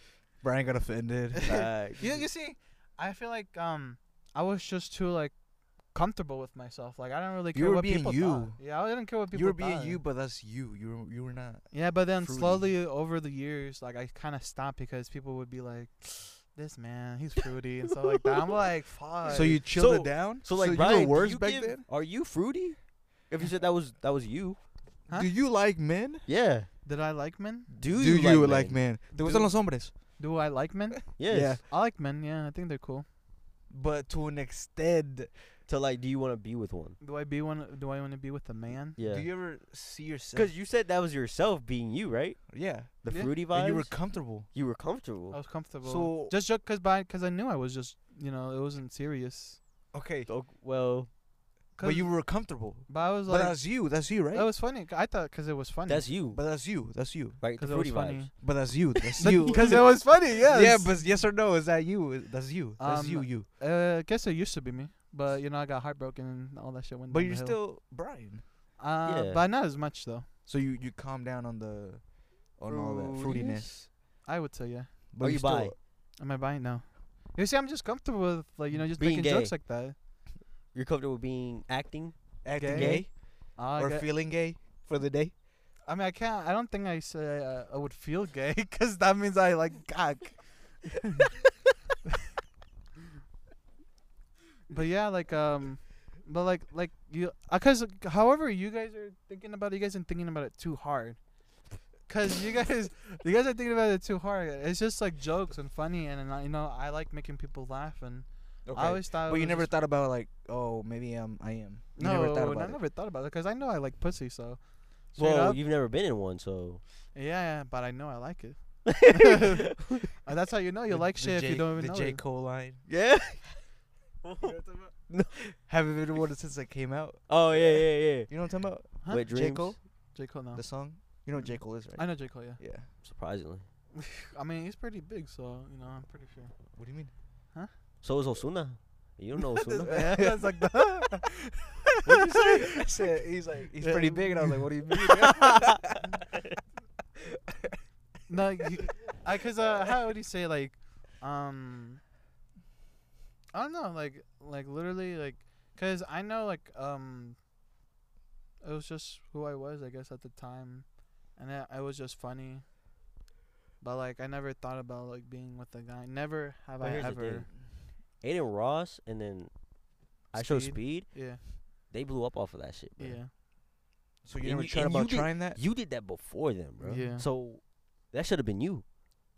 Brian got offended. Facts. You, you see, I feel like um I was just too like comfortable with myself. Like I don't really You care were what being people you. thought. Yeah, I didn't care what people you were being thought. you, but that's you. You were, you were not. Yeah, but then fruity. slowly over the years, like I kind of stopped because people would be like, "This man, he's fruity," and stuff like that. I'm like, "Fuck." So you chilled So- it down. So like, you Brian, were do worse you back give- then. Are you fruity? If you said that was that was you, Huh? Do you like men? yeah. did I like men? Do, do you like, men? men? Te Do- gustan los hombres? Do I like men? Yes. Yeah. I like men. Yeah, I think they're cool. But to an extent, To like, do you want to be with one? Do I be one? Do I want to be with a man? Yeah. do you ever see yourself? Because you said that was yourself being you, right? yeah, The Yeah. fruity vibes. and you were comfortable. you were comfortable. I was comfortable. So- just joke cause by cause I knew I was just you know it wasn't serious. Okay, Oh, well, but 'Cause- you were comfortable. but I was But like that's you. That's you, that right? was funny. I thought cause it was funny. that's you. But that's you. That's you. right. The cause it was fruity funny. vibes. But that's you. That's But- you. Cause it was funny. Yes. Yeah, but yes or no? Is that you? Is- That's you. That's you. Um, You. uh, I guess it used to be me. But you know I got heartbroken and all that shit went. But down you're the hill. still Brian. Uh, Yeah. but not as much though. So you you calm down on the on all that Fruitiness? fruitiness. I would say yeah. But Are you you're still- bi? Am I buying now? You see, I'm just comfortable with like you know just Being making jokes gay. like that. You're comfortable being acting. acting Gay? gay, I, or get- feeling gay for the day? I mean, I can't. I don't think I say uh, I would feel gay because that means I like cock. but yeah, like um, but like like uh, you, because however you guys are thinking about it, you guys are thinking about it too hard. Cause you guys, you guys are thinking about it too hard. It's just like jokes and funny, and, and I- you know I like making people laugh, and I always thought. it but you was never just- thought about like, oh, maybe I'm, I am. You no, never thought and about I it. never thought about it because I know I like pussy, so. straight Well, up, you've never been in one, so yeah, yeah, but I know I like it. Uh, that's how you know you The- like the shit if J- you don't even the know. J it. Cole line. Yeah. no, haven't been to one since it came out. oh yeah, yeah, yeah. You know what I'm talking about? Huh? Wet J dreams. Cole, J Cole, no. the song. You know what J Cole is, right? I know J Cole, yeah. Yeah. Surprisingly, I mean, he's pretty big, so you know, I'm pretty sure. What do you mean? so is Osuna. You don't know Osuna. Yeah, that's like the. What'd you say? I said, he's like, he's pretty big, and I was like, what do you mean? No, you, I cause uh, how would you say like, um, I don't know, like like literally like, cause I know like um, it was just who I was, I guess at the time, and it, it was just funny. But like, I never thought about like being with a guy. Never have But I here's the ever. thing. Aiden Ross and then I show Speed. speed. Yeah, They blew up off of that shit, bro. yeah. So And you never you- tried and you about did- trying that? You did that before them, bro. Yeah. So that should have been you.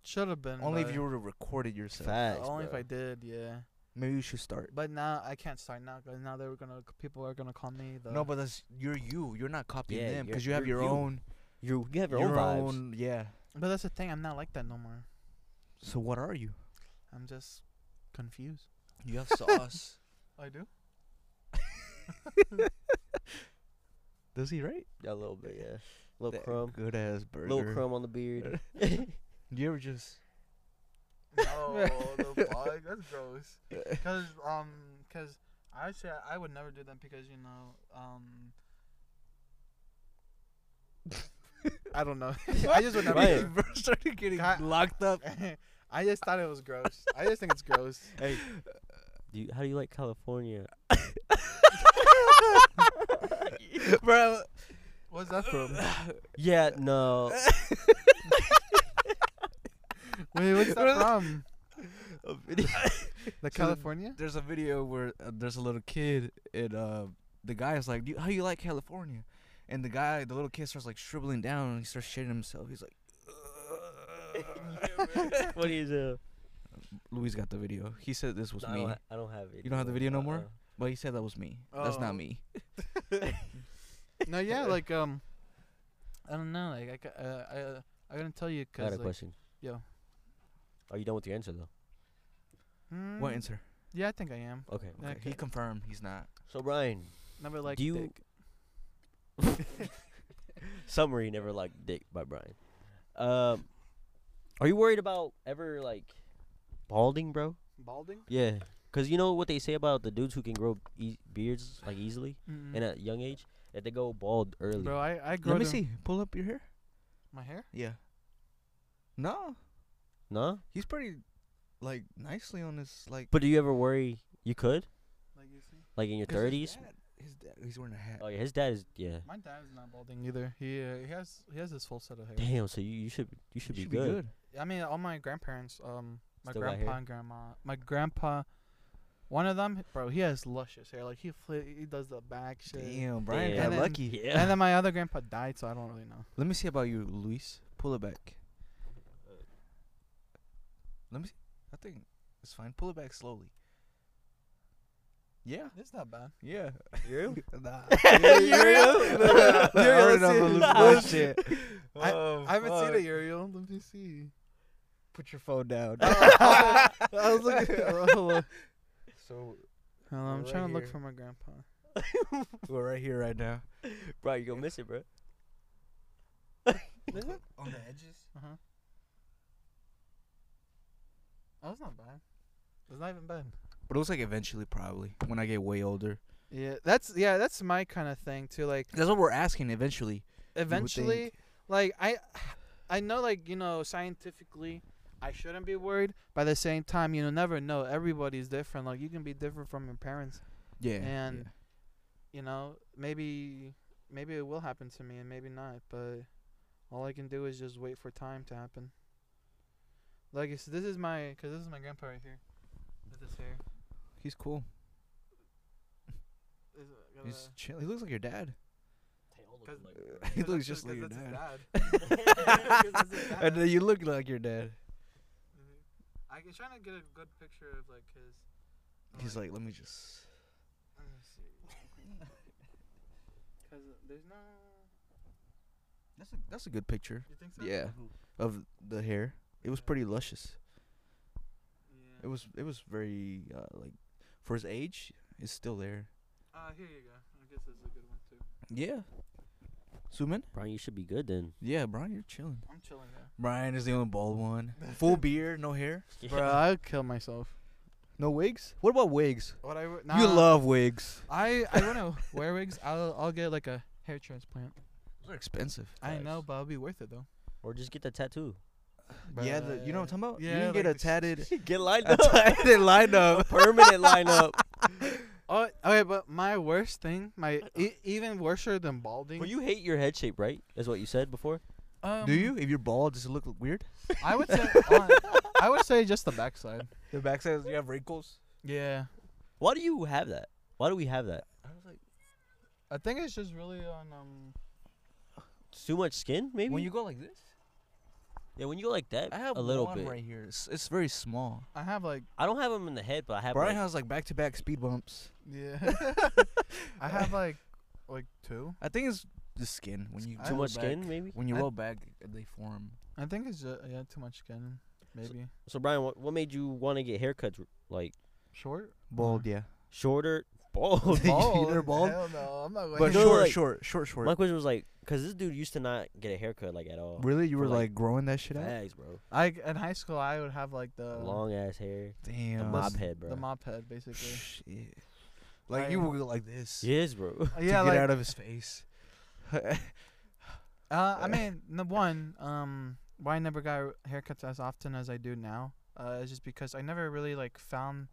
Should have been. Only if but- you were to record it yourself. Facts, Only if bro. I did. Yeah. Maybe you should start. But now I can't start now because now they're gonna people are gonna call me the No, but that's you're you. You're not copying Yeah, them you're- because you have you're your you. own, You, you have your, own vibes. own- Yeah. But that's the thing. I'm not like that no more. So what are you? I'm just confused. You have sauce. I do. Does he right? Yeah, A little bit, yeah. Little That crumb. Good ass burger. Little crumb on the beard. Do you ever just? No, the fuck. That's gross. Cause um, cause I would say I would never do that because you know um. I don't know. I just would never. Ryan. do Bro started getting Ca- locked up. it. I just thought it was gross. I just think it's gross. hey, do you, how do you like California? Bro, What's that from? Yeah, no. Wait, what's that from? The So the- California? there's a video where uh, there's a little kid and uh, the guy is like, "Do you- "How you like California?" And the guy, the little kid, starts like shriveling down and he starts shitting himself. He's like, what is uh? "Louis got the video. He said this was no, I, me, don't ha- I don't have it. Uh-uh. You don't have the video no more? but he said that was me. That's Oh. not me." No, yeah, like um, I don't know, like I ca- uh, I uh, I gonna tell you I got because a like, question. yo. Are you done with your answer though? What mm, answer? Yeah, I think I am. Okay. Okay. He Okay. confirmed he's not. So Brian, Never like do you? dick. Summary: Never like dick by Brian. Um, are you worried about ever like balding, bro? balding. Yeah, cause you know what they say about the dudes who can grow e- beards like easily and mm at a young age that they go bald early. Bro, I I grew Let me see. Pull up your hair. my hair. Yeah. No, No, he's pretty, like nicely on his like. but do you ever worry you could Like you see, like in your 'cause his thirties? dad- His dad, he's wearing a hat. Oh yeah, his dad is yeah. my dad's not balding either. He uh, he has he has his full set of hair. Damn, so you, you should you should, He be, good. I mean, all my grandparents, um, my Still got hair? grandpa and grandma, my grandpa. One of them, bro, he has luscious hair. Like he fl- he does the back shit. Damn, Brian Damn. got And lucky. Yeah. And then my other grandpa died, so I don't really know. Let me see about you, Luis. Pull it back. Let me see. I think it's fine. Pull it back slowly. Yeah. It's not bad. Yeah. You? nah. Nah, I already know I'm gonna lose my Oh, shit. I Um, haven't seen it, Ariel. Let me see. Put your phone down. I was looking. Hello, so I'm Right trying to look here. for my grandpa. we're right here right now. bro, you gonna miss it, bro. On the edges. Uh huh. Oh, it's not bad. It's not even bad. But it was like eventually, probably when I get way older. Yeah, that's yeah, that's my kind of thing too. Like That's what we're asking. Eventually. eventually, like I, I know like you know scientifically, I shouldn't be worried. By the same time, you know, never know. Everybody's different. Like you can be different from your parents. Yeah. And- yeah. you know, maybe maybe it will happen to me and maybe not, but all I can do is just wait for time to happen. Like it's, this is my cuz this is my grandpa right here with his hair. he's cool. Is- uh, He's chill. He looks Uh, like your dad. looking like your he That's looks his- just like your that's his dad. dad. that's his dad. and then you look like your dad. Mhm. I was trying to get a good picture of like his. of, He's like, let me just. let me see. Cause uh, there's no. That's a that's a good picture. You think so? Yeah, of the hair. It was Yeah. pretty luscious. Yeah. It was it was very uh, like for his age, it's still there. Uh, here you go. I guess this is a good one too. Yeah. Suman? Brian, you should be good then. Yeah, Brian, you're chilling. I'm chilling now. Brian is the only bald one. Full beard, no hair, Bro, I'd kill myself. no wigs. What about wigs? What I w- You nah. love wigs. I I wanna wear wigs. I'll I'll get like a hair transplant. Those are expensive. I know, Nice. but it'll be worth it though. Or just get the tattoo. yeah, the, you know what I'm talking about. you yeah, can get like the- a tatted, get lined a tatted lineup. Permanent lineup. Oh, okay, but my worst thing, my e- even worser than balding. Well, you hate your head shape, right? Is what you said before. um, Do you? If you're bald, does it look weird? I would say on, I would say just the backside. The back says you have wrinkles. Yeah, Why do you have that? Why do we have that? I was like, I think it's just really on um. It's too much skin, maybe. when you go like this, yeah, when you go like that, I have a little one bit. right here. It's, it's very small. I have like I don't have them in the head, but I have. Brian like, has like back-to-back speed bumps. yeah. I have like like two. I think it's the skin when you I too have much back. skin, maybe. when you I- roll back, they form. I think it's just yeah too much skin. Maybe So Brian, what, what made you want to get haircuts like short. Bald, Mm-hmm. yeah. shorter, bald? You- you're bald? Hell no, I'm not. But But No, short, like- short, short, short. My question was like, cause this dude used to not get a haircut like at all. really, you for, were like, like, growing that shit out? Bags, bro. I in high school I would have like the Long ass hair, the Damn. mop head, bro. the mop head basically. Shit. Like you I- would go like this. Yes, bro. Uh, To yeah, get like out of his face. Uh, I mean, the one um, why I never got haircuts as often as I do now uh, is just because I never really like found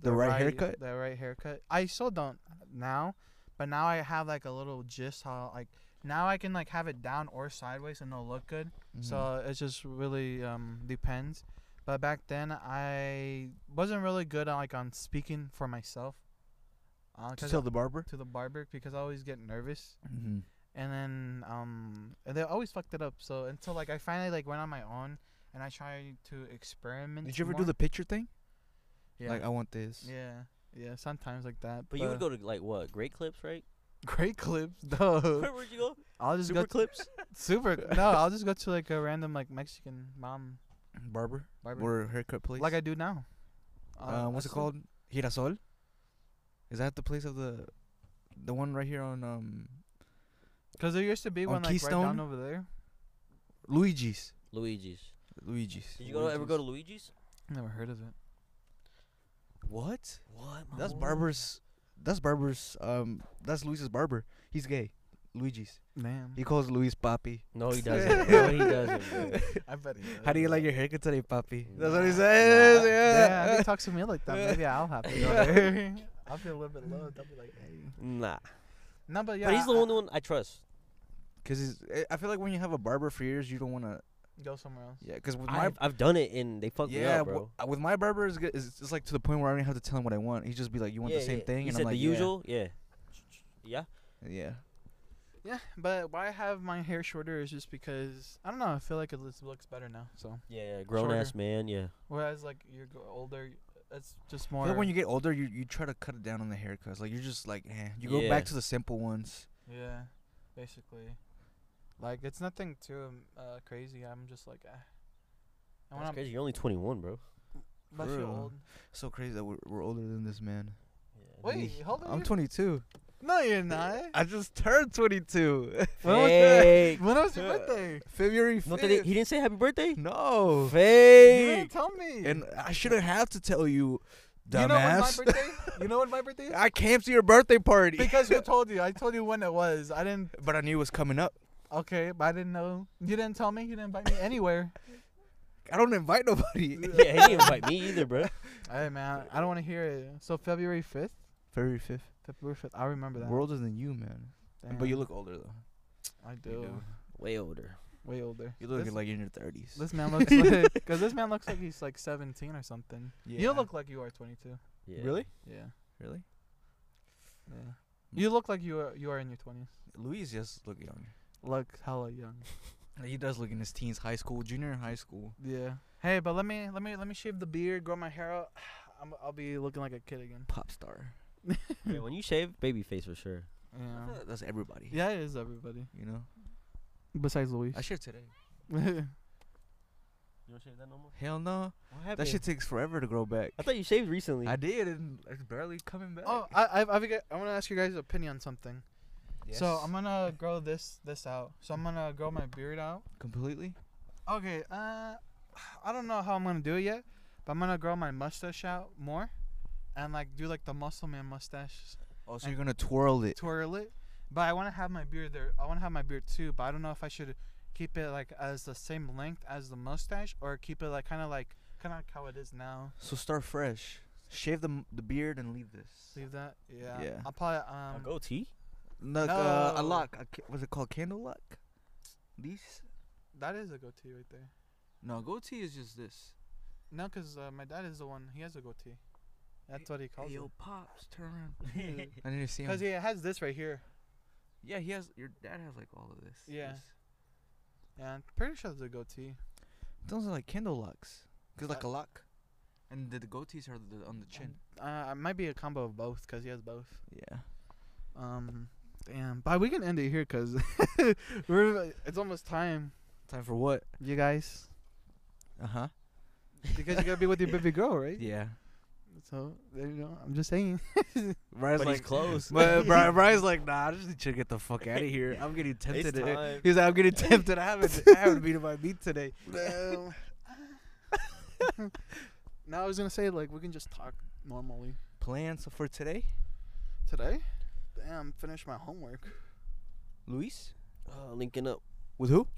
The right haircut? The right haircut. I still don't now, but now I have like a little gist how like now I can like have it down or sideways and it'll look good. Mm-hmm. So it just really um, depends. But back then I wasn't really good on like on speaking for myself. Uh, to 'cause- tell the barber. to the barber because I always get nervous Mm-hmm. and then um and they always fucked it up so until like i finally like went on my own and i tried to experiment Did you ever more. do the picture thing? yeah Like um I want this. yeah yeah sometimes like that But you would go to like what? Great clips, right? great clips no Where'd you go? i'll just Super go clips. super no i'll just go to like a random like mexican mom Barber. barber Or haircut place. like i do now uh, I what's it still- called? Girasol. Is that the place of the, the one right here on um Cause there used to be On one like right Keystone? down over there. Luigi's? Luigi's. Luigi's. Did you go ever go to Luigi's? Never heard of it. What? What? That's Barber's. That's Barber's. Um, that's Luis's barber. He's gay. Luigi's. Damn. He calls Luis Papi. No, he doesn't. no, he doesn't. bro. I bet he How do you does. like your haircut today, Papi? That's what he Nah, says. nah. Yeah, if Yeah. he talks to me like that, maybe I'll have to go there. I'll feel a little bit loved. I'll be like, hey. Nah. No, but yeah. but he's the I- only one I trust. Cause he's, eh, I- I feel like when you have a barber for years, you don't wanna. Go somewhere else. Yeah. Cause with my. I've, I've done it and they fucked me yeah, up, w- bro. uh, with my barber, it's, g- it's it's like to the point where I don't even have to tell him what I want. He just be like, "You want yeah, the same yeah. thing?" You and said I'm like, the "Yeah." usual. Yeah. Yeah. Yeah. Yeah, but why I have my hair shorter is just because I don't know. I feel like it looks, looks better now. So Yeah. yeah Grown ass man. Yeah. whereas like you're go- older, it's just I more. feel like when you get older, you, you try to cut it down on the haircuts. Like you're just like, eh. You go Yeah. back to the simple ones. yeah, basically, like it's nothing too um, uh, crazy. I'm just like, ah. And when That's I'm, crazy. You're only 21, bro. but I feel True. old. So crazy that we're, we're older than this man. Wait, how old are I'm you? 22. no, you're not. I just turned 22. When was the- Fake. When was your Uh, birthday? February 5th. No, they, he didn't say happy birthday. no. You Fake. didn't tell me. And I shouldn't have to tell you, you know when my dumbass. birthday? you know when my birthday is? I came to your birthday party. Because who told you? I told you when it was. I didn't. but I knew it was coming up. Okay, but I didn't know. You didn't tell me. You didn't invite me anywhere. I don't invite nobody. yeah, he didn't invite me either, bro. Hey man, I don't want to hear it. So February fifth, February 5th. February fifth. I remember that. We're older than you, man. But you Damn, look older, though. I do. you do. Way older. Way older. You look this, like you're in your 30s. this man looks like because this man looks like he's like seventeen or something. yeah. You look like you are twenty two. Yeah. Really? Yeah. Really? Yeah. You look like you are you are in your twenties. Luis just look young. Look hella young. He does look in his teens, high school, junior in high school. Yeah. Hey, but let me let me let me shave the beard, grow my hair out. I'm, I'll be looking like a kid again. Pop star. Yeah, when you shave, baby face for sure. I feel like Yeah. That's everybody. Yeah, it is everybody You know. besides Luis. I shaved today. You don't shave that no more. Hell no. What happened? That shit takes forever to grow back. I thought you shaved recently. I did, and it's barely coming back. oh, I I've, I've got, I want to ask you guys' opinion on something. So Yes. I'm gonna grow this this out. So I'm gonna grow my beard out. completely. Okay. Uh, I don't know how I'm gonna do it yet, but I'm gonna grow my mustache out more, and like do like the muscle man mustache, Oh, so And- you're gonna twirl it. twirl it. But I want to have my beard there. I want to have my beard too. But I don't know if I should keep it like as the same length as the mustache, or keep it like kind of like kind of like how it is now. So start fresh. Shave the m- the beard and leave this. Leave that. Yeah. Yeah. I'll probably A um. goatee. Look, uh, a No. lock. A, ca- what's it called? Candle lock. These. That is a goatee right there. No, goatee is just this. No, cause uh, my dad is the one. He has a goatee. That's what he calls Hey, it. yo, pops, turn around. I need to see him. Cause he has this right here. yeah, he has. Your dad has like all of this. Yeah. This. Yeah, I'm pretty sure it's a goatee. Those are like candle locks. Cause like Uh, a lock. And the, the goatees are the, on the chin. Uh, it might be a combo of both because he has both. Yeah. Um, damn. But we can end it here because we're it's almost time, Time for what? you guys. Uh huh. Because you gotta be with your baby girl, right? Yeah. So there you go. I'm just saying. Brian's But he's like, close. But Brian, Brian's like, nah, I just need you to get the fuck out of here. I'm getting tempted. time. He's like, I'm getting tempted. I haven't, I haven't been to my meat today. Um, now I was gonna say like we can just talk normally Plans for today, today. Damn, finish my homework. Luis? Uh, linking up With who?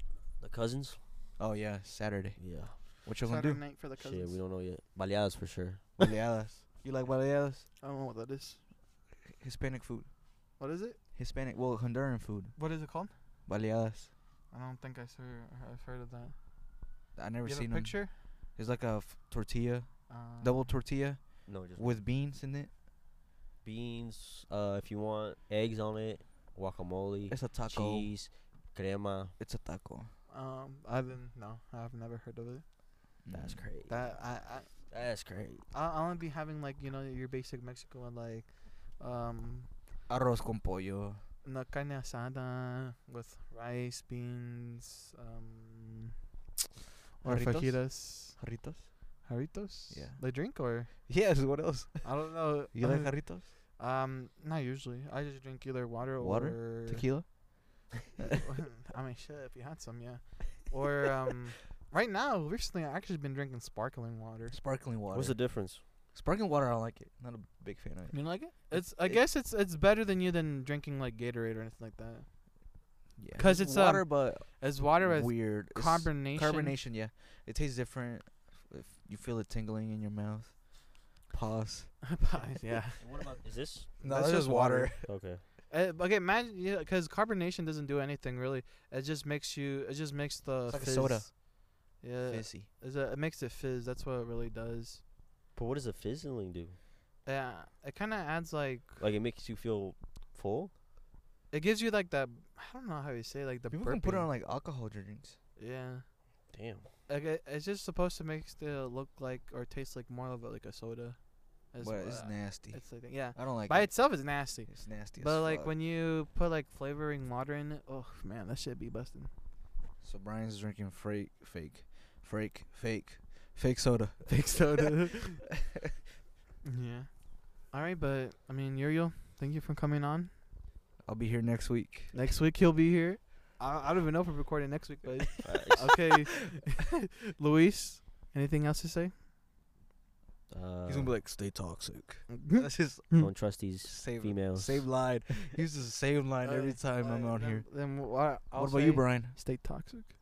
the cousins. Oh yeah, Saturday. Yeah. What you gonna Saturday do? night for the cousins. Shit, we don't know yet. Baleadas for sure. Baleadas. You like baleadas? I don't know what that is. Hispanic food. What is it? Hispanic, well, Honduran food. What is it called? Baleadas. I don't think I saw, I've heard of that. I never You have seen a 'em. picture? It's like a f- tortilla, Uh, double tortilla No, just with beans in it. beans. Uh, if you want eggs on it, guacamole, It's a taco. cheese, crema. It's a taco. Um, I didn't. No, I've never heard of it. That's Mm. crazy. That I I That's crazy. I'll only be having like you know your basic Mexican like, um, Arroz con pollo. no carne asada with rice, beans, um, or Jarritos? fajitas, Jarritos? jarritos. Yeah. The drink or Yes, what else? I don't know. You like uh, jarritos? um, not usually. I just drink either water, Water? or Tequila? I mean, shit, if you had some, yeah. Or um, right now, recently, I actually been drinking sparkling water. Sparkling water. What's the difference? Sparkling water, I don't like it. Not a big fan of it. You don't like it? It's. I it- guess it's. It's better than you than drinking like Gatorade or anything like that. Yeah. 'Cause it's, water, um, but It's water with weird. It's carbonation. Carbonation, yeah. It tastes different. If you feel it tingling in your mouth. Pause. Pies, yeah. What about is this? No, That's that's just just water. Okay. Uh, okay, imagine because carbonation doesn't do anything really. It just makes you. It just makes the It's like a soda. fizz. Yeah, Fizzy. it's a- it makes it fizz. That's what it really does. But what does a fizzling do? Yeah, it kind of adds like Like it makes you feel full. it gives you like that. I don't know how you say like the. People can put it burping. on like alcohol drinks. Yeah, Damn. like, it, it's just supposed to make it look like or taste like more of a, like a soda. Is But it's what- nasty. It's like yeah. I don't like By it. itself, it's nasty. It's nasty. But as like fuck. when you put like flavoring water in it, oh man, that shit be busting. So Brian's drinking fake, fake, fake, fake, fake soda. Big soda. yeah. All right, but I mean, Uriel, thank you for coming on. I'll be here next week. Next week he'll be here. I, I don't even know if we're recording next week, but Facts. okay. Luis, anything else to say? uh, He's gonna be like, stay toxic. That's That's his Hmm. don't trust these same females. same line. He uses the same line every time I'm out here. Then wha- I'll what about you, say Brian? Stay toxic.